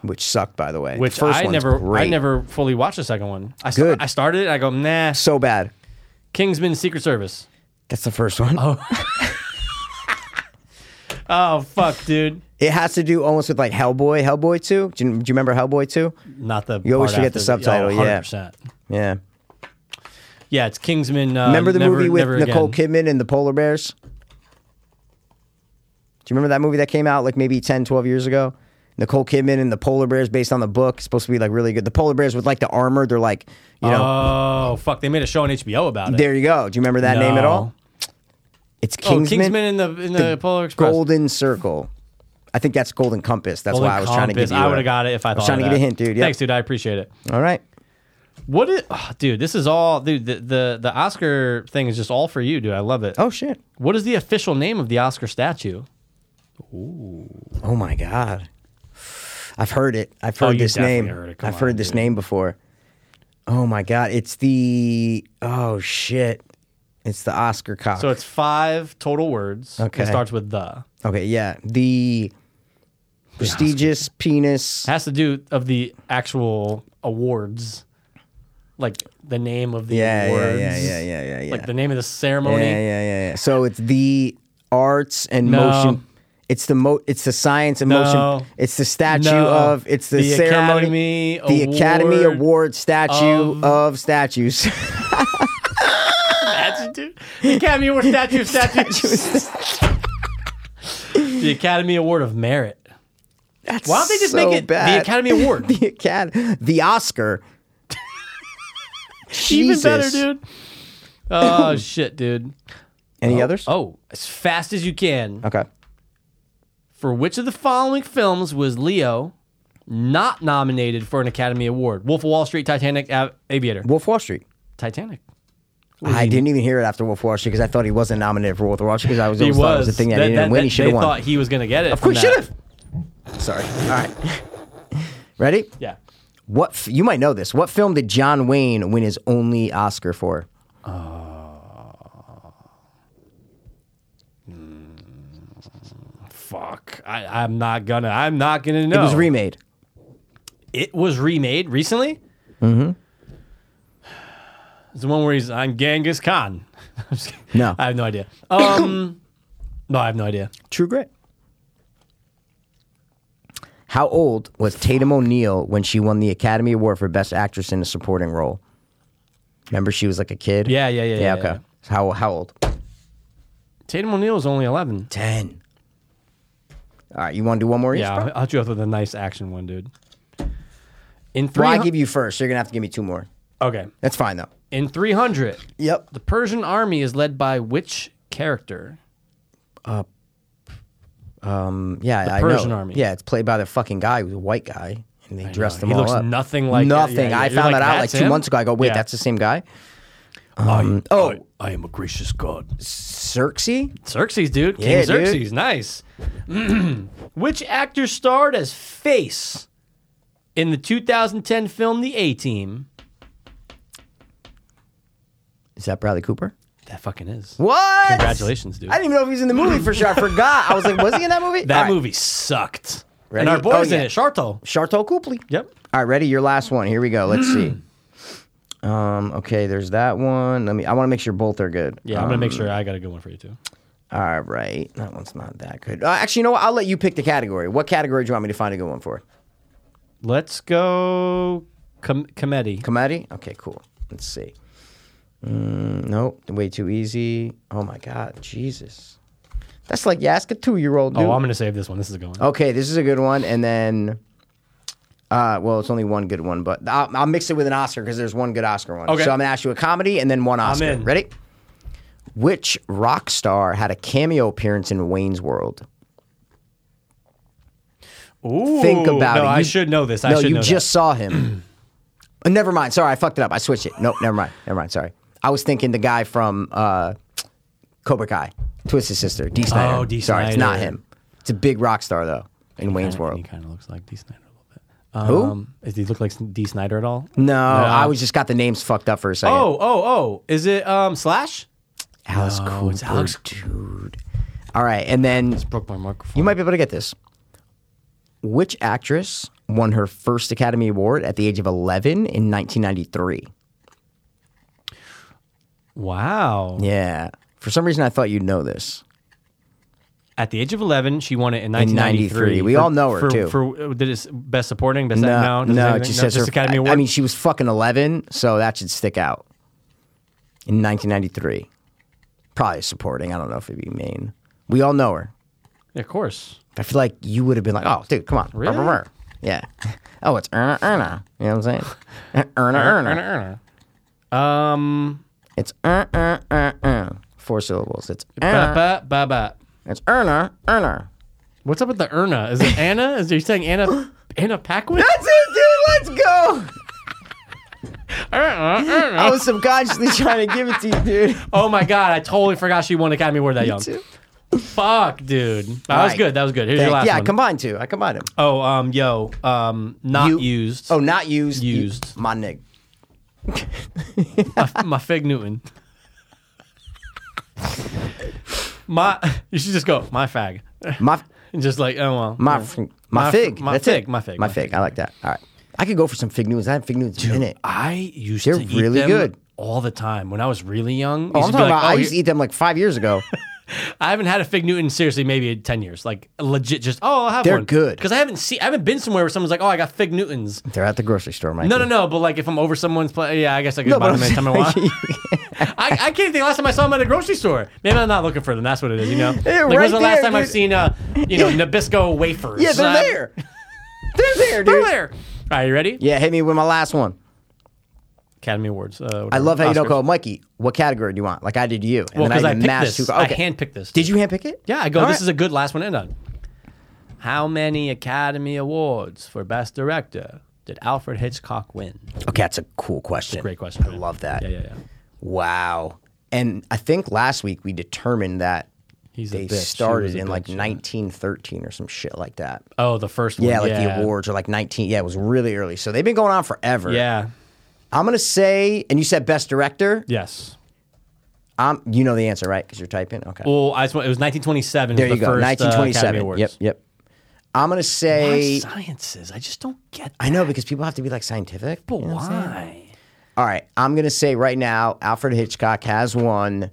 Speaker 3: Which sucked, by the way.
Speaker 2: Which
Speaker 3: the first
Speaker 2: I
Speaker 3: one's
Speaker 2: never
Speaker 3: great.
Speaker 2: I never fully watched the second one. I sta-
Speaker 3: Good.
Speaker 2: I started it, I go, nah.
Speaker 3: so bad.
Speaker 2: Kingsman Secret Service.
Speaker 3: That's the first one.
Speaker 2: Oh fuck, dude.
Speaker 3: It has to do almost with like Hellboy, Hellboy Two. Do you, do you remember Hellboy Two?
Speaker 2: Not the
Speaker 3: You always
Speaker 2: part
Speaker 3: forget the
Speaker 2: after
Speaker 3: subtitle,
Speaker 2: oh,
Speaker 3: yeah.
Speaker 2: 100%.
Speaker 3: Yeah.
Speaker 2: Yeah, it's Kingsman uh,
Speaker 3: Remember the
Speaker 2: Never-
Speaker 3: movie with
Speaker 2: Never
Speaker 3: Nicole
Speaker 2: Again.
Speaker 3: Kidman and the polar bears? Do you remember that movie that came out like maybe 10, 12 years ago? Nicole Kidman and the polar bears, based on the book, it's supposed to be like really good. The polar bears with like the armor, they're like, you know,
Speaker 2: Oh fuck, they made a show on HBO about it.
Speaker 3: there you go. Do you remember that name at
Speaker 2: Oh. No.
Speaker 3: all? It's
Speaker 2: Oh,
Speaker 3: Kingsman.
Speaker 2: Kingsman in the in the, Polar Express.
Speaker 3: Golden Circle. I think that's Golden Compass. That's
Speaker 2: Golden
Speaker 3: why I was trying to give
Speaker 2: Compass.
Speaker 3: you.
Speaker 2: I
Speaker 3: a-
Speaker 2: would have got it if I
Speaker 3: I
Speaker 2: thought.
Speaker 3: was trying
Speaker 2: of
Speaker 3: to give you a
Speaker 2: that.
Speaker 3: hint, dude. Yeah.
Speaker 2: Thanks, dude. I appreciate it.
Speaker 3: All right.
Speaker 2: What is, oh, dude? This is all, dude. The, the the Oscar thing is just all for you, dude. I love it.
Speaker 3: Oh shit.
Speaker 2: What is the official name of the Oscar statue?
Speaker 3: Oh my god. I've heard it. I've heard
Speaker 2: Oh, you
Speaker 3: this
Speaker 2: definitely
Speaker 3: name.
Speaker 2: heard it. Come
Speaker 3: I've
Speaker 2: on,
Speaker 3: heard this
Speaker 2: dude.
Speaker 3: name before. Oh my god! It's the oh shit. It's the Oscar cock.
Speaker 2: So it's five total words.
Speaker 3: Okay.
Speaker 2: It starts with the.
Speaker 3: okay, yeah. The prestigious penis.
Speaker 2: It has to do of the actual awards, like the name of the
Speaker 3: Yeah, yeah,
Speaker 2: awards.
Speaker 3: yeah, yeah, yeah, yeah, yeah.
Speaker 2: Like the name of the ceremony.
Speaker 3: Yeah, yeah, yeah, yeah. So it's the arts and
Speaker 2: No.
Speaker 3: motion. It's the mo. It's the science and
Speaker 2: No.
Speaker 3: motion. It's the statue
Speaker 2: No.
Speaker 3: of. It's the,
Speaker 2: The
Speaker 3: ceremony.
Speaker 2: Academy
Speaker 3: the Academy
Speaker 2: Award
Speaker 3: Award statue of,
Speaker 2: of-
Speaker 3: statues.
Speaker 2: Statue, dude. The Academy Award statue of statues. the Academy Award of Merit.
Speaker 3: That's
Speaker 2: Why don't they just
Speaker 3: so
Speaker 2: make it the
Speaker 3: bad.
Speaker 2: Academy Award?
Speaker 3: the Academy, the Oscar.
Speaker 2: Even better,
Speaker 3: Jesus.
Speaker 2: dude. Oh shit, dude.
Speaker 3: Any others?
Speaker 2: Oh, as fast as you can.
Speaker 3: Okay.
Speaker 2: For which of the following films was Leo not nominated for an Academy Award? Wolf of Wall Street, Titanic, Av- Aviator.
Speaker 3: Wolf Wall Street.
Speaker 2: Titanic.
Speaker 3: I didn't even hear it after Wolf Wall Street because I thought he wasn't nominated for Wolf Wall Street because I was
Speaker 2: He
Speaker 3: always
Speaker 2: was.
Speaker 3: thought it was a thing that, he didn't win. he should
Speaker 2: they
Speaker 3: have won.
Speaker 2: thought he was going to get it.
Speaker 3: of course, should have. Sorry. All right. Ready?
Speaker 2: Yeah.
Speaker 3: What f- you might know this? What film did John Wayne win his only Oscar for?
Speaker 2: Fuck. I, I'm not gonna. I'm not gonna know.
Speaker 3: It was remade.
Speaker 2: It was remade recently. Mm-hmm. It's the one where he's on Genghis Khan. I'm just kidding.
Speaker 3: No.
Speaker 2: I have no idea. Um, no, I have no idea.
Speaker 3: True Grit. How old was Tatum O'Neill when she won the Academy Award for Best Actress in a Supporting Role? Remember, she was like a kid.
Speaker 2: Yeah, yeah, yeah,
Speaker 3: Yeah.
Speaker 2: yeah,
Speaker 3: okay.
Speaker 2: yeah.
Speaker 3: How how old?
Speaker 2: Tatum O'Neal is only 11.
Speaker 3: Ten. All right, you want to do one more? each,
Speaker 2: Yeah,
Speaker 3: bro?
Speaker 2: I'll- I'll hit you up with a nice action one, dude. In three,
Speaker 3: Well, I give you first. So you're gonna have to give me two more.
Speaker 2: okay.
Speaker 3: That's fine though.
Speaker 2: In 300,
Speaker 3: Yep.
Speaker 2: the Persian army is led by which character?
Speaker 3: Yeah, I
Speaker 2: Persian
Speaker 3: know.
Speaker 2: army.
Speaker 3: Yeah, it's played by the fucking guy who's a white guy, and they dressed him
Speaker 2: He
Speaker 3: all
Speaker 2: looks
Speaker 3: up.
Speaker 2: nothing like-
Speaker 3: nothing.
Speaker 2: yeah, yeah,
Speaker 3: I
Speaker 2: you're
Speaker 3: found
Speaker 2: like,
Speaker 3: that out like
Speaker 2: "That's
Speaker 3: two
Speaker 2: him?"
Speaker 3: months ago. I go, wait,
Speaker 2: Yeah.
Speaker 3: that's the same guy. Um,
Speaker 2: oh, I, am a gracious god.
Speaker 3: Xerxes.
Speaker 2: Xerxes, dude. King
Speaker 3: Yeah, dude.
Speaker 2: Xerxes. Nice. Which actor starred as Face in the 2010 film The A Team?
Speaker 3: Is that Bradley Cooper?
Speaker 2: That fucking is.
Speaker 3: What?
Speaker 2: Congratulations, dude.
Speaker 3: I didn't even know if he was in the movie for sure. I forgot. I was like, was he in that movie?
Speaker 2: That
Speaker 3: All right.
Speaker 2: movie sucked.
Speaker 3: Ready?
Speaker 2: And our boy's
Speaker 3: Oh, yeah.
Speaker 2: in it, Sharto.
Speaker 3: Sharto Copley.
Speaker 2: Yep.
Speaker 3: All right, ready? Your last one. Here we go. Let's see.
Speaker 2: Mm.
Speaker 3: Um, okay, there's that one. Let me. I want to make sure both are good. Um,
Speaker 2: Yeah, I'm gonna make sure I got a good one for you too.
Speaker 3: All right, that one's not that good. Uh, actually, you know what? I'll let you pick the category. What category do you want me to find a good one for?
Speaker 2: Let's go com- comedy.
Speaker 3: Comedy? Okay, cool. Let's see. Mm, nope, way too easy. Oh my God, Jesus. That's like, you ask a two year old dude.
Speaker 2: Oh, I'm gonna save this one. This is a good one.
Speaker 3: okay, this is a good one. And then, uh, well, it's only one good one, but I'll, I'll mix it with an Oscar because there's one good Oscar one.
Speaker 2: Okay.
Speaker 3: So I'm going to ask you a comedy and then one Oscar.
Speaker 2: in.
Speaker 3: Ready? Which rock star had a cameo appearance in Wayne's World?
Speaker 2: Ooh,
Speaker 3: Think about
Speaker 2: Oh, no,
Speaker 3: it.
Speaker 2: I
Speaker 3: You-
Speaker 2: should know this. I
Speaker 3: no,
Speaker 2: should
Speaker 3: you
Speaker 2: know that.
Speaker 3: just saw him. oh, never mind. Sorry, I fucked it up. I switched it. Nope, never mind. Never mind. Sorry. I was thinking the guy from uh, Cobra Kai, Twisted Sister, D. Snyder.
Speaker 2: Oh, D.
Speaker 3: Sorry, it's not
Speaker 2: Snyder.
Speaker 3: him. It's a big rock star though in Wayne's
Speaker 2: Kinda- He
Speaker 3: World.
Speaker 2: kind of looks like D. Snyder a
Speaker 3: Who?
Speaker 2: little bit. Um, does he look like D. Snyder at all?
Speaker 3: No, I was just got the names fucked up for a second.
Speaker 2: Oh, oh, oh! Is it um Slash?
Speaker 3: Alice Cooper,
Speaker 2: it's Alex
Speaker 3: dude. All right, and then
Speaker 2: Broke my microphone.
Speaker 3: you might be able to get this. Which actress won her first Academy Award at the age of 11 in 1993?
Speaker 2: Wow.
Speaker 3: Yeah. For some reason, I thought you'd know this.
Speaker 2: At the age of 11, she won it in 1993.
Speaker 3: 1993. We all know her,
Speaker 2: for,
Speaker 3: too.
Speaker 2: For uh, did it best supporting, best
Speaker 3: No,
Speaker 2: does it
Speaker 3: no,
Speaker 2: anything?
Speaker 3: it just says
Speaker 2: just
Speaker 3: her.
Speaker 2: Academy
Speaker 3: I-
Speaker 2: Award.
Speaker 3: I mean, she was fucking 11, so that should stick out. In 1993. Probably supporting. I don't know if it'd be main. We all know her.
Speaker 2: of course.
Speaker 3: I feel like you would have been like, oh, dude, come on.
Speaker 2: Really?
Speaker 3: Yeah. Oh, it's Erna Erna. You know what I'm saying? Uh, Erna Erna.
Speaker 2: Um,
Speaker 3: It's uh, Erna Erna Erna. uh. Four syllables. It's
Speaker 2: ba,
Speaker 3: Erna.
Speaker 2: ba, ba, ba.
Speaker 3: It's uh, Erna Erna.
Speaker 2: What's up with the Erna? Is it Anna? Is you saying Anna? Anna Paquin?
Speaker 3: That's it, dude. Let's go.
Speaker 2: Uh,
Speaker 3: I was subconsciously trying to give it to you, dude.
Speaker 2: Oh my god! I totally forgot she won Academy Award that young.
Speaker 3: too.
Speaker 2: Fuck, dude. That was
Speaker 3: Right.
Speaker 2: good. That was good. Here's your
Speaker 3: Thank-
Speaker 2: last
Speaker 3: yeah,
Speaker 2: one.
Speaker 3: I combined two. I combined them.
Speaker 2: Oh, um, yo, um, not
Speaker 3: You-
Speaker 2: used.
Speaker 3: Oh, not used. You-
Speaker 2: Used.
Speaker 3: my nig.
Speaker 2: my fig Newton. My, you should just go my fag,
Speaker 3: My
Speaker 2: and just like oh well.
Speaker 3: my
Speaker 2: yeah.
Speaker 3: f- my,
Speaker 2: My f-
Speaker 3: fig.
Speaker 2: my
Speaker 3: That's
Speaker 2: fig,
Speaker 3: it.
Speaker 2: my fig,
Speaker 3: My
Speaker 2: my
Speaker 3: fig. I like that. All right. I could go for some fig noodles. I have fig noodles in it.
Speaker 2: I used
Speaker 3: They're
Speaker 2: to eat
Speaker 3: really
Speaker 2: them
Speaker 3: good.
Speaker 2: all the time when I was really young.
Speaker 3: Oh,
Speaker 2: used to
Speaker 3: I'm talking
Speaker 2: be like,
Speaker 3: about.
Speaker 2: "Oh,
Speaker 3: I
Speaker 2: here-
Speaker 3: used to eat them like five years ago.
Speaker 2: I haven't had a fig Newton seriously maybe in ten years. Like legit, just oh, I'll have
Speaker 3: They're
Speaker 2: one.
Speaker 3: good.
Speaker 2: because I haven't seen, I haven't been somewhere where someone's like, oh, I got fig Newtons.
Speaker 3: They're at the grocery store, Mike.
Speaker 2: No, no, no. But like if I'm over someone's place, yeah, I guess I could
Speaker 3: No,
Speaker 2: buy
Speaker 3: but
Speaker 2: them
Speaker 3: I'm
Speaker 2: anytime I want. I, I can't think. the Last time I saw them at a grocery store. Maybe I'm not looking for them. That's what it is. You know,
Speaker 3: Yeah,
Speaker 2: like when's
Speaker 3: right
Speaker 2: the last
Speaker 3: there,
Speaker 2: time I've
Speaker 3: dude.
Speaker 2: seen uh, you know, Nabisco wafers?
Speaker 3: Yeah, they're
Speaker 2: Uh,
Speaker 3: there. they're there, dude.
Speaker 2: They're there. All right, you ready?
Speaker 3: Yeah, hit me with my last one.
Speaker 2: Academy Awards. Uh,
Speaker 3: I love how you don't
Speaker 2: Oscars.
Speaker 3: go, Mikey. What category do you want? Like I did you. And
Speaker 2: Well, because I,
Speaker 3: did
Speaker 2: picked
Speaker 3: mass
Speaker 2: this.
Speaker 3: super-
Speaker 2: I
Speaker 3: okay.
Speaker 2: handpicked this.
Speaker 3: Did you handpick it?
Speaker 2: Yeah, I go.
Speaker 3: All
Speaker 2: this
Speaker 3: right.
Speaker 2: is a good last one to end on. How many Academy Awards for Best Director did Alfred Hitchcock win?
Speaker 3: Okay, that's a cool question.
Speaker 2: Great question.
Speaker 3: I
Speaker 2: man.
Speaker 3: love that.
Speaker 2: Yeah, yeah, yeah.
Speaker 3: Wow. And I think last week we determined that
Speaker 2: He's a
Speaker 3: they
Speaker 2: bitch. He was
Speaker 3: started
Speaker 2: a
Speaker 3: in like
Speaker 2: bitch, yeah.
Speaker 3: 1913 or some shit like that.
Speaker 2: Oh, the first one.
Speaker 3: Yeah, like the awards or like 19. Yeah, it was really early. So they've been going on forever.
Speaker 2: Yeah.
Speaker 3: I'm gonna say, and you said best director.
Speaker 2: Yes.
Speaker 3: Um, you know the answer, right? Because you're typing. Okay.
Speaker 2: Well, I just, want- it was 1927.
Speaker 3: there you
Speaker 2: was the
Speaker 3: go.
Speaker 2: First, uh, Academy
Speaker 3: 1927.
Speaker 2: Awards.
Speaker 3: yep. Yep. I'm gonna
Speaker 2: Why
Speaker 3: say.
Speaker 2: sciences? I just don't get.
Speaker 3: I know because people have to be like scientific.
Speaker 2: But
Speaker 3: you know what I'm saying?
Speaker 2: why?
Speaker 3: All right, I'm gonna say right now, Alfred Hitchcock has won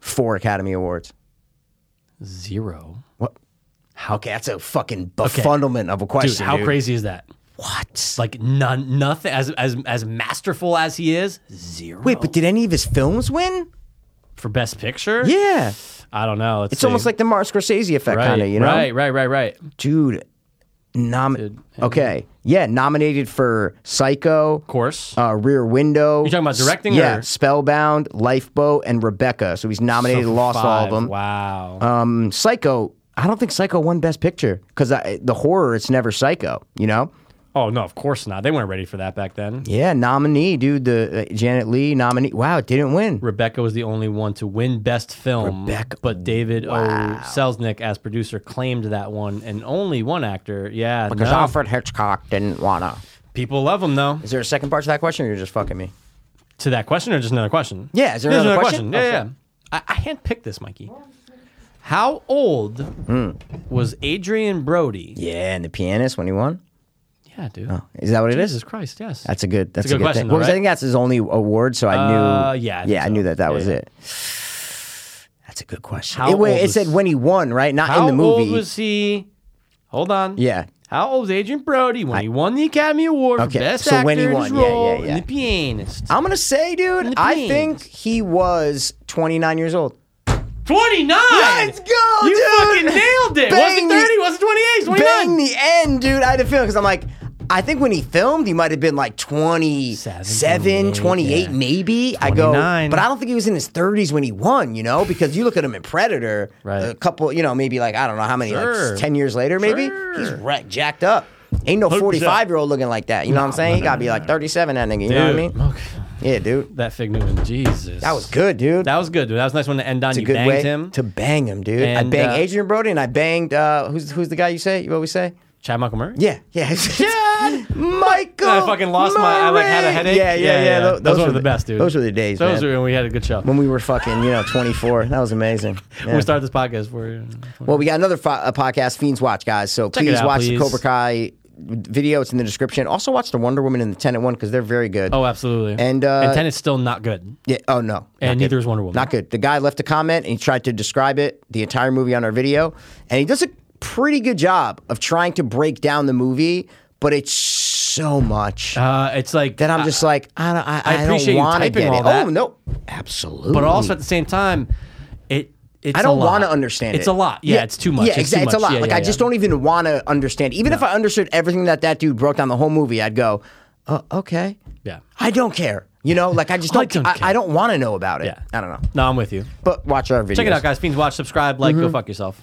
Speaker 3: four Academy Awards.
Speaker 2: Zero.
Speaker 3: What? How, okay, that's a fucking befuddlement of a
Speaker 2: Dude,
Speaker 3: question.
Speaker 2: how
Speaker 3: dude.
Speaker 2: crazy is that?
Speaker 3: What?
Speaker 2: Like none, nothing. As as as masterful as he is, zero.
Speaker 3: Wait, but did any of his films win?
Speaker 2: for Best Picture?
Speaker 3: Yeah,
Speaker 2: I don't know. Let's
Speaker 3: it's almost
Speaker 2: see.
Speaker 3: like the Martin Scorsese effect,
Speaker 2: right,
Speaker 3: kind of. You know,
Speaker 2: right, right, right, right.
Speaker 3: dude. Nom-
Speaker 2: yeah.
Speaker 3: okay, yeah, nominated for Psycho,
Speaker 2: Of course.
Speaker 3: uh, Rear Window.
Speaker 2: You're talking about directing
Speaker 3: Yeah,
Speaker 2: or-
Speaker 3: Spellbound, Lifeboat, and Rebecca. So he's nominated,
Speaker 2: So
Speaker 3: lost all
Speaker 2: five.
Speaker 3: of them.
Speaker 2: Wow.
Speaker 3: Um, Psycho. I don't think Psycho won Best Picture because the horror. It's never Psycho. You know.
Speaker 2: oh no, of course not. They weren't ready for that back then.
Speaker 3: Yeah, nominee, dude. The uh, Janet Lee nominee. Wow, it didn't win.
Speaker 2: Rebecca was the only one to win Best Film,
Speaker 3: Rebecca-
Speaker 2: but David O. Selznick, as producer, claimed that one, and only one actor. Yeah,
Speaker 3: Because
Speaker 2: no.
Speaker 3: Alfred Hitchcock didn't wanna.
Speaker 2: people love him though.
Speaker 3: Is there a second part to that question, or you're just fucking me?
Speaker 2: To that question, or just another question?
Speaker 3: Yeah, is there
Speaker 2: There's
Speaker 3: another question?
Speaker 2: Yeah, yeah. I, I handpicked this, Mikey. How old
Speaker 3: Hmm.
Speaker 2: was Adrian Brody?
Speaker 3: Yeah, and the pianist when he won.
Speaker 2: Yeah, dude.
Speaker 3: Oh, Is that what it is?
Speaker 2: Jesus Christ, yes.
Speaker 3: That's a good. That's,
Speaker 2: a good
Speaker 3: good,
Speaker 2: question,
Speaker 3: thing.
Speaker 2: though,
Speaker 3: Well, 'cause I
Speaker 2: right?
Speaker 3: think that's his only award, so I knew.
Speaker 2: Uh, yeah, I think
Speaker 3: yeah, I
Speaker 2: so.
Speaker 3: knew that that
Speaker 2: Yeah,
Speaker 3: was
Speaker 2: yeah.
Speaker 3: it. That's a good question.
Speaker 2: How
Speaker 3: it, wait,
Speaker 2: old
Speaker 3: it
Speaker 2: was-
Speaker 3: said when he won, right? Not
Speaker 2: How
Speaker 3: in the movie.
Speaker 2: old was he? Hold on.
Speaker 3: yeah,
Speaker 2: How old was Agent Brody when he won the Academy Award
Speaker 3: Okay,
Speaker 2: for Best
Speaker 3: so
Speaker 2: Actor
Speaker 3: when he
Speaker 2: in his
Speaker 3: won, yeah, yeah,
Speaker 2: role
Speaker 3: yeah.
Speaker 2: in The Pianist?
Speaker 3: I'm gonna say, dude.
Speaker 2: the
Speaker 3: I
Speaker 2: Beans.
Speaker 3: think he was 29 years old.
Speaker 2: 29!
Speaker 3: Let's go,
Speaker 2: You
Speaker 3: dude.
Speaker 2: fucking nailed it! Wasn't
Speaker 3: Bang the-
Speaker 2: 30, wasn't 28,
Speaker 3: Bang
Speaker 2: 29!
Speaker 3: the end, dude. I had a feeling because I'm like, I think when he filmed, he might have been like 27, 28,
Speaker 2: Seven, 28, yeah.
Speaker 3: maybe. I go,
Speaker 2: 29.
Speaker 3: but I don't think he was in his 30s when he won, you know, because you look at him in Predator,
Speaker 2: Right.
Speaker 3: a couple, you know, maybe like, I don't know how many,
Speaker 2: Sure.
Speaker 3: like 10 years later, maybe. He's wrecked, jacked up. Ain't no 45 year old looking like that. You know what I'm saying? He got to be like 37, that nigga. You know what I
Speaker 2: Dude,
Speaker 3: mean?
Speaker 2: okay.
Speaker 3: Yeah, dude.
Speaker 2: That Fig Newton, Jesus.
Speaker 3: That was good, dude.
Speaker 2: That was good, dude. That was a nice one to end on.
Speaker 3: It's a
Speaker 2: you
Speaker 3: good
Speaker 2: banged
Speaker 3: way
Speaker 2: him.
Speaker 3: to bang him, dude. I
Speaker 2: And,
Speaker 3: banged
Speaker 2: uh,
Speaker 3: Adrian Brody and I banged uh, who's who's the guy you say you always say?
Speaker 2: Chad Michael Murray?
Speaker 3: Yeah, yeah. Chad Michael.
Speaker 2: I fucking lost my. I like had a
Speaker 3: Murray!
Speaker 2: headache.
Speaker 3: Yeah, yeah, yeah. tho-
Speaker 2: Those, were
Speaker 3: were
Speaker 2: the best, dude.
Speaker 3: Those were the days,
Speaker 2: Those
Speaker 3: man.
Speaker 2: were when we had a good show.
Speaker 3: when we were fucking, you know, 24. That was amazing.
Speaker 2: When
Speaker 3: Yeah.
Speaker 2: we started this podcast, we're
Speaker 3: well, we got another fo- uh, podcast, Fiends Watch, guys. So
Speaker 2: it
Speaker 3: please
Speaker 2: out,
Speaker 3: watch the
Speaker 2: please.
Speaker 3: Cobra Kai video. It's in the description. Also watch the Wonder Woman and the Tenant one because they're very good.
Speaker 2: oh, absolutely.
Speaker 3: And, uh,
Speaker 2: and tenant's still not good.
Speaker 3: Yeah. Oh no.
Speaker 2: And
Speaker 3: Not
Speaker 2: neither
Speaker 3: good.
Speaker 2: is Wonder Woman.
Speaker 3: Not good. The guy left a comment and he tried to describe it, the entire movie on our video, and he does a pretty good job of trying to break down the movie, but it's so much
Speaker 2: Uh, it's like
Speaker 3: that I'm
Speaker 2: I-
Speaker 3: just like, I don't, I,
Speaker 2: I
Speaker 3: I
Speaker 2: appreciate
Speaker 3: don't
Speaker 2: you
Speaker 3: want to
Speaker 2: typing
Speaker 3: get
Speaker 2: all
Speaker 3: it.
Speaker 2: that.
Speaker 3: Oh no, absolutely.
Speaker 2: but also at the same time, it. It's
Speaker 3: I don't
Speaker 2: want to
Speaker 3: understand
Speaker 2: It's
Speaker 3: it.
Speaker 2: a lot. Yeah, it's too much.
Speaker 3: Yeah,
Speaker 2: it's too
Speaker 3: exactly. It's a
Speaker 2: much.
Speaker 3: lot.
Speaker 2: Yeah,
Speaker 3: like
Speaker 2: yeah,
Speaker 3: I just
Speaker 2: yeah.
Speaker 3: don't even want to understand. Even if I understood everything that that dude broke down the whole movie, I'd go, oh, okay,
Speaker 2: Yeah.
Speaker 3: I don't care. You know, like I just
Speaker 2: I
Speaker 3: don't. I
Speaker 2: don't
Speaker 3: I,
Speaker 2: care.
Speaker 3: don't want to know about it.
Speaker 2: Yeah.
Speaker 3: I don't know.
Speaker 2: No, I'm with you.
Speaker 3: But watch our video.
Speaker 2: Check it out, guys. Fiends watch, subscribe, like,
Speaker 3: Mm-hmm.
Speaker 2: go fuck yourself.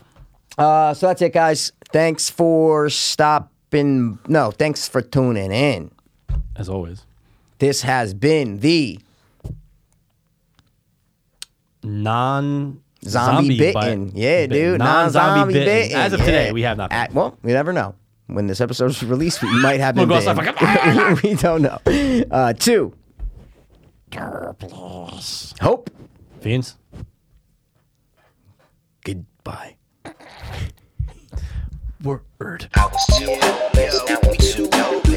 Speaker 3: Uh, so that's it, guys. Thanks for stopping. No, thanks for tuning in.
Speaker 2: As always,
Speaker 3: This has been the
Speaker 2: non
Speaker 3: zombie, bitten. yeah, dude.
Speaker 2: non zombie bitten.
Speaker 3: bitten.
Speaker 2: As of
Speaker 3: Yeah.
Speaker 2: today, we have not.
Speaker 3: At- well, we never know. When this episode's released, we might have
Speaker 2: We'll
Speaker 3: been.
Speaker 2: go outside
Speaker 3: bitten. we don't know. Uh, two. Hope.
Speaker 2: Fiends.
Speaker 3: Goodbye.
Speaker 2: Word.
Speaker 6: I was too hopeless, now I'm too hopeless.